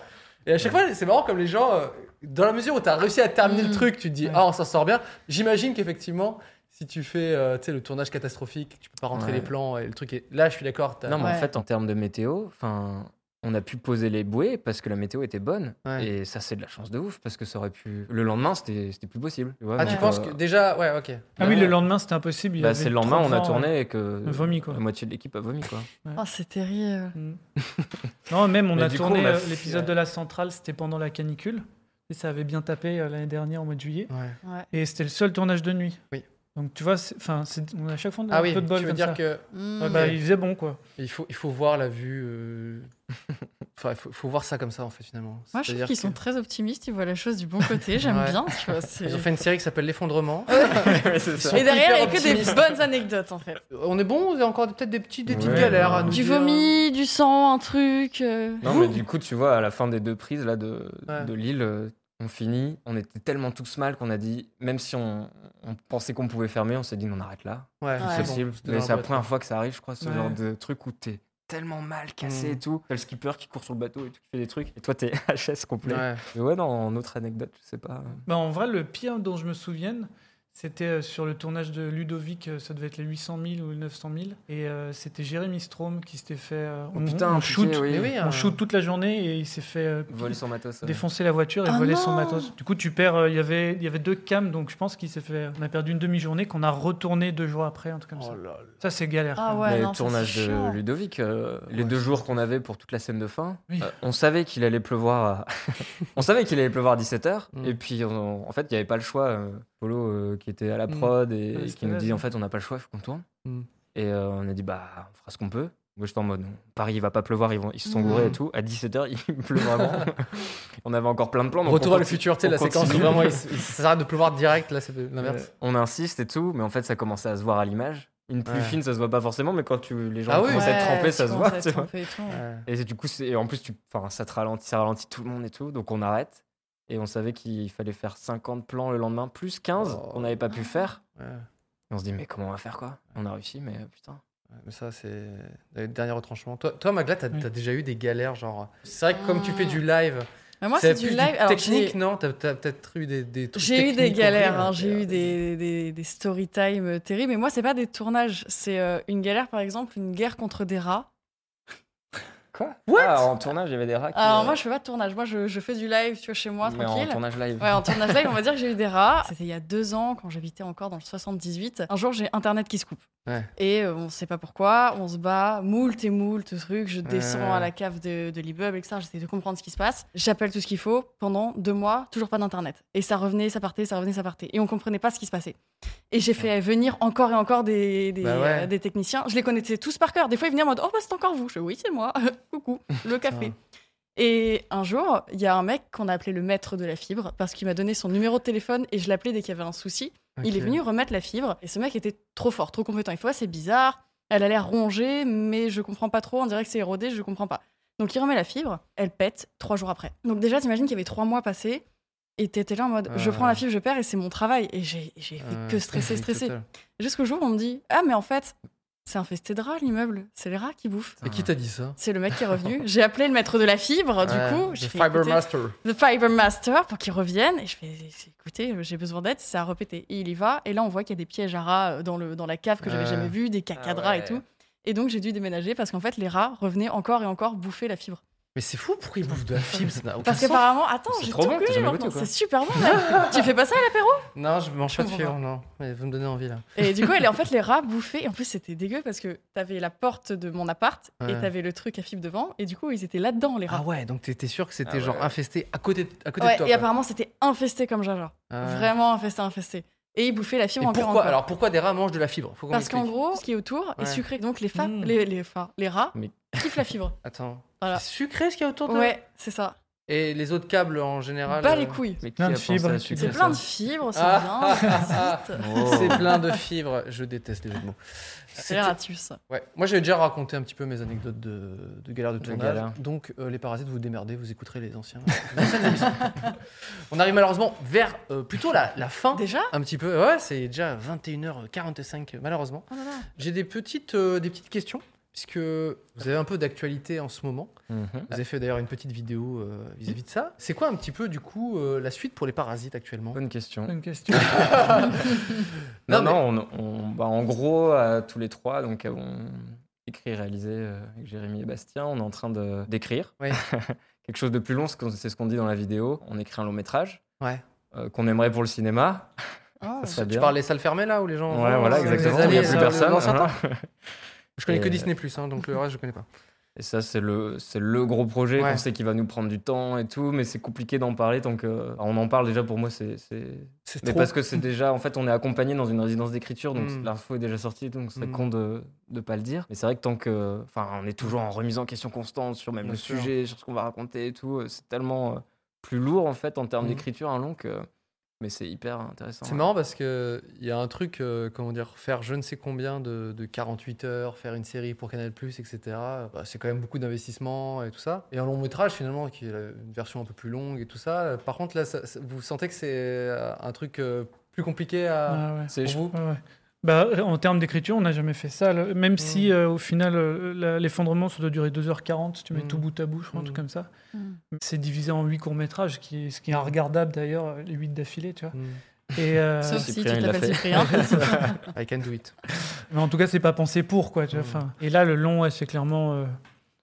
Et à chaque fois, c'est marrant comme les gens, euh, dans la mesure où t'as réussi à terminer le truc, tu te dis, ah, on s'en sort bien. J'imagine qu'effectivement, si tu fais euh, tu sais, le tournage catastrophique, tu peux pas rentrer Ouais. les plans et le truc est. Là, je suis d'accord. t'as- Non, mais en Ouais. fait, en termes de météo, enfin, On a pu poser les bouées parce que la météo était bonne. Ouais. Et ça, c'est de la chance de ouf parce que ça aurait pu. Le lendemain, c'était c'était plus possible. vois, Ah, tu donc, penses euh, que déjà, ouais, ok. Ah oui, le lendemain, c'était impossible. il y bah, avait c'est le lendemain, on a 30 ans, tourné euh, et que vomi, quoi. la moitié de l'équipe a vomi. Quoi. Oh, c'est terrible. Non, même on Mais a du coup, tourné on a euh, fait- l'épisode de la centrale, c'était pendant la canicule. Et ça avait bien tapé euh, l'année dernière, au mois de juillet. Ouais. Ouais. Et c'était le seul tournage de nuit. Oui. Donc tu vois, c'est- enfin, c'est- on a à chaque fois on a Ah un oui, peu de bol tu veux comme dire ça. que Mm. Ouais, bah, Ok. il faisait bon quoi. il faut, il faut voir la vue. euh, Enfin, il faut, faut voir ça comme ça en fait finalement. Moi, je trouve C'est-à-dire qu'ils que- sont très optimistes, ils voient la chose du bon côté, j'aime Ouais. bien, tu vois. c'est- Ils ont fait une série qui s'appelle L'effondrement. Et derrière, il n'y a hyper que des optimistes. bonnes anecdotes en fait. On est bon, on a encore peut-être des, petits, des petites Ouais, galères à non. nous Du dire. vomi, du sang, un truc. euh. Non, mais du coup, tu vois, à la fin des deux prises là, de, Ouais. de Lille, euh, on finit. On était tellement tous mal qu'on a dit, même si on, on pensait qu'on pouvait fermer, on s'est dit, on arrête là. Ouais, Ouais. C'est possible. C'était Mais dans c'est la boîte. première fois que ça arrive, je crois, ce Ouais. genre de truc où t'es tellement mal cassé Mm. et tout. T'as le skipper qui court sur le bateau et tout, qui fait des trucs. Et toi, t'es HS complet. Ouais. Mais ouais, Euh, non, en autre anecdote, je sais pas. Bah, en vrai, le pire dont je me souvienne, c'était euh, sur le tournage de Ludovic, euh, ça devait être les 800 000 ou les 900 000. Et euh, c'était Jérémy Strom qui s'était fait. euh, Oh on, on shoot, Mais oui, on hein. shoot toute la journée et il s'est fait euh, Voler son matos. ouais. défoncer la voiture et Oh voler non son matos. Du coup, tu perds. euh, Il y avait, il y avait deux cams, donc je pense qu'il s'est fait. On a perdu une demi-journée qu'on a retourné deux jours après, un truc comme ça. Oh là là. Ça, c'est galère. Ah quand ouais, le non, ça, c'est tournage de chiant. Ludovic, euh, les Ouais. deux jours qu'on avait pour toute la scène de fin, Oui. euh, on savait qu'il allait pleuvoir. À... on savait qu'il allait pleuvoir à 17h. Mm. Et puis, on- en fait, il n'y avait pas le choix. euh, Polo, euh, qui était à la Mm. prod et, Ouais, et c'était qui nous dit naze. en fait, on n'a pas le choix, il faut qu'on tourne. Mm. Et euh, on a dit, bah, on fera ce qu'on peut. Moi, j'étais en mode, Paris, il va pas pleuvoir, ils, vont, ils se sont gourés Mm. et tout. À 17h, il pleut vraiment. on avait encore plein de plans. donc on Retour à le continue- futur, tu sais, on la séquence où continue. vraiment il, s- il s'arrête de pleuvoir direct, là c'est l'inverse. On insiste et tout, mais en fait, ça commençait à se voir à l'image. Une pluie Ouais. fine, ça se voit pas forcément, mais quand tu, les gens Ah oui. commencent à être Ouais, trempés, ça tu se commences voit. à être tu vois. trempé et tout, ouais. Ouais. Et du coup, c'est- et en plus, tu, enfin, ça te ralentit, ça ralentit tout le monde et tout, donc on arrête. Et on savait qu'il fallait faire 50 plans le lendemain, plus 15 Oh. qu'on n'avait pas pu faire. Ouais. Et on se dit, mais comment on va faire quoi On a réussi, mais euh, putain. Ouais, Mais ça, c'est le dernier retranchement. Toi, toi Magla, t'as Oui. t'as déjà eu des galères, genre. C'est vrai que comme tu fais du Ah. live, Mais moi, ça c'est va du plus live. alors, technique, j'ai- non T'as t'as peut-être eu des, des trucs. J'ai eu des techniques, galères, en vrai, hein, j'ai euh, eu des, des, des story time euh, terribles. Mais moi, c'est pas des tournages, c'est euh, une galère, par exemple, une guerre contre des rats. Quoi Ah, En tournage, il y avait des rats qui, Alors euh, moi, Ah, je fais pas de tournage, moi, je, je fais du live, tu vois, chez moi, mais en tranquille. tournage live. Ouais, en tournage live, on va dire que j'ai eu des rats. C'était il y a deux ans, quand j'habitais encore dans le 78. Un jour, j'ai Internet qui se coupe. Ouais. Et euh, on sait pas pourquoi, on se bat, moult et moult trucs. Je descends Ouais. à la cave de, de l'immeuble, etc. J'essaie de comprendre ce qui se passe. J'appelle tout ce qu'il faut. Pendant deux mois, toujours pas d'Internet. Et ça revenait, ça partait, ça revenait, ça partait. Et on comprenait pas ce qui se passait. Et j'ai fait venir encore et encore des, des, Bah ouais. euh, des techniciens. Je les connaissais tous par cœur. Des fois, ils venaient en mode Oh, bah, c'est encore vous. Je fais, Oui, c'est moi. Coucou, le café. Et un jour, il y a un mec qu'on a appelé le maître de la fibre parce qu'il m'a donné son numéro de téléphone et je l'appelais dès qu'il y avait un souci. Il est ok. venu remettre la fibre et ce mec était trop fort, trop compétent. Il faut, ouais, c'est bizarre. Elle a l'air rongée, mais je comprends pas trop. On dirait que c'est érodé, je comprends pas. Donc il remet la fibre, elle pète trois jours après. Donc déjà, t'imagines qu'il y avait trois mois passés et t'étais là en mode je Ouais. prends la fibre, je perds et c'est mon travail. Et j'ai j'ai fait Ouais, que stresser, technique stresser. totale. Jusqu'au jour où on me dit ah, mais en fait, c'est infesté de rats l'immeuble, c'est les rats qui bouffent. Et qui t'a dit ça C'est le mec qui est revenu. J'ai appelé le maître de la fibre, du Ouais, coup. The j'ai fait, Fiber écoutez, Master. The Fiber Master pour qu'il revienne. Et je fais, écoutez, j'ai besoin d'aide, ça a répété. Et il y va. Et là, on voit qu'il y a des pièges à rats euh, dans, le, dans la cave que j'avais Ouais. jamais vu, des Ah caca de rats ouais. et tout. Et donc, j'ai dû déménager parce qu'en fait, les rats revenaient encore et encore bouffer la fibre. Mais c'est fou, pourquoi ils bouffent de la fibre Ça n'a aucun Parce sens. qu'apparemment, attends, C'est j'ai trop tout bon, t'as goûté jamais goûté, maintenant. quoi. C'est super bon, même. tu fais pas ça à l'apéro Non, je mange pas de Je comprends fibre, non. Mais vous me donnez envie, là. Et du coup, elle, en fait, les rats bouffaient. Et en plus, c'était dégueu parce que t'avais la porte de mon appart Ouais. et t'avais le truc à fibre devant. Et du coup, ils étaient là-dedans, les rats. Ah ouais, donc t'étais sûr que c'était Ah ouais. genre infesté à côté, de- à côté Ouais, de toi. et quoi. apparemment, c'était infesté comme Jaja. Ah ouais. Vraiment infesté, infesté. Et il bouffait la fibre Et encore. pourquoi encore. Alors pourquoi des rats mangent de la fibre Faut qu'on Parce qu'en m'explique. gros, ce qui est autour Ouais. est sucré. Donc les, fa- Mm. les, les, fa- les rats Mais- kiffent la fibre. Attends. Voilà. C'est sucré ce qu'il y a autour de Ouais, c'est ça. Et les autres câbles en général Pas euh, les couilles. Mais qui Plein a de pensé fibres, à tu sucrer C'est sais. ça plein de fibres, c'est Ah, bien, ah, c'est ah, existe. Oh. C'est plein de fibres. Je déteste les jeux de mots. C'est C'était- les ratus. Ouais. Moi, j'avais déjà raconté un petit peu mes anecdotes de, de galères de De tournage. galères. Donc, euh, les parasites, vous démerdez, vous écouterez les anciens. les anciennes émissions. On arrive malheureusement vers euh, plutôt la, la fin. Déjà Un petit peu. Ouais, c'est déjà 21h45, malheureusement. Oh là là. J'ai des petites, euh, des petites questions, puisque vous avez un peu d'actualité en ce moment. Mhm. Vous avez fait d'ailleurs une petite vidéo euh, vis-à-vis de ça. C'est quoi un petit peu, du coup, euh, la suite pour les parasites actuellement Bonne question. Bonne question. Non, Non, non, on- on- bah, en gros, à tous les trois, donc, euh, on, écrit et réalisé euh, avec Jérémy et Bastien. On est en train de- d'écrire Oui. quelque chose de plus long, c'est ce qu'on- c'est ce qu'on dit dans la vidéo. On écrit un long métrage Ouais. euh, qu'on aimerait pour le cinéma. Ah, ça serait Tu bien. parles des salles fermées là où les gens. Ouais, vont, voilà, euh, exactement. les Il n'y a allées, plus euh, personne. dans certains. hein. Je connais que Et- Disney Plus, hein, donc le reste je connais pas. Et ça, c'est le, c'est le gros projet Ouais. qu'on sait qui va nous prendre du temps et tout, mais c'est compliqué d'en parler tant que. euh, On en parle déjà pour moi, c'est. c'est- C'est Mais trop. parce que c'est déjà. En fait, on est accompagné dans une résidence d'écriture, donc Mm. l'info est déjà sortie, donc ce serait Mm. con de ne pas le dire. Mais c'est vrai que tant que. Enfin, on est toujours en remise en question constante sur même Bien le sûr. sujet, sur ce qu'on va raconter et tout. euh, C'est tellement euh, plus lourd, en fait, en termes Mm. d'écriture, un long que. Mais c'est hyper intéressant. C'est marrant parce que il y a un truc, euh, comment dire, faire je ne sais combien de, de 48 heures, faire une série pour Canal+, etc. euh, bah, c'est quand même beaucoup d'investissement et tout ça. Et un long métrage finalement, qui est la- une version un peu plus longue et tout ça. euh, Par contre là, ça- ça- vous sentez que c'est euh, un truc euh, plus compliqué à. Ah Ouais, ouais. C'est, pour je- vous Ouais, ouais. Bah, en termes d'écriture, on n'a jamais fait ça. Le- Même si, euh, au final, euh, la- l'effondrement, ça doit durer 2h40, si tu mets Mm. tout bout à bout, je crois, un Mm. truc comme ça. Mm. C'est divisé en 8 courts-métrages, ce qui est, ce qui est inregardable d'ailleurs, les 8 d'affilée, tu vois. Hmm. Et, euh, Sauf si tu Cyprien, il l'a fait. t'appelles Cyprien. I can do it. mais en tout cas, c'est pas pensé pour, quoi, tu vois. Mm. Enfin, Et là, le long, ouais, c'est clairement. euh,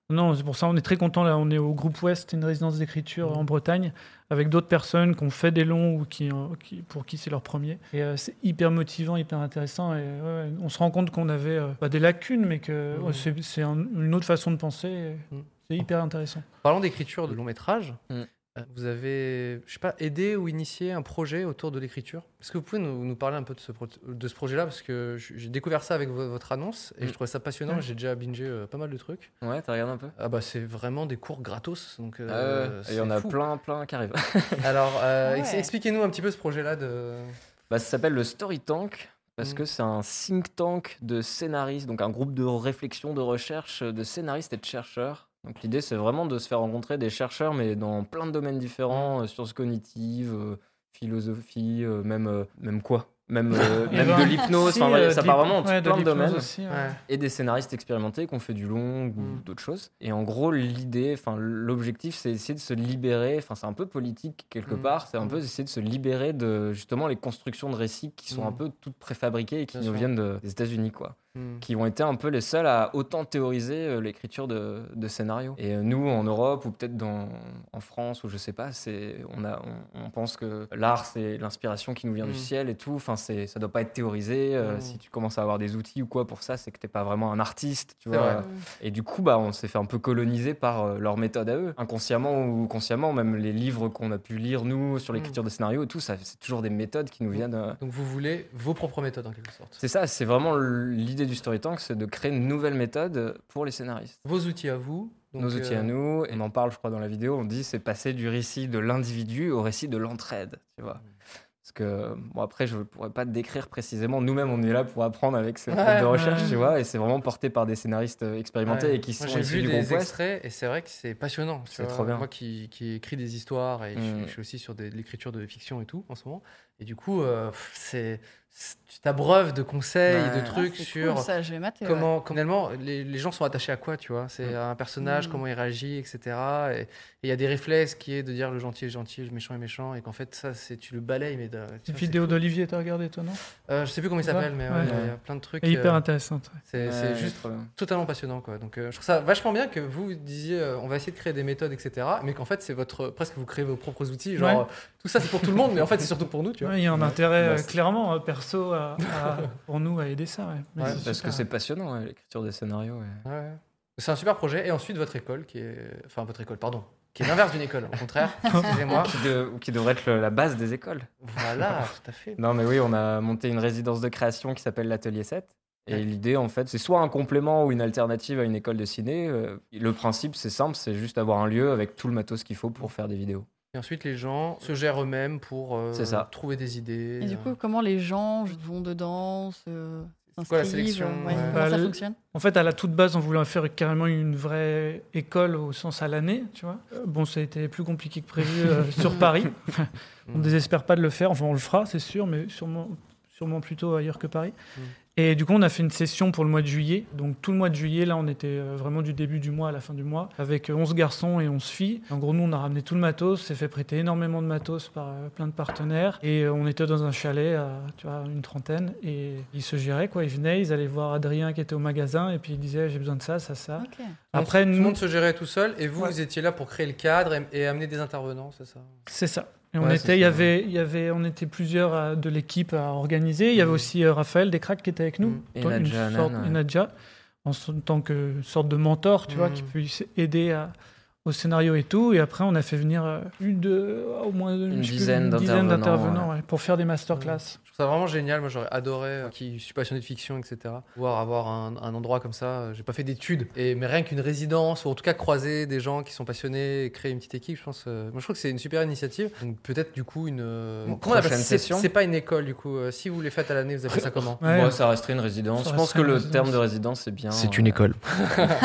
Non, c'est pour ça, on est très content. Là, on est au Groupe Ouest, une résidence d'écriture Mm. en Bretagne, avec d'autres personnes qui ont fait des longs ou qui, euh, qui- pour qui c'est leur premier. Et euh, c'est hyper motivant, hyper intéressant. Et ouais, ouais, on se rend compte qu'on avait euh, pas des lacunes, mais que Mm. ouais, c'est, c'est un- une autre façon de penser. et Mm. C'est hyper intéressant. Parlons d'écriture de long métrage. Euh, Mm. Vous avez, je sais pas, aidé ou initié un projet autour de l'écriture. Est-ce que vous pouvez nous, nous parler un peu de ce, pro- de ce projet-là Parce que j- j'ai découvert ça avec vo- votre annonce et Mm. je trouvais ça passionnant. Ouais. J'ai déjà bingé euh, pas mal de trucs. Ouais, t'as regardé un peu Ah bah c'est vraiment des cours gratos. Donc, euh, Ah ouais, Et il y en a c'est fou. plein, plein qui arrivent. Alors euh, ex- Ouais. expliquez-nous un petit peu ce projet-là de. Bah, ça s'appelle le Story Tank parce Mm. que c'est un think tank de scénaristes, donc un groupe de réflexion, de recherche euh, de scénaristes et de chercheurs. Donc l'idée, c'est vraiment de se faire rencontrer des chercheurs, mais dans plein de domaines différents, Mm. euh, sciences cognitives, euh, philosophie, euh, même, euh, même quoi Même, euh, Et même ben, de l'hypnose, si, enfin, ouais, euh, ça de part l'hyp- vraiment en plein ouais, de l'hypnose domaines aussi, ouais. Ouais. et des scénaristes expérimentés qu'on fait du long ou Mm. d'autres choses. Et en gros, l'idée, enfin l'objectif, c'est essayer de se libérer. Enfin, c'est un peu politique quelque Mm. part. C'est un Mm. peu essayer de se libérer de justement les constructions de récits qui sont Mm. un peu toutes préfabriquées et qui Bien nous sûr. viennent de- des États-Unis, quoi. Mm. Qui ont été un peu les seuls à autant théoriser euh, l'écriture de, de scénarios. Et euh, nous, en Europe ou peut-être dans en France ou je sais pas, c'est on a on, on pense que l'art c'est l'inspiration qui nous vient Mm. du ciel et tout. Enfin, c'est ça doit pas être théorisé. Euh, Mm. Si tu commences à avoir des outils ou quoi pour ça, c'est que t'es pas vraiment un artiste, tu C'est vois. vrai. Et du coup, bah, on s'est fait un peu coloniser par euh, leur méthode à eux, inconsciemment ou consciemment. Même les livres qu'on a pu lire nous Mm. sur l'écriture des scénarios et tout, ça, c'est toujours des méthodes qui nous viennent. euh. Donc vous voulez vos propres méthodes en quelque sorte. C'est ça, c'est vraiment l'idée du story tank, c'est de créer une nouvelle méthode pour les scénaristes. Vos outils à vous. donc, Nos outils euh, à nous, et on en parle, je crois, dans la vidéo, on dit c'est passer du récit de l'individu au récit de l'entraide, tu vois. Mm. Parce que, bon, après, je ne pourrais pas te décrire précisément. Nous-mêmes, on est là pour apprendre avec ces groupes de recherche, ouais. tu vois, et c'est vraiment porté par des scénaristes euh, expérimentés Ouais. et qui Moi, sont J'ai issus vu du des groupe Ouest. extraits et c'est vrai que c'est passionnant. tu C'est vois. trop bien. Moi qui, qui écris des histoires et je, suis- Mm. je suis aussi sur des- de l'écriture de fiction et tout en ce moment. Et du coup, euh, pff, c'est c'est- tu t'abreuves de conseils, Ouais. de Ah, trucs sur ça, je vais mater. ouais. comment, comment- finalement les, les gens sont attachés à quoi, tu vois. C'est Mm. un personnage, Mm. comment il réagit, etc. Et- Et il y a des réflexes qui est de dire le gentil est gentil, le méchant est méchant, et qu'en fait ça, c'est tu le balayes. Mais de- Une tiens, c'est vidéo fou. d'Olivier, t'as regardé toi, non Euh, je sais plus comment il Ouais. s'appelle, mais ouais, Ouais. il y a plein de trucs. Et Hyper euh, intéressante. ouais. c'est c'est Ouais, juste trop bien. totalement passionnant quoi. Donc euh, je trouve ça vachement bien que vous disiez euh, on va essayer de créer des méthodes etc. Mais qu'en fait c'est votre presque vous créez vos propres outils. Genre Ouais. euh, tout ça c'est pour tout le monde mais en fait c'est surtout pour nous tu vois. Ouais, Il y a un intérêt Bah, euh, c'est- clairement euh, perso à- à- pour nous à aider ça. ouais. Mais Ouais, c'est Parce super. que c'est passionnant, ouais, l'écriture des scénarios. ouais. Ouais. C'est un super projet et ensuite votre école qui est enfin votre école pardon qui est l'inverse d'une école au contraire excusez-moi Qui, de- qui devrait être le- la base des écoles. voilà tout à fait. Non, mais oui, on a monté une résidence de création qui s'appelle l'Atelier 7. Et l'idée, en fait, c'est soit un complément ou une alternative à une école de ciné. Euh, Le principe, c'est simple, c'est juste avoir un lieu avec tout le matos qu'il faut pour faire des vidéos. Et ensuite les gens se gèrent eux-mêmes pour euh, C'est ça. trouver des idées. Et du euh, coup, comment les gens vont dedans se- C'est quoi la s'inscrivent, sélection, ouais, ouais. Comment Bah, ça le- fonctionne En fait, à la toute base, on voulait faire carrément une vraie école au sens à l'année, tu vois. Euh, Bon, ça a été plus compliqué Hmm. que prévu euh, sur Paris. on ne désespère pas de le faire. Enfin, on le fera, c'est sûr, mais sûrement sûrement plutôt ailleurs que Paris. Mm. Et du coup, on a fait une session pour le mois de juillet. Donc tout le mois de juillet, là, on était euh, vraiment du début du mois à la fin du mois, avec 11 garçons et 11 filles. En gros, nous, on a ramené tout le matos, s'est fait prêter énormément de matos par euh, plein de partenaires. Et euh, on était dans un chalet, à, tu vois, une trentaine. Et ils se géraient, quoi. Ils venaient, ils allaient voir Adrien qui était au magasin, et puis ils disaient, j'ai besoin de ça, ça, ça. Ok. Après, tout le nous, monde se gérait tout seul et vous, vous étiez là pour créer le cadre et, et amener des intervenants, c'est ça C'est ça. Et on Ouais, c'est était, il y ça. avait, il y avait, on était plusieurs à- de l'équipe à organiser. Il y avait Mhm. aussi euh, Raphaël Descraques qui était avec nous, Mhm. Toi, Et une Nadja sorte- Hanan, et ouais. Nadja, en so- tant que sorte de mentor, tu vois, Mhm. qui puisse aider à- au scénario et tout. Et après, on a fait venir euh, une de, au moins je sais plus, dizaine d'intervenants, ouais, pour faire des masterclass. Je trouve ça vraiment génial. Moi, j'aurais adoré, euh, qui je suis passionné de fiction, etc., pouvoir avoir un, un endroit comme ça. Euh, J'ai pas fait d'études, et mais rien qu'une résidence, ou en tout cas croiser des gens qui sont passionnés, et créer une petite équipe, je pense. euh, moi, je trouve que c'est une super initiative. Donc, peut-être, du coup, une. euh, Une comment on appelle prochaine ça C'est- session. C'est pas une école, du coup. Euh, si vous les faites à l'année, vous appelez ça comment Ouais. Moi, ça resterait une résidence. Ça Je pense resterait que une le résidence. terme de résidence, c'est bien. C'est une euh, école.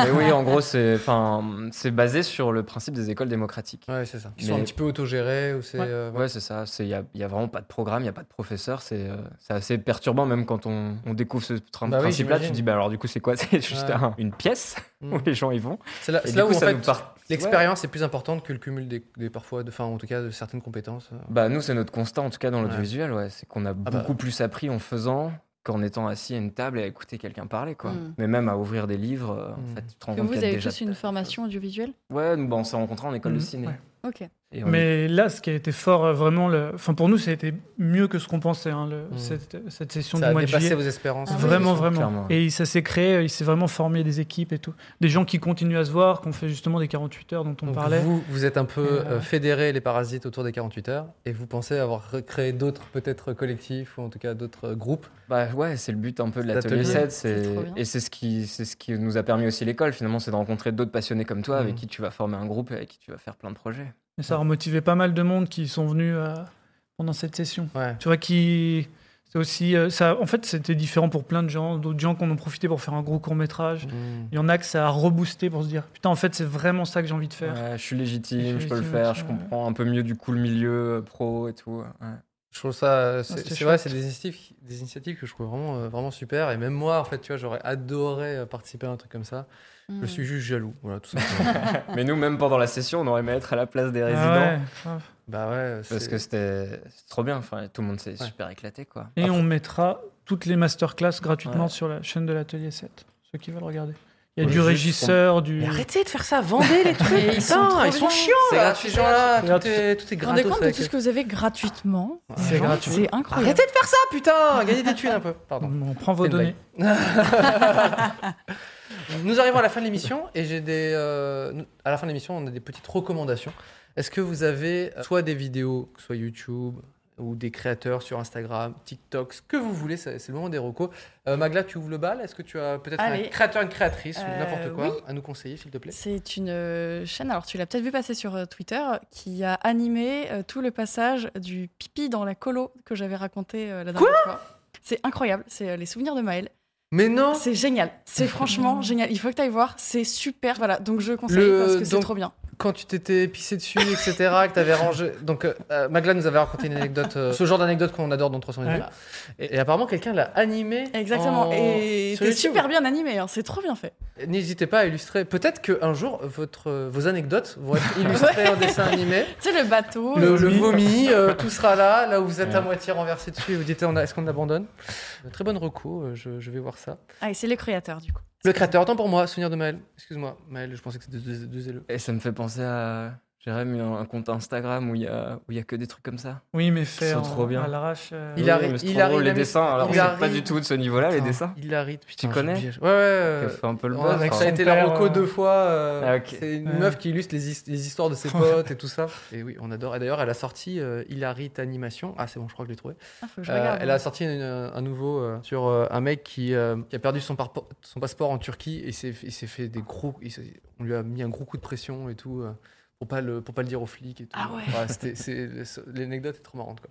Mais oui, en gros, c'est enfin, c'est basé sur le principe des écoles démocratiques. Ouais, c'est ça. Qui sont Mais- un petit peu autogérés, ou c'est. Ouais. euh, Ouais, c'est ça. Il n'y a, y a vraiment pas de programme, il n'y a pas de professeur. C'est euh, c'est assez perturbant, même quand on, on découvre ce tra- Bah oui, principe-là. tu j'imagine. te dis, bah alors du coup, c'est quoi C'est juste Ouais. un- une pièce Mm. où les gens y vont. C'est là, Et c'est du là coup, où, en ça fait, nous part- l'expérience est plus importante que le cumul des, des parfois, de, enfin, en tout cas, de certaines compétences. euh. Bah, nous, c'est notre constat, en tout cas, dans l'audiovisuel. Ouais. C'est qu'on a bah. beaucoup plus appris en faisant qu'en étant assis à une table et à écouter quelqu'un parler. Quoi. Mm. Mais même à ouvrir des livres, euh, en Mm. fait, tu te rends Que compte vous qu'il y a avez déjà tous une tellement de formation audiovisuelle choses. Ouais, nous, bah, on s'est rencontrés en école de Mhm, ciné. ouais. Ok. Et on Mais là, ce qui a été fort, euh, vraiment, le... enfin pour nous, ça a été mieux que ce qu'on pensait. hein, le- Mhm. cette, cette session Ça du a mois de juillet. dépassé vos espérances. Ah oui. Vraiment, c'est vraiment. clairement. Et ça s'est créé, il s'est vraiment formé des équipes et tout. Des gens qui continuent à se voir, qu'on fait justement des 48 heures dont on Donc parlait. Vous, vous êtes un peu Et, euh, euh, fédéré les parasites autour des 48 heures et vous pensez avoir recréé d'autres, peut-être collectifs ou en tout cas d'autres euh, groupes. Bah ouais, c'est le but un peu de Cet l'atelier atelier. 7. C'est c'est- trop bien. Et c'est ce, qui, c'est ce qui nous a permis aussi l'école, finalement, c'est de rencontrer d'autres passionnés comme toi, avec Mhm. qui tu vas former un groupe et avec qui tu vas faire plein de projets. Et ça a motivé pas mal de monde qui sont venus euh, pendant cette session. Ouais. Tu vois, qui. C'est aussi. euh, ça, en fait, c'était différent pour plein de gens. D'autres gens qui en ont profité pour faire un gros court-métrage. Il y en a que ça a reboosté pour se dire Putain, en fait, c'est vraiment ça que j'ai envie de faire. Ouais, je suis légitime, Je je, suis peux le légitime, faire, tu je vois, ouais. comprends un peu mieux du coup le milieu euh, pro et tout. ouais. Je trouve ça, euh, c'est, c'était c'est vrai, chouette. c'est des initiatives, des initiatives que je trouve vraiment, euh, vraiment super. Et même moi, en fait, tu vois, j'aurais adoré euh, participer à un truc comme ça. Hmm. Je Mm. suis juste jaloux, voilà, tout simplement. Mais nous, même pendant la session, on aurait aimé être à la place des Ah résidents. ouais, grave. bah ouais, Parce c'est- que c'était c'est trop bien, enfin, tout le monde s'est Ouais. super éclaté quoi. Et on mettra toutes les masterclass gratuitement Ouais. sur la chaîne de l'Atelier 7. Ceux qui veulent regarder. Il y a Ouais, du juste régisseur, du. Mais arrêtez de faire ça, vendez les trucs. Et ils sont putain, trop ils sont bien. chiants. c'est gratuit, genre là, C'est tout est, tout est Vous vous rendez gratos. compte de avec- tout ce que vous avez gratuitement Ah, C'est Genre, gratuit. C'est incroyable. Arrêtez de faire ça, Putain, gagnez des thunes un peu. Pardon. On prend vos C'est une données. Nous arrivons à la fin de l'émission et j'ai des. euh, nous- à la fin de l'émission, on a des petites recommandations. Est-ce que vous avez euh, soit des vidéos, que ce soit YouTube ou des créateurs sur Instagram, TikTok, ce que vous voulez, c'est c'est le moment des recos. Euh, Magla, tu ouvres le bal. Est-ce que tu as peut-être un Allez. créateur, une créatrice ou Ah Euh, n'importe quoi oui. à nous conseiller, s'il te plaît C'est une euh, chaîne, alors tu l'as peut-être vu passer sur euh, Twitter, qui a animé euh, tout le passage du pipi dans la colo que j'avais raconté euh, la dernière fois. C'est incroyable, c'est euh, les souvenirs de Maël. Mais non C'est génial, c'est franchement génial. Il faut que tu ailles voir, c'est super. Voilà, donc je conseille Le- parce que c'est donc- trop bien. Quand tu t'étais pissé dessus, etc., que t'avais rangé. Donc, euh, euh, Magla nous avait raconté une anecdote, euh, ce genre d'anecdote qu'on adore dans 300 minutes. Et, et apparemment, quelqu'un l'a animé. Exactement, en- et sur c'est YouTube. super bien animé, hein, c'est trop bien fait. N'hésitez pas à illustrer. Peut-être qu'un jour, votre, euh, vos anecdotes vont être illustrées en dessin animé. Tu sais, le bateau, Le, le le- vomi, euh, tout sera là. Là où vous êtes à Ouais. moitié renversé dessus, et vous dites on a- est-ce qu'on abandonne Très bonne recours, euh, je, je vais voir ça. Ah, et c'est les créateurs du coup. Le créateur, attends pour moi, souvenir de Maël. Excuse-moi, Maël, je pensais que c'était deux, deux élo. Et ça me fait penser à. J'ai même un un compte Instagram où il n'y a, où il y a que des trucs comme ça. Oui, mais fait sont en- trop bien. à l'arrache. euh, Il Oui, arrive- mais c'est il trop arrive, drôle, il les arrive- dessins. Alors, il on n'est pas arrive- du tout de ce niveau-là, Ah, les dessins. Il arrive. putain, connais j'ai oublié. Ouais, ouais. euh, Ça fait un peu le on buzz. a- avec enfin. ça a son été la père, reco euh. deux fois. euh, Ah, ok. C'est une Ouais. meuf qui illustre les, his- les histoires de ses potes et tout ça. Et oui, on adore. Et d'ailleurs, elle a sorti euh, Hilarite Animation. Ah, c'est bon, je crois que je l'ai trouvé. Ah, faut que je Euh, regarde. elle a sorti une- un nouveau euh, sur euh, un mec qui, euh, qui a perdu son, parpo- son passeport en Turquie et s'est il s'est fait des gros. il s'est- on lui a mis un gros coup de pression et tout euh, pour pas le pour pas le dire aux flics et tout. Ah ouais. c'était- c'est- L'anecdote est trop marrante. quoi.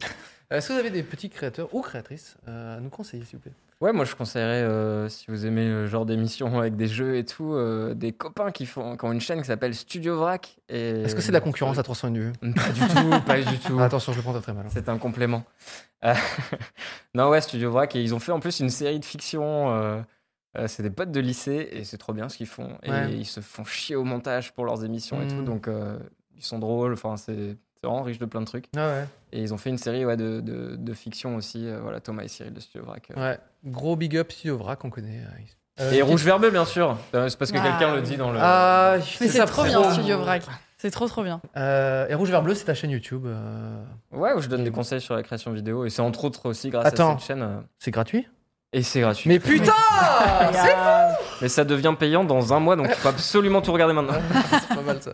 Est-ce que vous avez des petits créateurs ou créatrices euh, à nous conseiller, s'il vous plaît Ouais, moi je conseillerais, euh, si vous aimez le genre d'émission avec des jeux et tout, euh, des copains qui font qui ont une chaîne qui s'appelle Studio Vrac. et- Euh, Est-ce que c'est de la concurrence à 300 vues Pas du tout, pas du tout. Ah, attention, je le prends très mal. C'est un complément. Euh, non, ouais, Studio Vrac, et ils ont fait en plus une série de fiction. euh, euh, c'est des potes de lycée et c'est trop bien ce qu'ils font. Et Ouais. ils se font chier au montage pour leurs émissions et tout, Mm. donc euh, ils sont drôles, enfin c'est c'est vraiment riche de plein de trucs. Ah ouais. Et ils ont fait une série ouais, de, de- de fiction aussi, euh, voilà, Thomas et Cyril de Studio Vrac. euh. Ouais. Gros big up Studio Vrac, on connaît. euh, et euh, Rouge Verbeux, bien sûr, Euh, c'est parce que Bah, Ah, quelqu'un le oui. dit dans le. Ah, Mais c'est trop bien, pro. Studio Vrac. C'est trop, trop bien. Euh, et Rouge Vert Bleu, c'est ta chaîne YouTube. euh, Ouais, où je donne des conseils sur la création vidéo et c'est entre autres aussi grâce à Attends. cette chaîne. euh, C'est gratuit Et c'est gratuit. Mais putain C'est Mais ça devient payant dans un mois, donc il faut absolument tout regarder maintenant. c'est pas mal ça.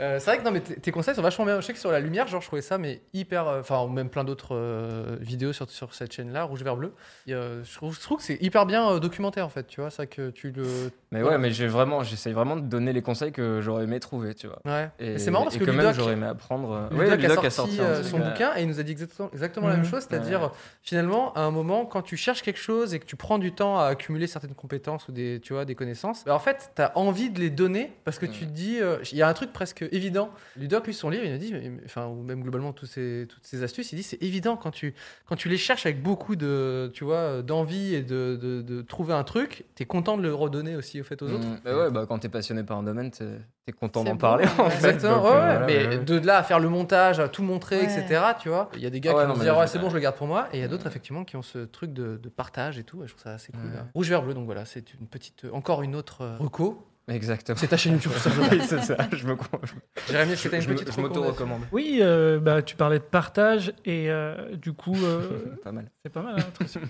Euh, c'est vrai que non, mais tes tes conseils sont vachement bien. Je sais que sur la lumière, genre, je trouvais ça, mais hyper. euh, Enfin, ou même plein d'autres euh, vidéos sur, sur cette chaîne-là, Rouge Vert Bleu. Et, euh, je, trouve, je trouve que c'est hyper bien euh, documenté en fait, tu vois. Ça que tu le. Mais ouais, Voilà. mais j'ai vraiment, j'essaye vraiment de donner les conseils que j'aurais aimé trouver, tu vois. Ouais. Et, Et c'est marrant parce et que que même Ludoc- j'aurais aimé apprendre. euh, Ludoc ouais, Ludoc a sorti, un euh, truc, son ouais. bouquin et il nous a dit exactement, exactement la Mhm. même chose, c'est-à-dire Ouais. finalement à un moment quand tu cherches quelque chose et que tu prends du temps à accumuler certaines compétences ou des tu vois des connaissances, bah, en fait tu as envie de les donner parce que tu te dis euh, il y a un truc presque évident. Ludoc lui son livre il a dit mais- mais- enfin ou même globalement tous ces toutes ces astuces il dit c'est évident quand tu quand tu les cherches avec beaucoup de tu vois d'envie et de, de- de trouver un truc tu es content de le redonner aussi au fait aux autres. Mm, bah ouais, bah quand t'es passionné par un domaine, t'es t'es content C'est d'en beau, parler en ouais. fait. Exactement, donc, ouais, euh, ouais, voilà, mais ouais, ouais. de là à faire le montage, à tout montrer, Ouais. etc. Tu vois, il y a des gars Ah ouais, qui non, mais Mm. vont se dire, je- ouais, c'est bon, je le garde pour moi. Et il y a d'autres, effectivement, qui ont ce truc de, de partage et tout. Et je trouve ça assez cool. Ouais. hein. Rouge, vert, bleu, donc voilà, c'est une petite, euh, encore une autre euh, reco. Exactement. C'est ta chaîne YouTube, ça. Oui, c'est ça. Je me. je- Jérémy, est-ce que t'as une je me- petite Je reco m'auto-recommande. Oui, euh, bah, tu parlais de partage et euh, du coup, euh, Pas mal. c'est pas mal. hein, attention.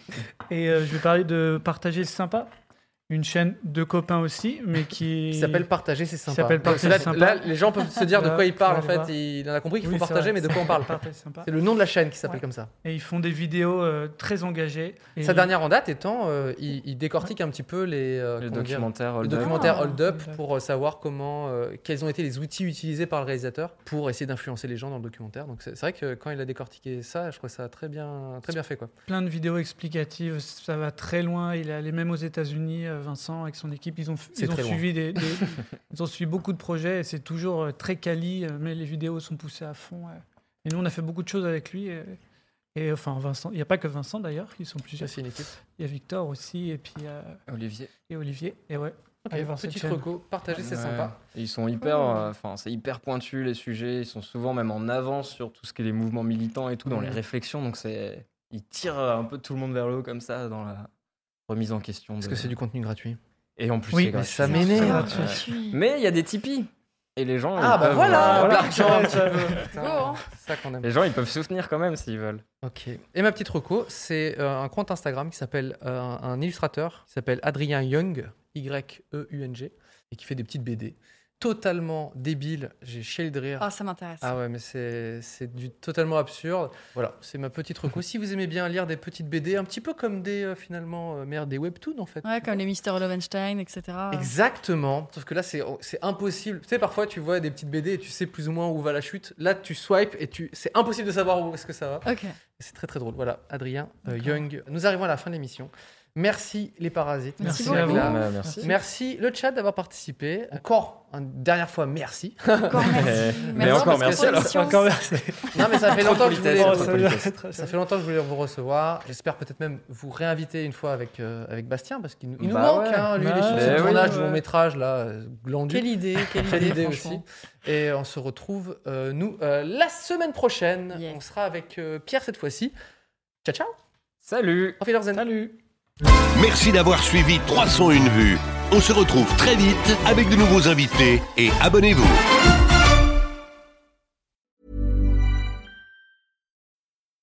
et euh, je vais parler de Partager c'est sympa, une chaîne de copains aussi, mais qui, Qui s'appelle Partager, c'est sympa. s'appelle Donc, Partager, là, c'est sympa. là, les gens peuvent se dire de Là, quoi ils faut parlent, en aller voir. fait. Il en a compris qu'il faut Oui, c'est partager, mais vrai, de c'est quoi on vrai, parle. Partager c'est sympa. C'est le nom de la chaîne qui s'appelle Ouais. comme ça. Et ils font des vidéos euh, très engagées. Et- Sa dernière en date étant, euh, il, il décortique un petit peu les, euh, Le comment dire, documentaire. le Hold Up. documentaire Hold Up Hold Up. pour euh, savoir comment, euh, quels ont été les outils utilisés par le réalisateur pour essayer d'influencer les gens dans le documentaire. Donc c'est c'est vrai que quand il a décortiqué ça, je crois ça très bien, très bien fait quoi. plein de vidéos explicatives, ça va très loin. Il est allé même aux États-Unis, euh, Vincent, avec son équipe. Ils ont, C'est ils ont, très loin. suivi, des, des- ils ont suivi beaucoup de projets et c'est toujours euh, très quali, euh, mais les vidéos sont poussées à fond. ouais. Et nous, on a fait beaucoup de choses avec lui. euh, Et, enfin, Vincent, il n'y a pas que Vincent d'ailleurs, ils sont Ça, plusieurs. C'est une équipe. Il y a Victor aussi, et puis euh, Olivier. et Olivier. Et ouais, allez voir cette Petite chaîne. reco, partagez, c'est Ouais. sympa. Et ils sont hyper, euh, enfin c'est hyper pointu les sujets. Ils sont souvent même en avance sur tout ce qui est les mouvements militants et tout dans les Mhm. réflexions. Donc c'est, ils tirent euh, un peu tout le monde vers le haut comme ça dans la remise en question. Parce de- que c'est du contenu gratuit. Et en plus Oui, c'est mais gratuit. ça m'énerve. Ah, Ouais. Mais il y a des Tipeee et les gens. Ah ils bah peuvent, voilà, euh, voilà. l'argent un petit Ouais, peu. C'est beau, hein. C'est ça qu'on aime. Les gens ils peuvent soutenir quand même s'ils veulent. Ok. Et ma petite reco, c'est euh, un compte Instagram qui s'appelle euh, un, un illustrateur qui s'appelle Adrien Young, Y E U N G, et qui fait des petites BD totalement débile. J'ai chialé de rire. Ah, ça m'intéresse. Ah ouais, mais c'est c'est du totalement absurde. Voilà, c'est ma petite reco. si vous aimez bien lire des petites BD, un petit peu comme des euh, finalement euh, merde des webtoons en fait. Ouais, comme les Mister Lovenstein, etc. Ah. Exactement. Sauf que là, c'est c'est impossible. Tu sais, parfois, tu vois des petites BD et tu sais plus ou moins où va la chute. Là, tu swipes et tu, c'est impossible de savoir où est-ce que ça va. Ok. C'est très très drôle. Voilà, Adrien euh, Young. Nous arrivons à la fin de l'émission. Merci les parasites. Merci d'être à vous. là. Ouais, Ah, bah, merci. Merci le chat d'avoir participé. Encore une dernière fois, merci. Encore merci. Mais Merci encore pour merci, cette alors. émission. Encore merci. Non mais ça fait longtemps que je politesse, voulais- trop de politesse. Ça fait longtemps que je voulais vous recevoir. J'espère peut-être même vous réinviter une fois avec, euh, avec Bastien parce qu'il nous, il nous Bah manque, ouais. hein, lui, Bah les sujets ouais. de Eh oui, tournage, ouais. du long métrage, là, euh, glandu. Quelle idée, quelle Quelle idée, idée franchement. aussi. Et on se retrouve, euh, nous, euh, la semaine prochaine. Yes. On sera avec euh, Pierre cette fois-ci. Ciao, ciao. Salut. Auf Wiedersehen. Salut. Merci d'avoir suivi 301 vues. On se retrouve très vite avec de nouveaux invités et abonnez-vous.